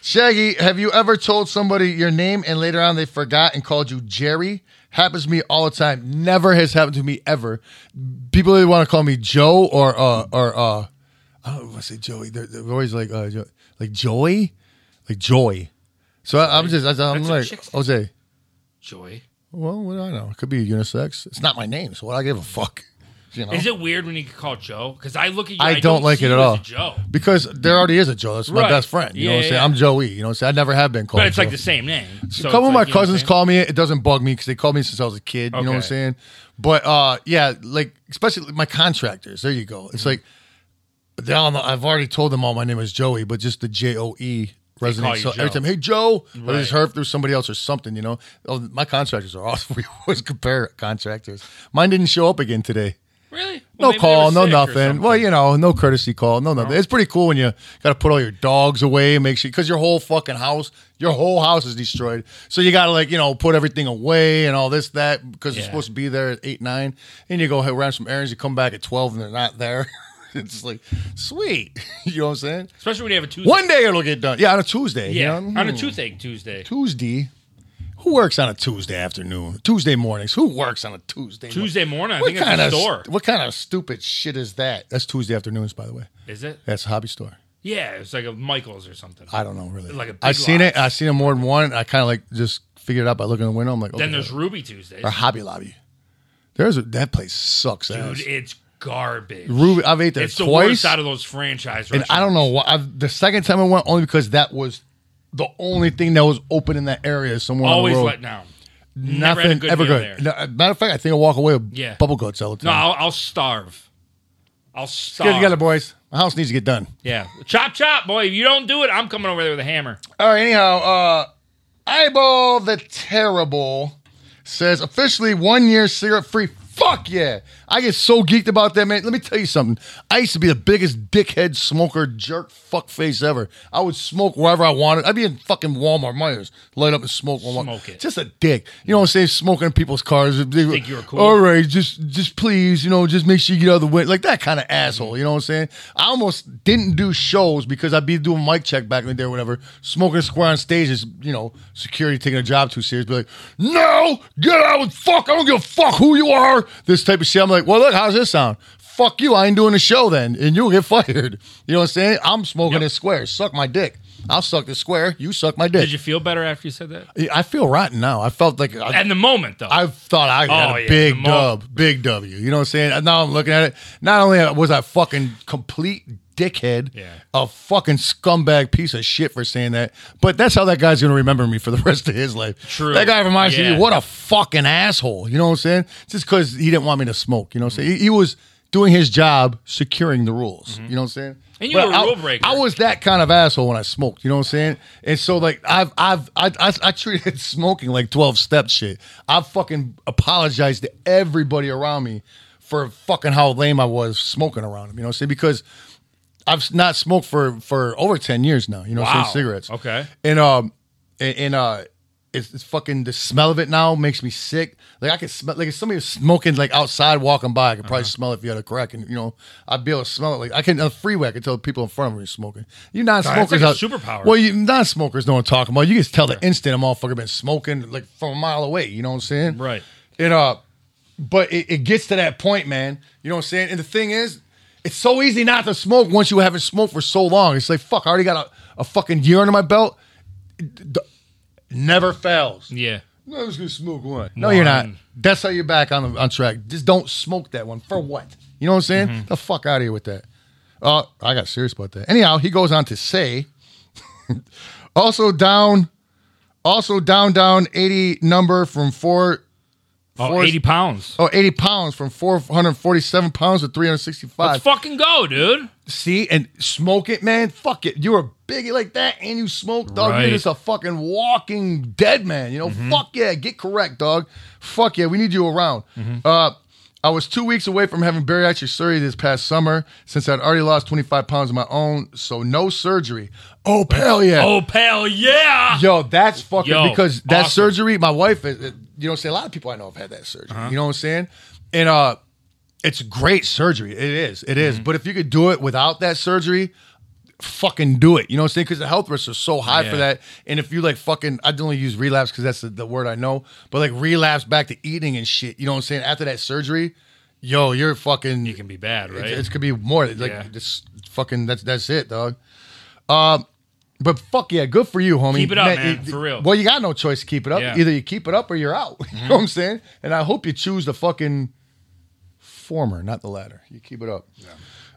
Speaker 1: Shaggy, have you ever told somebody your name and later on they forgot and called you Jerry? Happens to me all the time. Never has happened to me ever. People either want to call me Joe or uh or uh I don't want to say Joey. They're, they're always like uh jo- like Joey, like Joy. So I, I'm just I, I'm
Speaker 2: That's a
Speaker 1: like
Speaker 2: chick's name.
Speaker 1: Jose.
Speaker 2: Joy.
Speaker 1: Well, what do I know? It could be unisex. It's not my name, so what do I give a fuck. You know?
Speaker 2: Is it weird when you can call Joe? Because I look at you,
Speaker 1: Oh. I,
Speaker 2: I,
Speaker 1: don't, like
Speaker 2: see
Speaker 1: it at
Speaker 2: you as a
Speaker 1: all. Oh,
Speaker 2: Joe,
Speaker 1: Because there already is a Joe. That's my
Speaker 2: Right.
Speaker 1: best friend. You know what
Speaker 2: Yeah,
Speaker 1: I'm
Speaker 2: yeah,
Speaker 1: saying?
Speaker 2: yeah.
Speaker 1: I'm Joey. You know what I'm saying? I never have been called
Speaker 2: but it's like
Speaker 1: Joe.
Speaker 2: the same name. So
Speaker 1: a couple
Speaker 2: it's
Speaker 1: of my
Speaker 2: like, you know what I'm
Speaker 1: cousins
Speaker 2: saying?
Speaker 1: call me it. It doesn't bug me because they called me since I was a kid. You know what I'm
Speaker 2: Okay.
Speaker 1: saying? But uh, yeah, like especially my contractors. There you go.
Speaker 2: Mm-hmm.
Speaker 1: It's like they all know, I've already told them all my name is Joey, but just the J O E resonates. So
Speaker 2: you
Speaker 1: every
Speaker 2: Joe.
Speaker 1: time, hey Joe, or they just
Speaker 2: Right.
Speaker 1: heard through somebody else or something. You know, oh, my contractors are awesome. We always compare contractors. Mine didn't show up again today.
Speaker 2: Really?
Speaker 1: No
Speaker 2: Well, maybe they
Speaker 1: call, no
Speaker 2: were sick or
Speaker 1: nothing.
Speaker 2: something.
Speaker 1: Well, you know, no courtesy call, no nothing. It's pretty cool when you got to put all your dogs away, make sure because your whole fucking house, your whole house is destroyed. So you got to like you know put everything away and all this that because you're
Speaker 2: Yeah.
Speaker 1: supposed to be there at eight nine, and you go around some errands, you come back at twelve and they're not there. it's like sweet, you know what I'm saying?
Speaker 2: especially when you have a Tuesday.
Speaker 1: One day it'll get done. Yeah, on a Tuesday. you
Speaker 2: Yeah,
Speaker 1: know?
Speaker 2: on a
Speaker 1: Hmm.
Speaker 2: toothache Tuesday.
Speaker 1: Tuesday. Who works on a Tuesday afternoon? Tuesday mornings. Who works on a Tuesday? morning?
Speaker 2: Tuesday morning, I
Speaker 1: What
Speaker 2: think it's
Speaker 1: kind
Speaker 2: a
Speaker 1: of
Speaker 2: store.
Speaker 1: what kind of stupid shit is that? That's Tuesday afternoons, by the way.
Speaker 2: Is it?
Speaker 1: That's a hobby store.
Speaker 2: Yeah, it's like a Michaels or something.
Speaker 1: I don't know really.
Speaker 2: Like a Big
Speaker 1: I seen
Speaker 2: Lots.
Speaker 1: it. I seen it more than one. I kind of like just figured it out by looking in the window. I'm like, okay,
Speaker 2: then there's Ruby Tuesdays.
Speaker 1: or Hobby Lobby. There's a, that place sucks
Speaker 2: Dude,
Speaker 1: ass.
Speaker 2: it's garbage.
Speaker 1: Ruby, I've ate there
Speaker 2: it's the
Speaker 1: twice,
Speaker 2: worst out of those franchise
Speaker 1: and
Speaker 2: restaurants.
Speaker 1: I don't know why. I've, the second time I went, only because that was the only thing that was open in that area somewhere.
Speaker 2: Always
Speaker 1: on the road.
Speaker 2: let down. Never had a
Speaker 1: nothing
Speaker 2: good
Speaker 1: ever
Speaker 2: meal
Speaker 1: good. No,
Speaker 2: there.
Speaker 1: matter of fact, I think I walk away with
Speaker 2: Yeah.
Speaker 1: bubble guts all the
Speaker 2: No,
Speaker 1: time.
Speaker 2: I'll, I'll starve. I'll starve.
Speaker 1: Get together, boys. My house needs to get done.
Speaker 2: Yeah. Chop, chop, boy. If you don't do it, I'm coming over there with a hammer.
Speaker 1: All right, anyhow, uh Eyeball the Terrible says officially one year syrup free. Fuck yeah. I get so geeked about that, man. Let me tell you something. I used to be the biggest dickhead smoker, jerk, fuckface ever. I would smoke wherever I wanted. I'd be in fucking Walmart. Might just light up and smoke. one.
Speaker 2: Smoke it.
Speaker 1: Just a dick. You know what I'm saying? Smoking in people's cars.
Speaker 2: Think you were cool.
Speaker 1: All right, just just please, you know, just make sure you get out of the way. Like that kind of asshole, you know what I'm saying? I almost didn't do shows because I'd be doing mic check back in the day or whatever. Smoking square on stage is, you know, security taking a job too serious. Be like, no, get out of fuck. I don't give a fuck who you are. This type of shit. I'm like, well, look, how's this sound? Fuck you. I ain't doing the show then, and you'll get fired. You know what I'm saying? I'm smoking
Speaker 2: Yep.
Speaker 1: this square. Suck my dick. I'll suck the square. You suck my dick.
Speaker 2: Did you feel better after you said that?
Speaker 1: I feel rotten now. I felt like I,
Speaker 2: At the moment, though.
Speaker 1: I thought I had
Speaker 2: Oh,
Speaker 1: a
Speaker 2: yeah,
Speaker 1: big
Speaker 2: the mall.
Speaker 1: dub, big W. You know what I'm saying? And Now I'm looking at it. Not only was I fucking complete dickhead,
Speaker 2: Yeah.
Speaker 1: a fucking scumbag piece of shit for saying that, but that's how that guy's gonna remember me for the rest of his life.
Speaker 2: True.
Speaker 1: That guy from ICU,
Speaker 2: Yeah.
Speaker 1: what a fucking asshole. You know what I'm saying? Just because he didn't want me to smoke. You know what I'm saying? He, he was doing his job, securing the rules. You know what I'm saying?
Speaker 2: Mm-hmm. And you were a
Speaker 1: I-
Speaker 2: rule breaker.
Speaker 1: I was that kind of asshole when I smoked. You know what I'm saying? And so like I've I've I, I, I treated smoking like twelve step shit. I fucking apologized to everybody around me for fucking how lame I was smoking around them. You know what I'm saying? Because I've s- not smoked for for over ten years now. You know, what I'm
Speaker 2: Wow.
Speaker 1: saying cigarettes.
Speaker 2: Okay.
Speaker 1: And um and, and uh. It's, it's fucking the smell of it now makes me sick. Like I could smell like if somebody was smoking like outside walking by, I could
Speaker 2: Uh-huh.
Speaker 1: probably smell it if you had a crack, and you know I'd be able to smell it. Like I can on the freeway, I could tell people in front of me smoking. You non-smokers,
Speaker 2: that's like a
Speaker 1: out-
Speaker 2: superpower.
Speaker 1: Well, you non-smokers know what I'm talking about. You can tell the instant a motherfucker been smoking like from a mile away. You know what I'm saying?
Speaker 2: Right.
Speaker 1: It uh, but it, it gets to that point, man. You know what I'm saying? And the thing is, it's so easy not to smoke once you haven't smoked for so long. It's like fuck, I already got a, a fucking year under my belt. It d- never fails.
Speaker 2: yeah.
Speaker 1: No, I was gonna smoke one. No, you're not. That's how you're back on the, on track. Just don't smoke that one for what? You know what I'm saying? The fuck out of here with that. Uh, I got serious about that. Anyhow, he goes on to say, also down, also down, down eighty number from four
Speaker 2: Oh,
Speaker 1: Forrest-
Speaker 2: 80 pounds.
Speaker 1: oh, 80 pounds from four hundred forty seven pounds to three hundred sixty
Speaker 2: Let's
Speaker 1: five.
Speaker 2: fucking go, dude.
Speaker 1: See and smoke it, man. Fuck it. You're a biggie like that, and you smoke, dog.
Speaker 2: Right.
Speaker 1: You're just a fucking walking dead man. You know, fuck yeah. Get correct, dog. Fuck yeah. We need you around. Uh, I was two weeks away from having bariatric surgery this past summer since I'd already lost 25 pounds of my own, so no surgery. Oh, hell yeah.
Speaker 2: Oh, pal, yeah.
Speaker 1: Yo, that's fucking
Speaker 2: Yo,
Speaker 1: because that
Speaker 2: awesome.
Speaker 1: surgery. My wife, is, you know, what I'm saying a lot of people I know have had that surgery.
Speaker 2: Uh-huh.
Speaker 1: You know what I'm saying? And uh, it's great surgery. It is. It
Speaker 2: Mm-hmm.
Speaker 1: is. But if you could do it without that surgery, fucking do it. You know what I'm saying? Because the health risks are so high for
Speaker 2: Yeah.
Speaker 1: that. And if you like fucking, I only use relapse because that's the, the word I know. But like relapse back to eating and shit. You know what I'm saying? After that surgery, yo, you're fucking.
Speaker 2: You can be bad, right?
Speaker 1: It, it's could be more. Like
Speaker 2: Yeah.
Speaker 1: this fucking. That's that's it, dog. Um, but fuck yeah, good for you, homie.
Speaker 2: Keep it up, man,
Speaker 1: you-
Speaker 2: for real.
Speaker 1: Well, you got no choice to keep it up.
Speaker 2: Yeah.
Speaker 1: Either you keep it up or you're out. You know what I'm saying? And I hope you choose the fucking former, not the latter. You keep it up.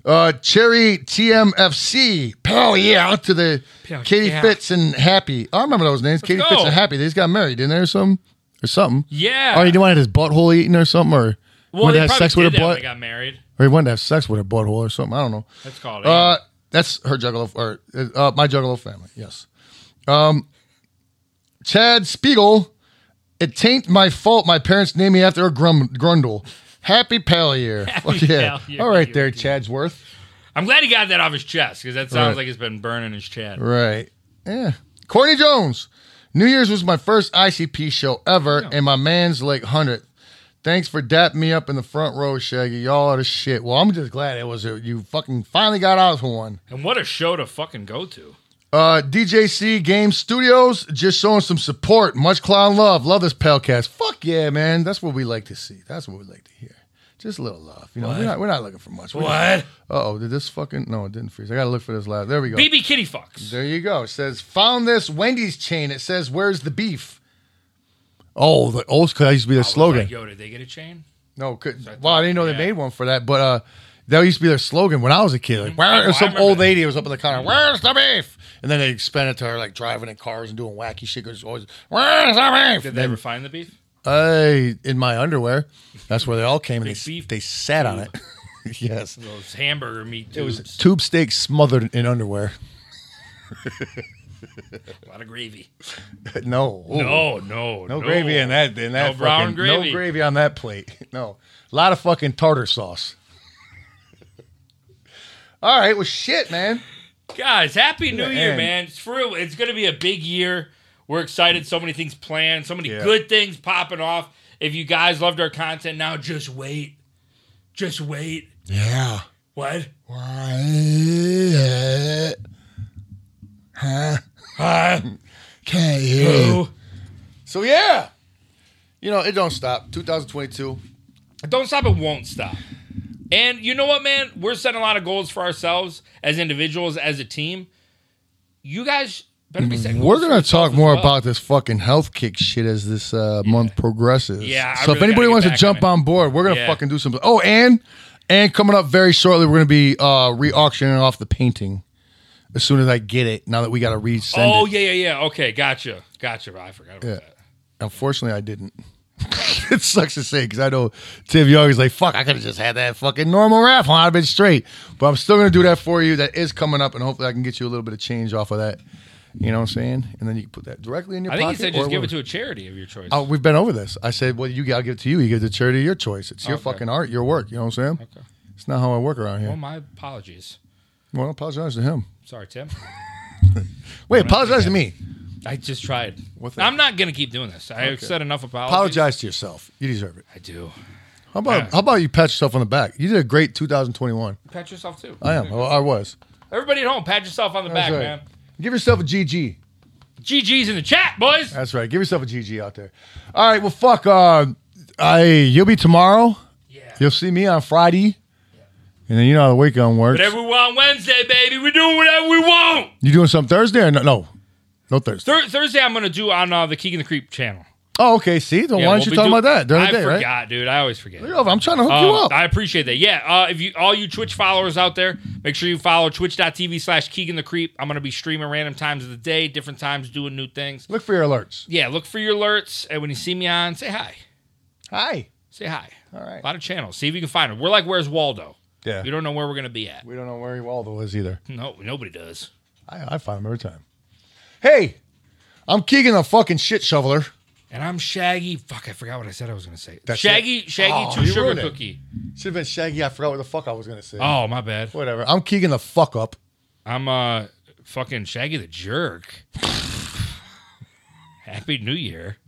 Speaker 1: Uh, Cherry TMFC. Pal, yeah, out to the
Speaker 2: Pal,
Speaker 1: Katie
Speaker 2: yeah.
Speaker 1: Fitz and Happy. I remember those names. Katie Fitz
Speaker 2: go.
Speaker 1: and Happy. They just got married, didn't they, or something? Or something.
Speaker 2: Yeah.
Speaker 1: Oh, he wanted his butthole eaten or something, or
Speaker 2: well,
Speaker 1: wanted
Speaker 2: they
Speaker 1: to have
Speaker 2: probably
Speaker 1: sex with
Speaker 2: did
Speaker 1: her
Speaker 2: that when
Speaker 1: butt,
Speaker 2: they got married.
Speaker 1: or he wanted to have sex with her butthole or something. I don't know.
Speaker 2: That's called.
Speaker 1: Uh, that's her juggalo, or uh, my juggalo family. Yes. Um, Chad Spiegel. It tain't my fault. My parents named me after a grum- grundle. Happy Pallier. Fuck yeah.
Speaker 2: Pallier.
Speaker 1: All right, there, Chadsworth.
Speaker 2: I'm glad he got that off his chest because that
Speaker 1: Right.
Speaker 2: sounds like it's been burning his chest.
Speaker 1: Right. Yeah. Courtney Jones. New Year's was my first ICP show ever, and my man's like 100. Thanks for dapping me up in the front row, Shaggy. Y'all are the shit. Well, I'm just glad it was a, you fucking finally got out for one.
Speaker 2: And what a show to fucking go to.
Speaker 1: Uh, DJC Game Studios, just showing some support. Much clown love. Love this Palcast. Fuck yeah, man. That's what we like to see. That's what we like to hear. Just a little love. You know, we're not, we're not looking for much.
Speaker 2: What?
Speaker 1: Uh oh, did this fucking. No, it didn't freeze. I got to look for this last. There we go.
Speaker 2: BB Kitty fucks.
Speaker 1: There you go. It says, found this Wendy's chain. It says, where's the beef? Oh, the old school. That used to be their slogan.
Speaker 2: Like, Yo, did they get a chain?
Speaker 1: No, could, well, I didn't know
Speaker 2: yeah.
Speaker 1: they made one for that, but uh, that used to be their slogan when I was a kid. Like, where,
Speaker 2: Oh, I
Speaker 1: or some
Speaker 2: remember
Speaker 1: old
Speaker 2: that. Mm-hmm.
Speaker 1: lady was up in the corner, where's the beef? And then they expanded to her like driving in cars and doing wacky shit. Cause it's always, where's the beef?
Speaker 2: Did
Speaker 1: And
Speaker 2: they
Speaker 1: then,
Speaker 2: ever find the beef?
Speaker 1: I in my underwear. That's where they all came and
Speaker 2: Big
Speaker 1: they,
Speaker 2: beef.
Speaker 1: they sat on it. yes,
Speaker 2: Those hamburger meat
Speaker 1: it
Speaker 2: tubes.
Speaker 1: was tube steak smothered in underwear.
Speaker 2: a lot of gravy.
Speaker 1: no, Ooh.
Speaker 2: No, no,
Speaker 1: No, gravy in that. In that
Speaker 2: No brown
Speaker 1: fucking-
Speaker 2: gravy.
Speaker 1: No gravy on that plate. No, a lot of fucking tartar sauce. All right, well, shit, man.
Speaker 2: Guys, happy new
Speaker 1: the
Speaker 2: year,
Speaker 1: end.
Speaker 2: man. It's for real. It's gonna be a big year. We're excited. So many things planned, so many
Speaker 1: Yeah.
Speaker 2: good things popping off. If you guys loved our content now, just wait. Just wait.
Speaker 1: Yeah.
Speaker 2: What?
Speaker 1: Huh?
Speaker 2: Huh?
Speaker 1: Can't
Speaker 2: Who?
Speaker 1: So yeah, you know it don't stop. 2022.
Speaker 2: Don't stop, it won't stop. And you know what, man? We're setting a lot of goals for ourselves as individuals, as a team. You guys better be setting
Speaker 1: Mm-hmm. We're
Speaker 2: goals for
Speaker 1: gonna
Speaker 2: yourself
Speaker 1: talk
Speaker 2: as
Speaker 1: more
Speaker 2: well.
Speaker 1: about this fucking health kick shit as this uh, month progresses.
Speaker 2: Yeah, I
Speaker 1: So if
Speaker 2: really
Speaker 1: anybody
Speaker 2: gotta get
Speaker 1: wants to
Speaker 2: back
Speaker 1: jump
Speaker 2: on
Speaker 1: on board, we're gonna
Speaker 2: Yeah.
Speaker 1: fucking do something. Oh, and and coming up very shortly, we're gonna be uh, re-auctioning off the painting as soon as I get it. Now that we gotta resend
Speaker 2: Oh,
Speaker 1: it.
Speaker 2: yeah, yeah, yeah. Okay, gotcha. Gotcha. I forgot about
Speaker 1: Yeah.
Speaker 2: that.
Speaker 1: Unfortunately, I didn't. it sucks to say because I know Tim Young is like, "Fuck, I could have just had that fucking normal raffle. I'd have been straight." But I'm still gonna do that for you. That is coming up, and hopefully, I can get you a little bit of change off of that. You know what I'm saying? And then you can put that directly in your
Speaker 2: I
Speaker 1: pocket.
Speaker 2: think he said
Speaker 1: or
Speaker 2: just give
Speaker 1: whatever.
Speaker 2: it to a charity of your choice.
Speaker 1: Oh, we've been over this. I said, well, you gotta give it to you. You give it to charity of your choice. It's your
Speaker 2: Okay.
Speaker 1: fucking art, your work. You know what I'm saying?
Speaker 2: Okay.
Speaker 1: It's not how I work around
Speaker 2: Well,
Speaker 1: here.
Speaker 2: Oh, my apologies.
Speaker 1: Well, I apologize to him.
Speaker 2: Sorry, Tim.
Speaker 1: Wait, apologize to me.
Speaker 2: I just tried.
Speaker 1: What the-
Speaker 2: I'm not gonna keep doing this. I have
Speaker 1: Okay.
Speaker 2: said enough apologies.
Speaker 1: Apologize to yourself. You deserve it.
Speaker 2: I do.
Speaker 1: How about
Speaker 2: Yeah.
Speaker 1: how about you pat yourself on the back? You did a great 2021.
Speaker 2: Pat yourself too.
Speaker 1: I am. I was.
Speaker 2: Everybody at home, pat yourself on the
Speaker 1: Uh, That's
Speaker 2: back,
Speaker 1: right.
Speaker 2: man.
Speaker 1: Give yourself a GG.
Speaker 2: GG's in the chat, boys.
Speaker 1: That's right. Give yourself a GG out there. All right. Well, fuck. Uh, I you'll be tomorrow.
Speaker 2: Yeah.
Speaker 1: You'll see me on Friday. And then you know how the weekend works.
Speaker 2: Whatever we want Wednesday, baby. We do whatever we want.
Speaker 1: you doing something Thursday or no? No, no Thursday.
Speaker 2: Thur- Thursday, I'm gonna do on uh, the Keegan the Creep channel.
Speaker 1: Oh, okay. See, then
Speaker 2: Yeah,
Speaker 1: why
Speaker 2: we'll
Speaker 1: don't you
Speaker 2: be
Speaker 1: talk
Speaker 2: do-
Speaker 1: about that during
Speaker 2: I
Speaker 1: the day,
Speaker 2: forgot,
Speaker 1: right?
Speaker 2: dude. I always forget.
Speaker 1: Look, I'm trying to hook you
Speaker 2: Um,
Speaker 1: up.
Speaker 2: I appreciate that. Yeah. Uh, if you all you Twitch followers out there, make sure you follow twitch.tv slash Keegan the Creep. I'm gonna be streaming random times of the day, different times, doing new things.
Speaker 1: Look for your alerts.
Speaker 2: Yeah, look for your alerts, and when you see me on, say hi.
Speaker 1: Hi.
Speaker 2: Say hi.
Speaker 1: All
Speaker 2: A
Speaker 1: right.
Speaker 2: lot of channels. See if you can find them. We're like, where's Waldo?
Speaker 1: Yeah.
Speaker 2: You don't know where we're gonna be at.
Speaker 1: We don't know where Waldo is either.
Speaker 2: No, nobody does.
Speaker 1: I, I find him every time. Hey, I'm Keegan the fucking shit shoveler.
Speaker 2: And I'm Shaggy. Fuck, I forgot what I said. I was gonna say
Speaker 1: That's
Speaker 2: Shaggy.
Speaker 1: it.
Speaker 2: Shaggy
Speaker 1: Oh,
Speaker 2: two
Speaker 1: you
Speaker 2: sugar
Speaker 1: ruined it.
Speaker 2: cookie.
Speaker 1: Should have been Shaggy. I forgot what the fuck I was gonna say.
Speaker 2: Oh my bad.
Speaker 1: Whatever. I'm Keegan the fuck up.
Speaker 2: I'm uh fucking Shaggy the jerk. Happy New Year.